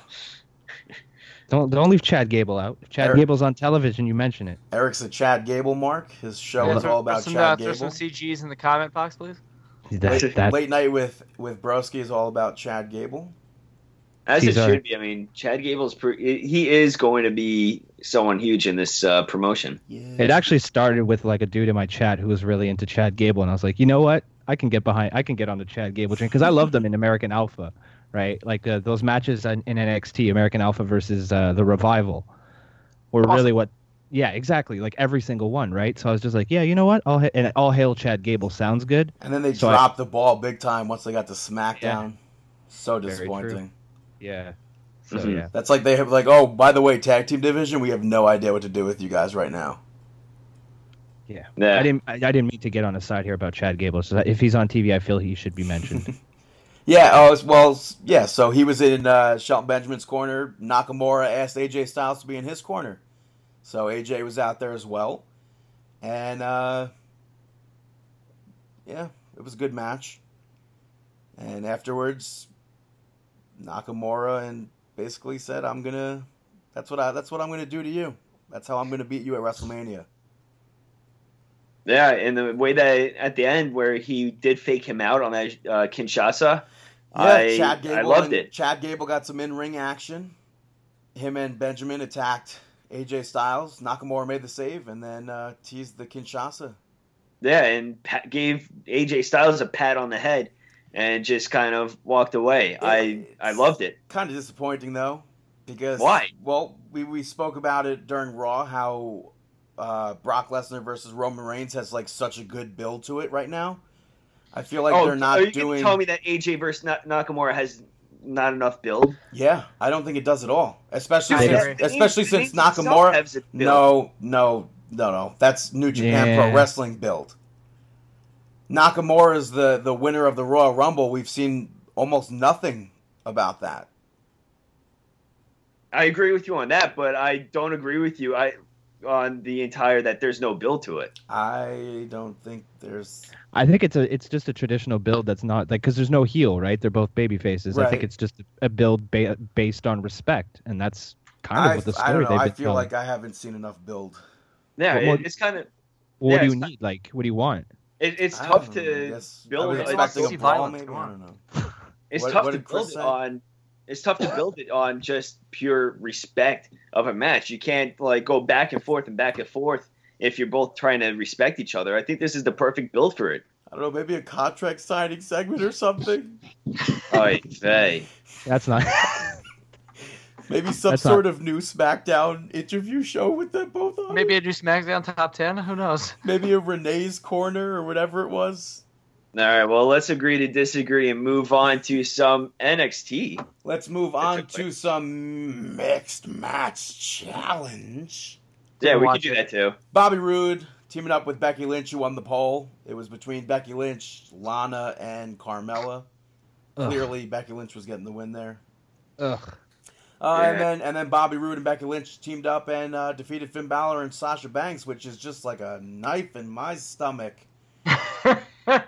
Don't don't leave Chad Gable out. If Chad
Eric-
Gable's on television, you mention it.
Eric's a Chad Gable mark. His show
Yeah,
is
throw-
all
throw
about
some, uh,
Chad
throw some
Gable.
CGs in the comment box, please.
That,
Wait,
that,
Late night with with Broski is all about Chad Gable.
As
He's
it
alright.
should be. I mean, Chad Gable's pre- he is going to be someone huge in this uh, promotion.
Yeah.
it actually started with like a dude in my chat who was really into Chad Gable, and I was like, you know what? I can get behind. I can get on the Chad Gable train because I love them in American Alpha, right? Like uh, those matches in, in NXT, American Alpha versus uh, the Revival, were
Awesome.
really what. Yeah, exactly. Like every single one, right? So I was just like, yeah, you know what? All ha- and all hail Chad Gable sounds good.
And then they
So I-
dropped the ball big time once they got to SmackDown. So
Very true.
disappointing.
Yeah. So
Mhm.
yeah.
That's like they have like, oh, by the way, tag team division, we have no idea what to do with you guys right now.
I
Yeah.
didn't. I, I didn't mean to get on a side here about Chad Gable. So if he's on TV, I feel he should be mentioned.
Yeah, oh it's- well, s- yeah. So he was in uh, Shelton Benjamin's corner. Nakamura asked AJ Styles to be in his corner, so AJ was out there as well, and uh, yeah, it was a good match. And afterwards, Nakamura and basically said, "I'm gonna. That's what I. That's what I'm gonna do to you. That's how I'm gonna beat you at WrestleMania."
Yeah, and the way that at the end where he did fake him out on that uh,
Yeah,
Kinshasa, I
Chad Gable
I loved
and-
it.
Chad Gable got some in ring action. Him and Benjamin attacked AJ Styles. Nakamura made the save and then uh, teased the Kinshasa.
Yeah, and pat, gave AJ Styles a pat on the head and just kind of walked away. I I loved it.
Kind of disappointing though, because
Why?
Well, we, we spoke about it during Raw how uh, Brock Lesnar versus Roman Reigns has like such a good build to it right now. I feel like they're
are
not
Oh, you gonna
doing.
Tell me that AJ versus Na- Nakamura has not enough build.
Yeah, I don't think it does at all. Especially
I
since,
agree.
especially
They- they
since
themselves
Nakamura.
have the
No,
build.
no, no, no. That's New Japan Pro
Yeah.
Wrestling build. Nakamura is the, the winner of the Royal Rumble. We've seen almost nothing about that.
I agree with you on that, but I don't agree with you I on the entire that there's no build to it.
I don't think there's.
I think it's a. It's just a traditional build that's not like because there's no heel, right? They're both baby faces. I
Right.
think it's just a build ba- based on respect, and that's kind of
I,
what the
I
story
don't know.
they've
I
been
feel
telling.
like I haven't seen enough build.
Yeah,
Well,
it, it's kind of
what
yeah,
do you
it's not-
need? Like, what do you want?
it, it's
I
tough
don't know, I
to
guess. I
build
was
it.
expecting
Let's
a
see
brawl,
violence,
maybe.
come
I
on.
don't know.
it's
What-
tough
what
to
did
build
Chris
it
say?
on it's tough to build it on just pure respect of a match. You can't like go back and forth and back and forth if you're both trying to respect each other. I think this is the perfect build for it.
I don't know. Maybe a contract signing segment or something.
I say.
That's not.
Maybe some
That's not-
sort of new SmackDown interview show with them both on. it?
Maybe a new SmackDown top ten. Who knows?
maybe a Renee's corner or whatever it was.
All right, well, let's agree to disagree and move on to some NXT.
Let's move on
took
to some mixed match challenge.
Yeah, we could
watch
do
it.
that too.
Bobby Roode teaming up with Becky Lynch, who won the poll. It was between Becky Lynch, Lana, and Carmella.
ugh,
Clearly, Becky Lynch was getting the win there.
ugh.
Uh,
Yeah.
And then, and then Bobby Roode and Becky Lynch teamed up and uh, defeated Finn Balor and Sasha Banks, which is just like a knife in my stomach.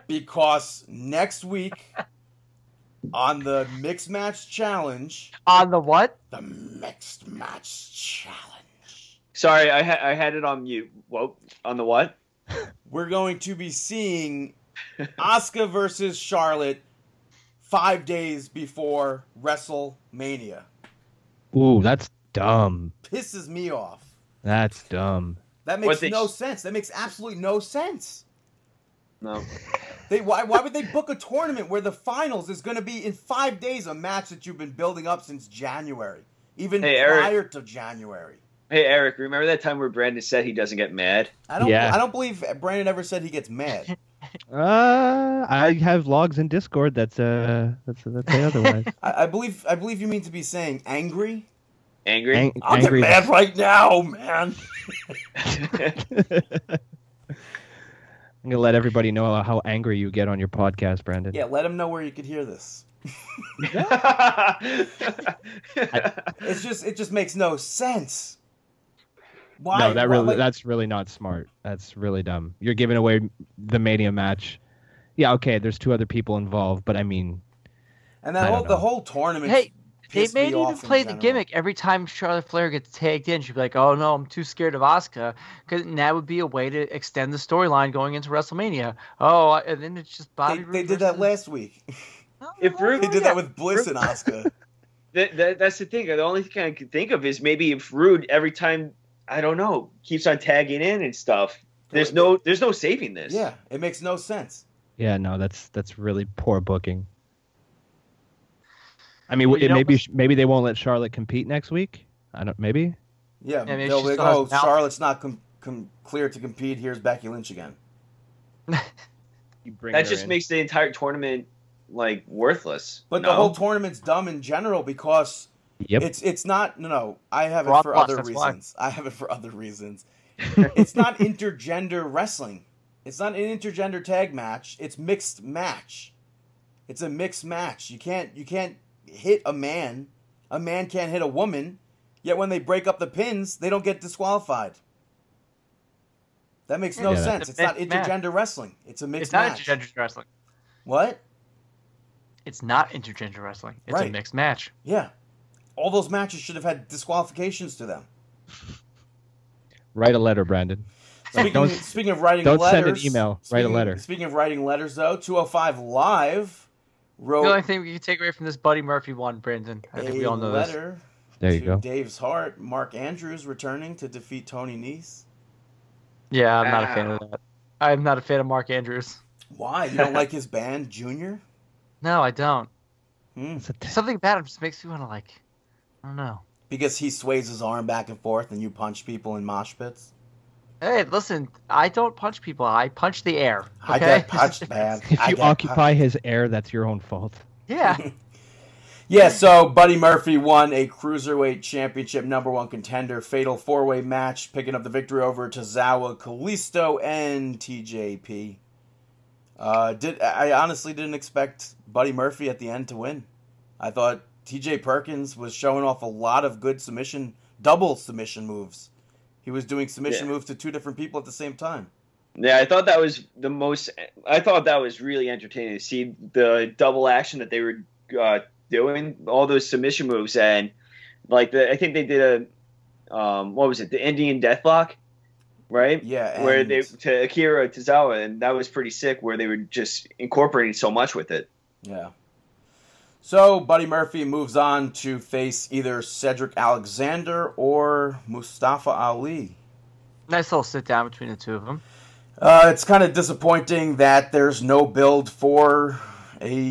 Because next week on the mixed match challenge,
On the what?
the mixed match challenge.
Sorry, I, ha- I had it on mute. Whoa, on the what?
We're going to be seeing Asuka versus Charlotte five days before WrestleMania.
Ooh, that's dumb.
Pisses me off.
That's dumb.
That
What
makes
they-
no sense. That makes absolutely no sense.
No.
They why why would they book a tournament where the finals is going to be in five days? A match that you've been building up since January, even
Hey, Eric.
prior to January.
Hey Eric, remember that time where Brandon said he doesn't get mad?
I don't.
Yeah.
I don't believe Brandon ever said he gets mad.
Uh, I have logs in Discord. That's uh, that's that's say otherwise.
I, I believe. I believe you mean to be saying angry.
Angry?
Ang-
I'll
angry.
get mad right now, man.
I'm gonna let everybody know how angry you get on your podcast, Brandon.
Yeah, let him know where you could hear this. It's just it just makes no sense. Why?
no, that
why-
really
like,
that's really not smart. That's really dumb. You're giving away the Mania match. Yeah, okay, there's two other people involved, but I mean,
and that
I don't
whole
know.
the whole tournament.
Hey, They
pissed
made
me
even
off in
play the
general.
gimmick every time Charlotte Flair gets tagged in. She'd be like, "Oh no, I'm too scared of Asuka," because that would be a way to extend the storyline going into WrestleMania. Oh, I- and then it's just
They,
Bobby. Oh,
they did that last week.
If Rude-
They did that with Bliss and Oscar.
That, that, that's the thing. The only thing I can think of is maybe if Rude every time I don't know keeps on tagging in and stuff. There's no there's no saving this.
Yeah, it makes no sense.
Yeah, no, that's that's really poor booking. I mean,
Well, you
it,
know-
maybe maybe they won't let Charlotte compete next week. I don't. Maybe.
Yeah,
Yeah, I mean,
they'll
she
be,
still has
oh,
mouth-
Charlotte's not com- com- clear to compete. Here's Becky Lynch again.
You bring
That just makes the entire tournament like worthless.
But the
no?
whole tournament's dumb in general because
Yep.
it's it's not. No, no, I have it
Brock
for
lost,
other
that's why.
reasons. I have it for other reasons. it's not intergender wrestling. It's not an intergender tag match. It's mixed match. It's a mixed match. You can't you can't hit a man. A man can't hit a woman. Yet when they break up the pins, they don't get disqualified. That makes no
Yeah, that's
sense.
a
It's not
mixed match.
intergender wrestling. It's a mixed
It's not
match.
intergender wrestling.
What?
It's not intergender wrestling. It's a
Right.
mixed match.
Yeah. All those matches should have had disqualifications to them.
Write a letter, Brandon.
Speaking,
Don't-
speaking of writing
don't
letters,
send an email. Write a
speaking-
letter.
Speaking of writing letters, though, 205 Live wrote
The only thing we can take away from this Buddy Murphy one, Brandon. I think
a
we all know this.
letter
There you
to
go.
Dave's heart. Mark Andrews returning to defeat Tony Nese.
Yeah, I'm not a fan of that. I'm not a fan of Mark Andrews.
Why? You don't like his band, Junior?
No, I don't.
Hmm.
It's a t-
Something about him just makes me want to like. I don't know.
Because he sways his arm back and forth and you punch people in mosh pits?
Hey, listen, I don't punch people. I punch the air.
I
okay?
get punched, man.
If
I
you
get punched.
occupy his air, that's your own fault.
yeah.
Yeah, so Buddy Murphy won a cruiserweight championship number one contender fatal four way match, picking up the victory over Tozawa, Kalisto, and TJP. Uh, did I honestly didn't expect Buddy Murphy at the end to win? I thought TJ Perkins was showing off a lot of good submission, double submission moves. He was doing submission
Yeah.
moves to two different people at the same time.
Yeah, I thought that was the most. I thought that was really entertaining to see the double action that they were uh, doing, all those submission moves, and like the, I think they did a um, what was it, the Indian Deathlock, right?
Yeah, and
Where they to Akira Tozawa, and that was pretty sick. Where they were just incorporating so much with it.
Yeah. So Buddy Murphy moves on to face either Cedric Alexander or Mustafa Ali.
Nice little sit down between the two of them.
Uh, it's kind of disappointing that there's no build for a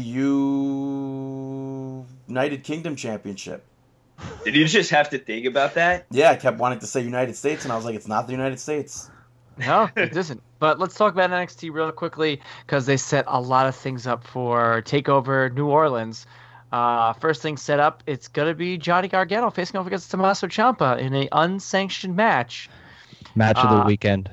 United Kingdom Championship.
Did you just have to think about that?
Yeah, I kept wanting to say United States, and I was like, it's not the United States.
No, it isn't. But let's talk about NXT real quickly because they set a lot of things up for Takeover New Orleans. Uh, first thing set up, it's gonna be Johnny Gargano facing off against Tommaso Ciampa in a unsanctioned match.
Match of the
Uh,
weekend.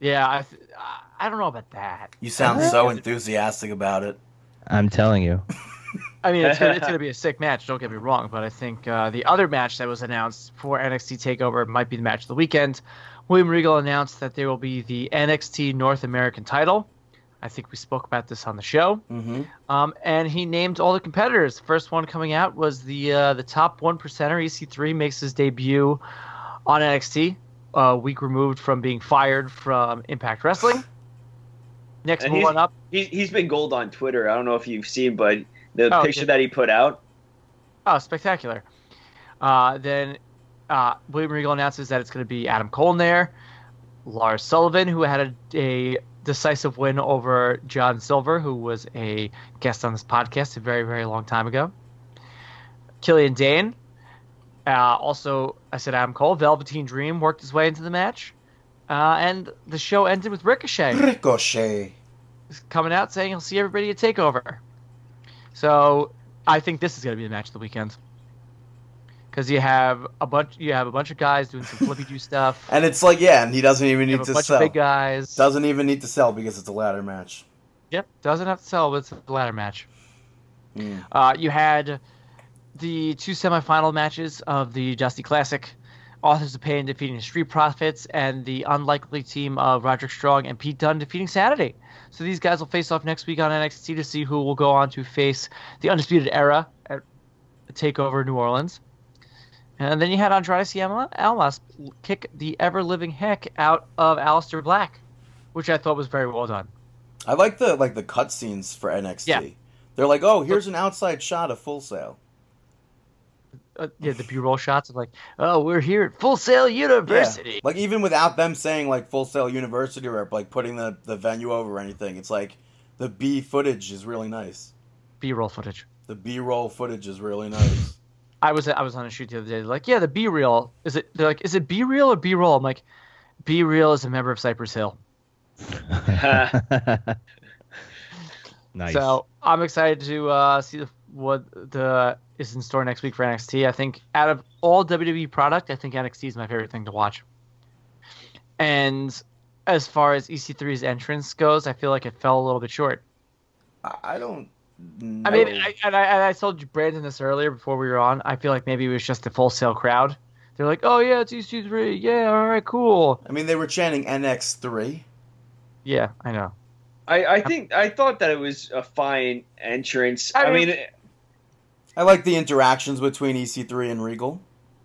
Yeah, I, th- I- I don't know about that.
You sound so enthusiastic about it.
I'm telling you.
I mean, it's gonna, it's gonna be a sick match. Don't get me wrong, but I think uh, the other match that was announced for NXT Takeover might be the match of the weekend. William Regal announced that there will be the NXT North American title. I think we spoke about this on the show,
Mm-hmm.
um, and he named all the competitors. First one coming out was the uh, the top one percenter. EC3 makes his debut on NXT, a uh, week removed from being fired from Impact Wrestling. Next
And he's-
one up,
He, he's been gold on Twitter. I don't know if you've seen, but the
Oh,
picture
yeah.
that he put out.
Oh, spectacular. Uh, then uh, William Regal announces that it's going to be Adam Cole in there, Lars Sullivan, who had a, a decisive win over John Silver, who was a guest on this podcast a very, very long time ago, Killian Dane. Uh, also, I said Adam Cole. Velveteen Dream worked his way into the match. Uh, and the show ended with Ricochet
Ricochet.
coming out saying he'll see everybody at Takeover. So I think this is going to be the match of the weekend because you have a bunch you have a bunch of guys doing some flippy do stuff.
And it's like, yeah, and he doesn't even
You
need
have a
to
bunch
sell.
of big guys.
Doesn't even need to sell because it's a ladder match.
Yep, doesn't have to sell, but it's a ladder match.
Mm.
Uh, you had the two semifinal matches of the Dusty Classic. Authors of Pain defeating the Street Profits and the unlikely team of Roderick Strong and Pete Dunne defeating Saturday. So these guys will face off next week on NXT to see who will go on to face the Undisputed Era at take over New Orleans. And then you had Andrade Ciampa Almas kick the ever living heck out of Aleister Black, which I thought was very well done.
I like the like the cutscenes for NXT.
Yeah.
They're like, oh, here's an outside shot of Full Sail.
Uh, yeah, the B roll shots of like, oh, we're here at Full Sail University.
Like even without them saying like Full Sail University or like putting the the venue over or anything, it's like the B footage is really nice.
B roll footage.
The B roll footage is really nice.
I was I was on a shoot the other day. They're like, yeah, the B reel is it? They're like, is it B reel or B roll? I'm like, B reel is a member of Cypress Hill.
nice.
So I'm excited to uh, see the, what the is in store next week for NXT. I think out of all WWE product, I think NXT is my favorite thing to watch. And as far as EC3's entrance goes, I feel like it fell a little bit short.
I, I don't.
I mean,
know.
I, and, I, and I told Brandon this earlier before we were on. I feel like maybe it was just the full sale crowd. They're like, "Oh yeah, it's EC3. Yeah, all right, cool.
I mean, they were chanting NX three.
Yeah, I know.
I, I think I thought that it was a fine entrance.
I
I
mean-
mean,
I like the interactions between EC3 and Regal.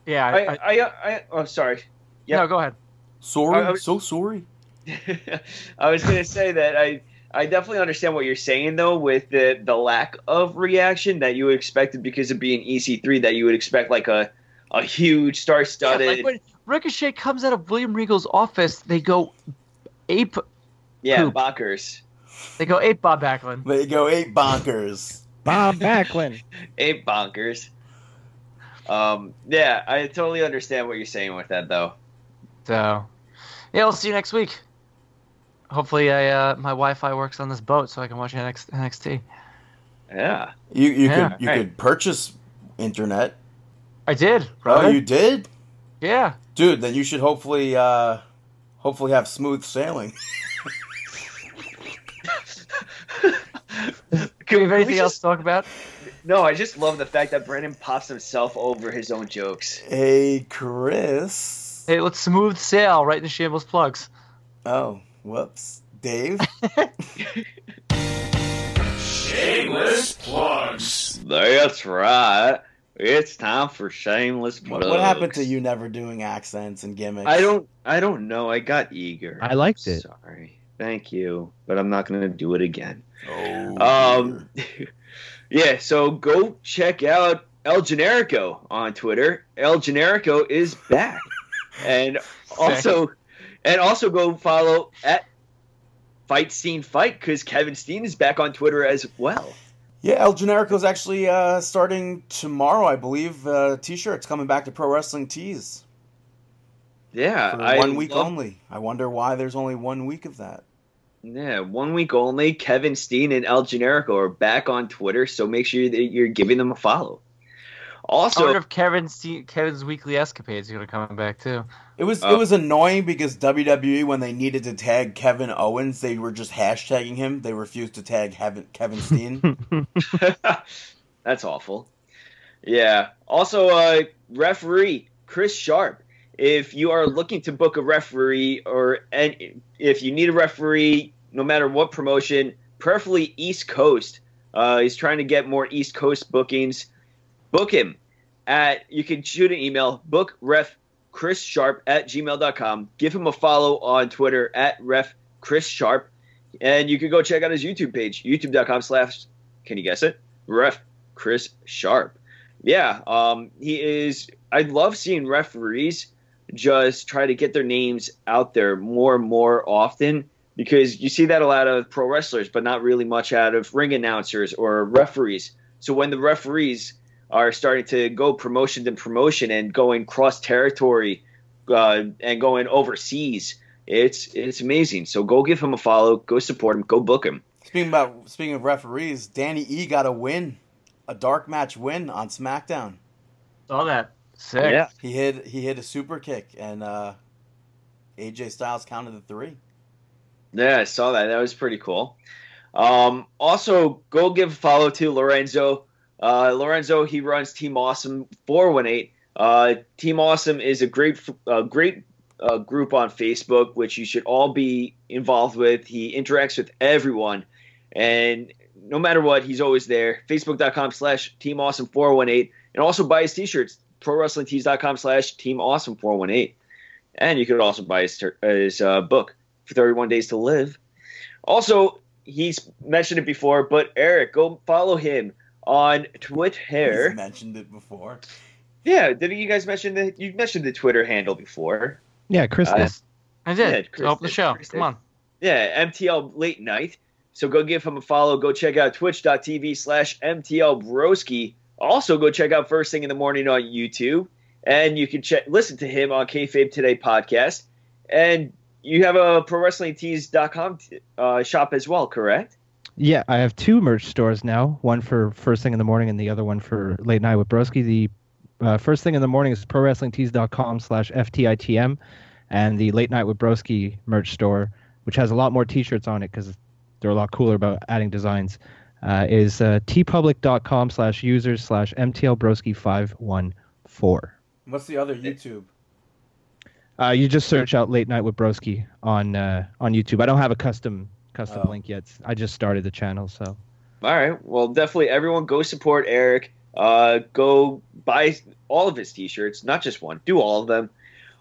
Yeah, I,
I,
I,
I, I, oh, sorry. yeah.
no, go ahead.
Sorry,
I- I-
so sorry.
I was gonna say that I I definitely understand what you're saying though with the the lack of reaction that you expected because of being EC3 that you would expect like a a huge star
Yeah,
studded
like when Ricochet comes out of William Regal's office, they go ape.
yeah
poop.
bonkers
They go ape Bob Backlund.
They go eight bonkers.
Bob Backlund.
ape Eh, bonkers. Um yeah, I totally understand what you're saying with that though.
So, yeah, we'll see you next week. Hopefully, I uh, my Wi-Fi works on this boat, so I can watch NXT. NXT.
Yeah.
You you
Yeah,
could you
right.
could purchase internet.
I did.
Oh,
brother.
you did,
Yeah.
dude. Then you should hopefully uh hopefully have smooth sailing.
Do we have
we
anything
just-
else to talk about?
No, I just love the fact that Brandon pops himself over his own jokes.
hey, Chris.
Hey, let's smooth sail right in the shambles plugs.
Oh, whoops, Dave.
Shameless plugs.
That's right. It's time for shameless
what, what happened to you never doing accents and gimmicks?
I don't. I don't know. I got eager.
I liked it.
Sorry. Thank you, but I'm not going to do it again.
Oh,
Um,
dear.
yeah. So go check out El Generico on Twitter. El Generico is back, and also, and also go follow at Fight Scene Fight because Kevin Steen is back on Twitter as well.
Yeah, El Generico is actually uh, starting tomorrow, I believe. Uh, t-shirts coming back to Pro Wrestling Tees
Yeah,
for
I
one week
love-
only. I wonder why there's only one week of that.
Yeah, one week only. Kevin Steen and El Generico are back on Twitter, so make sure that you're giving them a follow.
I
Also,
wonder if Kevin's Kevin's weekly escapades are gonna come back too.
It was
Oh.
it was annoying because WWE when they needed to tag Kevin Owens, they were just hashtagging him. They refused to tag Kevin, Kevin Steen.
That's awful. Yeah. Also, uh, referee Chris Sharp. If you are looking to book a referee, or and if you need a referee, no matter what promotion, preferably East Coast. Uh, he's trying to get more East Coast bookings. Book him at. You can shoot an email. Book ref Chris Sharp at gmail.com. Give him a follow on Twitter at ref Chris Sharp, and you can go check out his YouTube page, youtube.com slash. Can you guess it? ref Chris Sharp. Yeah, um, he is. I love seeing referees just try to get their names out there more and more often because you see that a lot of pro wrestlers, but not really much out of ring announcers or referees. So when the referees are starting to go promotion to promotion and going cross territory uh, and going overseas, it's it's amazing. So go give him a follow, go support him, go book him.
speaking about speaking of referees, Danny E got a win, a dark match win on SmackDown.
Saw that. Sick.
Yeah.
He hit he hit a super kick and uh, AJ Styles counted the three.
Yeah, I saw that. That was pretty cool. Um, also, go give a follow to Lorenzo. Uh, Lorenzo, he runs Team Awesome 418. Uh, Team Awesome is a great, uh, great uh, group on Facebook, which you should all be involved with. He interacts with everyone, and no matter what, he's always there. Facebook.com slash Team Awesome 418. and also buy his t-shirts prowrestlingtees.com slash team awesome 418 and you could also buy his, ter- uh, his uh, book for 31 days to live also he's mentioned it before but eric go follow him on
He's
twitter
mentioned it before.
yeah didn't you guys mention the you mentioned the twitter handle before
Yeah, Chris.
Uh,
did.
I
Yeah,
did.
Chris
Open the
did.
show.
Chris
Come
did.
on.
Yeah, MTL Late Night. So go give him a follow. Go check out twitch.tv slash MTL Broski. Also, go check out First Thing in the Morning on YouTube. And you can check listen to him on Kayfabe Today podcast. And you have a ProWrestlingTees.com t- uh, shop as well, correct?
Yeah, I have two merch stores now. One for first thing in the morning, and the other one for late night with Broski. The uh, first thing in the morning is prowrestlingtees.com slash ftitm, and the late night with Broski merch store, which has a lot more t-shirts on it because they're a lot cooler about adding designs, uh, is uh, tpublic.com slash users slash mtlbroski514.
What's the other YouTube?
Uh, you just search out "Late Night with Broski" on uh, on YouTube. I don't have a custom custom
Oh.
link yet. I just started the channel, so
All right. Well, definitely everyone go support Eric. Uh, go buy all of his t-shirts, not just one. Do all of them.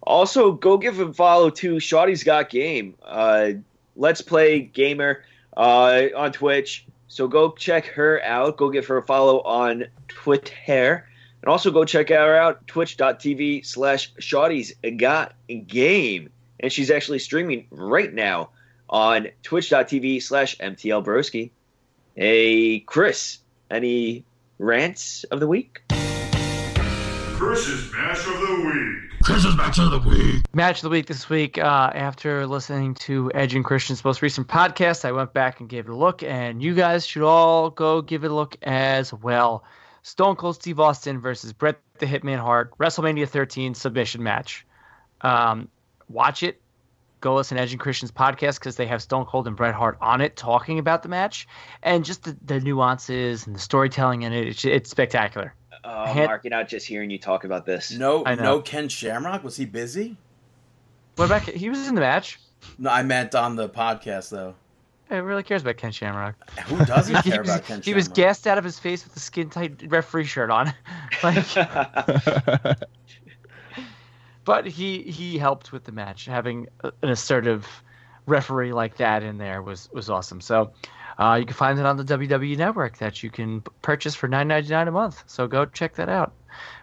Also, go give a follow to Shawty's Got Game. Uh, Let's Play Gamer uh, on Twitch. So go check her out. Go give her a follow on Twitter. And also go check her out, twitch.tv slash Shawty's Got Game. And she's actually streaming right now on twitch.tv slash MTL Broski. Hey, Chris, any rants of the week?
Chris's Bash of the Week.
Match of the week this week. Uh, after listening to Edge and Christian's most recent podcast, I went back and gave it a look, and you guys should all go give it a look as well. Stone Cold Steve Austin versus Bret the Hitman Hart, WrestleMania 13 submission match. Um, watch it. Go listen to Edge and Christian's podcast because they have Stone Cold and Bret Hart on it talking about the match and just the, the nuances and the storytelling in it. It's, it's spectacular.
Oh,
Hit-
Mark, you're not just hearing you talk about this.
No,
I know.
no. Ken Shamrock was he busy?
What about he was in the match?
No, I meant on the podcast though.
Hey, Who really cares about Ken Shamrock?
Who doesn't
he
care
was,
about Ken?
he was
Shamrock?
gassed out of his face with a skin tight referee shirt on. like, but he he helped with the match. Having a- an assertive referee like that in there was was awesome. So uh, you can find it on the WWE Network that you can p- purchase for nine ninety nine a month. So go check that out.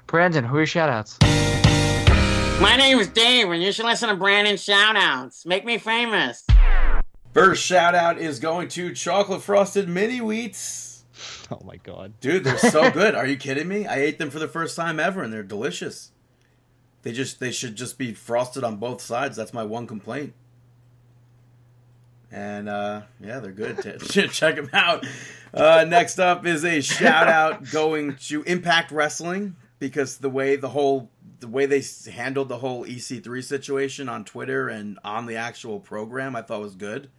Brandon, who are your shout outs?
My name is Dave, and you should listen to Brandon's shoutouts. Make me famous.
First shout out is going to chocolate frosted mini wheats.
oh my god.
Dude, they're so good. Are you kidding me? I ate them for the first time ever and they're delicious. They just they should just be frosted on both sides. That's my one complaint. And uh yeah, they're good. Ch- ch- Check them out. Uh next up is a shout out going to Impact Wrestling because the way the whole the way they s- handled the whole EC3 situation on Twitter and on the actual program, I thought was good.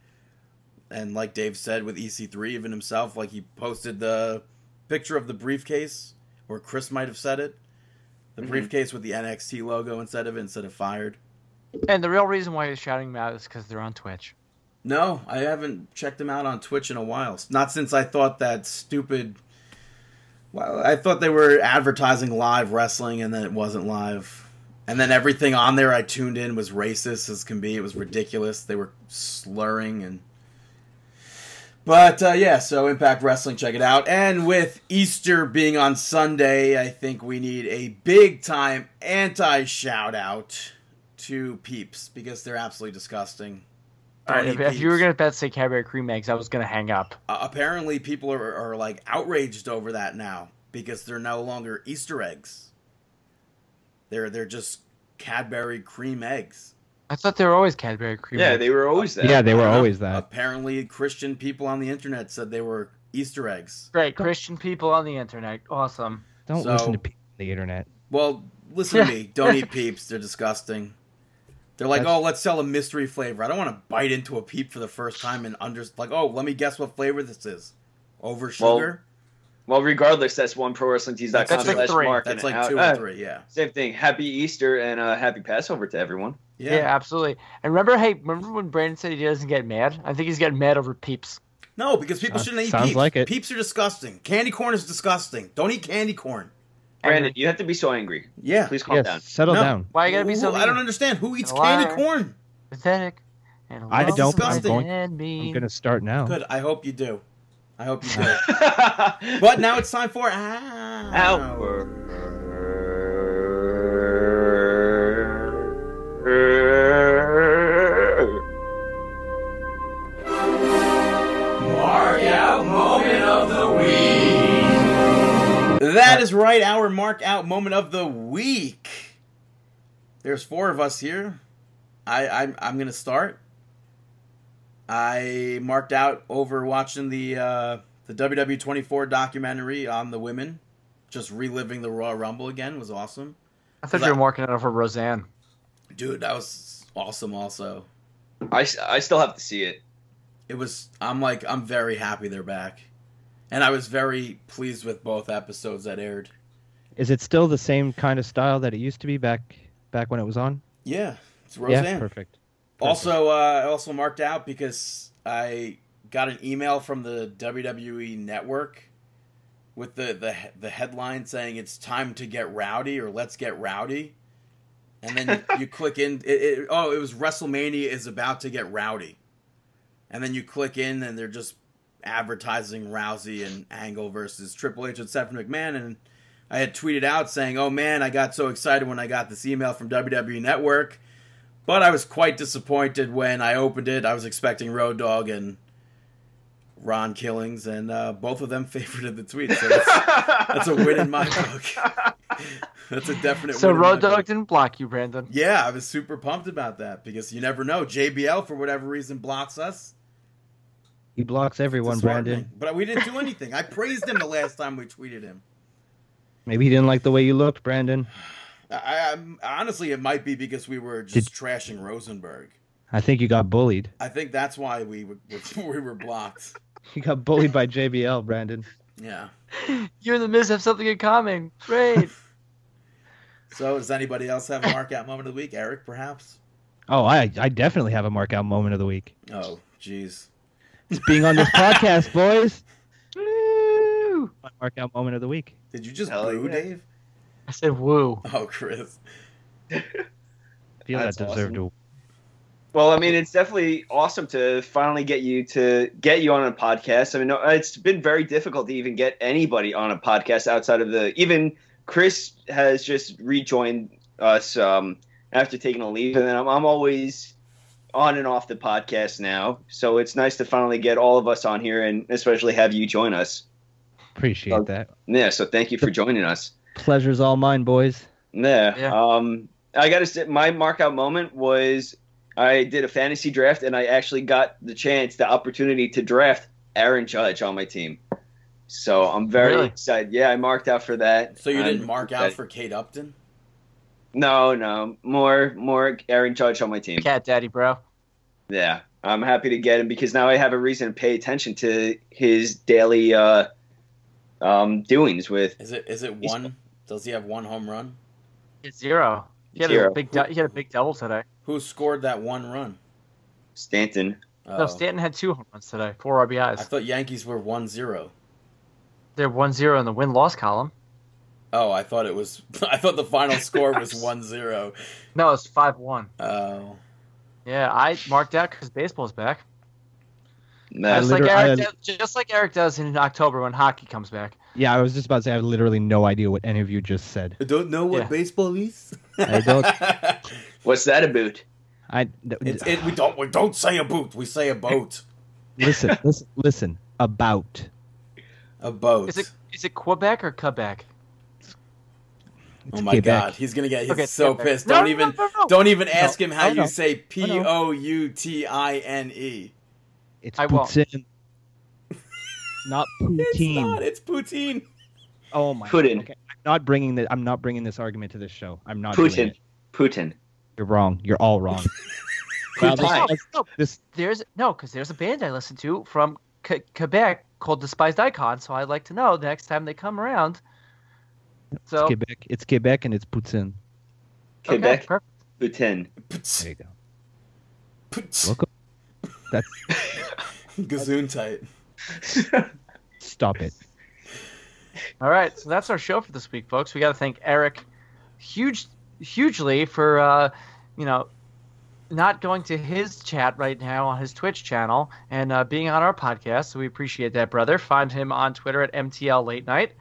And like Dave said with EC3 even himself, like he posted the picture of the briefcase, or Chris might have said it. The briefcase with the NXT logo instead of it, instead of fired.
And the real reason why you're shouting them out is because they're on Twitch.
No, I haven't checked them out on Twitch in a while. Not since I thought that stupid. Well, I thought they were advertising live wrestling, and then it wasn't live. And then everything on there I tuned in was racist as can be. It was ridiculous. They were slurring and. But uh, yeah, so Impact Wrestling, check it out. And with Easter being on Sunday, I think we need a big time anti shout out to peeps because they're absolutely disgusting.
All right,
Don't
if,
eat
if you were
peeps.
gonna bet say Cadbury cream eggs, I was gonna hang up.
Uh, apparently, people are, are like outraged over that now because they're no longer Easter eggs. They're they're just Cadbury cream eggs.
I thought they were always Cadbury cream.
Yeah,
eggs.
they were always that.
Yeah, they were always
Uh,
that.
Apparently, Christian people on the internet said they were Easter eggs.
great Christian people on the internet. Awesome.
Don't
So-
listen to people on the internet.
Well, listen to me. Don't eat peeps. They're disgusting. They're like,
That's-
oh, let's sell a mystery flavor. I don't want to bite into a peep for the first time and under like, oh, let me guess what flavor this is. Over
Well,
sugar.
Well, regardless, that's one prowrestlingtees.com
That's like
slash
three.
Mark.
That's
and
like two
out-
or three. Yeah.
uh, Same thing. Happy Easter and uh, happy Passover to everyone.
Yeah. absolutely. And remember, hey, remember when Brandon said he doesn't get mad? I think he's getting mad over peeps.
No, because people
Sounds-
shouldn't eat
sounds
peeps.
like it.
Peeps are disgusting. Candy corn is disgusting. Don't eat candy corn.
Brandon, you have to be so angry.
Yeah.
Please calm
Yes,
down.
settle
No.
down.
Why you gotta be
Who-
so
I don't understand. Who eats
Why?
candy corn?
pathetic? And
I
alone
don't,
I'm
and
going-
mean.
I'm gonna start
Oh.
now.
Good. I hope you do. I hope you do.
but
but now it's time for ah. Ow. That is right, our mark out moment of the week. There's four of us here. I, I'm I'm gonna start. I marked out over watching the uh, the WW24 documentary on the women. Just reliving the Raw Rumble again was awesome,
I thought you were marking it over Roseanne.
dude. That was awesome. Also,
I, s- I still have to see it.
it was. I'm like I'm very happy they're back, and I was very pleased with both episodes that aired.
Is it still the same kind of style that it used to be back back when it was on?
Yeah, it's Roseanne.
Yeah, perfect.
Also, uh, I also marked out because I got an email from the WWE Network with the, the the headline saying it's time to get rowdy or let's get rowdy, and then you, you click in. It, it, oh, it was WrestleMania is about to get rowdy, and then you click in and they're just advertising Rousey and Angle versus Triple H and Stephanie McMahon, and I had tweeted out saying, "Oh man, I got so excited when I got this email from WWE Network." But I was quite disappointed when I opened it. I was expecting Road Dog and Ron Killings, and uh, both of them favorited the tweet. So that's, that's a win in my book. that's a definite
So
win. in
Road
my book.
Dog didn't block you, Brandon.
Yeah, I was super pumped about that because you never know. JBL, for whatever reason, blocks us.
He blocks everyone, Brandon.
Disheartening. But we didn't do anything. I praised him the last time we tweeted him.
Maybe he didn't like the way you looked, Brandon.
I, I, I'm- honestly, it might be because we were just trashing Rosenberg.
I think you got bullied.
I think that's why we were, we were blocked.
You got bullied by JBL, Brandon.
Yeah.
You and the Miz have something in common. Great.
So, does anybody else have a mark out moment of the week? Eric, perhaps?
Oh, I I definitely have a mark out moment of the week.
Oh, jeez.
It's being on this podcast, boys.
Woo!
My mark out moment of the week.
Did you just
Hell
boo,
yeah.
Dave?
I said woo.
Oh, Chris.
I feel
That's
that deserved
awesome.
a
Well, I mean, it's definitely awesome to finally get you to get you on a podcast. I mean, no, it's been very difficult to even get anybody on a podcast outside of the even Chris has just rejoined us um, after taking a leave, and then I'm, I'm always on and off the podcast now. So it's nice to finally get all of us on here, and especially have you join us.
appreciate
Okay.
that.
Yeah, so thank you for joining us.
Pleasure's all mine, boys.
Yeah.
Yeah.
Um, I got to say, my markout moment was I did a fantasy draft and I actually got the chance, the opportunity to draft Aaron Judge on my team. So I'm very
Really?
excited. Yeah, I marked out for that.
So, you
I'm
didn't mark out
excited.
for Kate Upton?
No, no, more, more Aaron Judge on my team.
Cat Daddy, bro.
Yeah, I'm happy to get him because now I have a reason to pay attention to his daily uh, um, doings with
Is it is it
He's-
one? Does he have one home run?
It's zero. He had
Zero.
a big. du- He had a big double today.
Who scored that one run?
Stanton.
No,
Oh.
Stanton had two home runs today. Four
I
RBIs.
thought Yankees were 1 0.
They're one zero in the win loss column.
Oh, I thought it was. I thought the final score was 1 0.
No, it's five one.
Oh.
Yeah, I marked out because baseball's back.
Nah.
I
Just like,
liter-
Eric
I-
does, just like Eric does in October when hockey comes back.
Yeah, I was just about to say I have literally no idea what any of you just said.
I don't know
what Yeah.
baseball is.
I don't.
What's that about?
I th-
It's, it, we don't we don't say a boot. We say a boat.
listen, listen, listen. About
A boat.
Is it is it Quebec or Quebec?
oh my
Quebec.
god, he's gonna get he's
Okay,
so
Quebec.
pissed.
No,
Don't
no,
even
no, no.
don't even ask him how
I
you
know.
say P
know.
O U T I N E.
it's
I won't.
poutine. Not
It's
poutine.
not. It's poutine.
Oh my.
Putin.
Okay, I'm not bringing the, I'm not bringing this argument to this show. I'm not. doing
Putin.
it.
Putin.
You're wrong. You're all wrong. Wow, this-
No,
Putin.
no,
this-
there's no because there's a band I listen to from Q- Quebec called Despised Icon. So I'd like to know the next time they come around.
It's
So
Quebec. It's Quebec and it's Putin.
okay,
Quebec.
perfect.
Putin.
There
Puts,
you go.
puts.
Welcome. That's
Gazoon tight.
stop it.
All right, so that's our show for this week, folks. We got to thank Eric huge, hugely for uh, you know not going to his chat right now on his Twitch channel and uh, being on our podcast. So we appreciate that, brother. Find him on Twitter at MTL Late Night.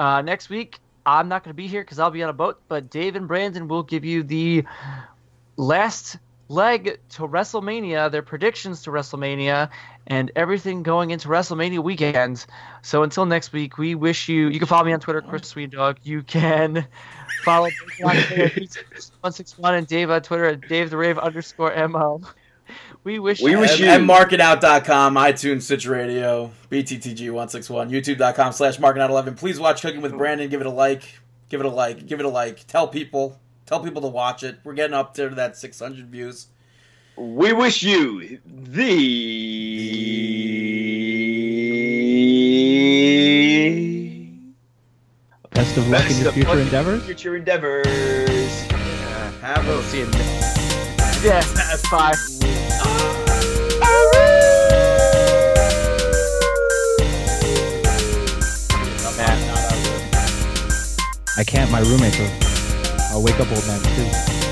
Uh, next week, I'm not going to be here because I'll be on a boat, but Dave and Brandon will give you the last leg to WrestleMania, their predictions to WrestleMania, and everything going into WrestleMania weekend. So until next week, we wish you. You can follow me on Twitter, Chris Sweet Dog. You can follow Dave on Twitter, 161 and Dave on Twitter at Dave the Rave underscore mo. We wish
We
you
wish
And, and marketout.com, iTunes, Stitch Radio, BTTG161, YouTube.com slash marketout11. Please watch Cooking with Brandon. Give it a like. Give it a like. Give it a like. Tell people. Tell people to watch it. We're getting up to that 600 views.
We wish you the
Best of luck in
Best
your
of
future
luck.
endeavors.
future endeavors.
Have a
see you. Yes, bye.
I can't. My roommates. Will, I'll wake up old man too.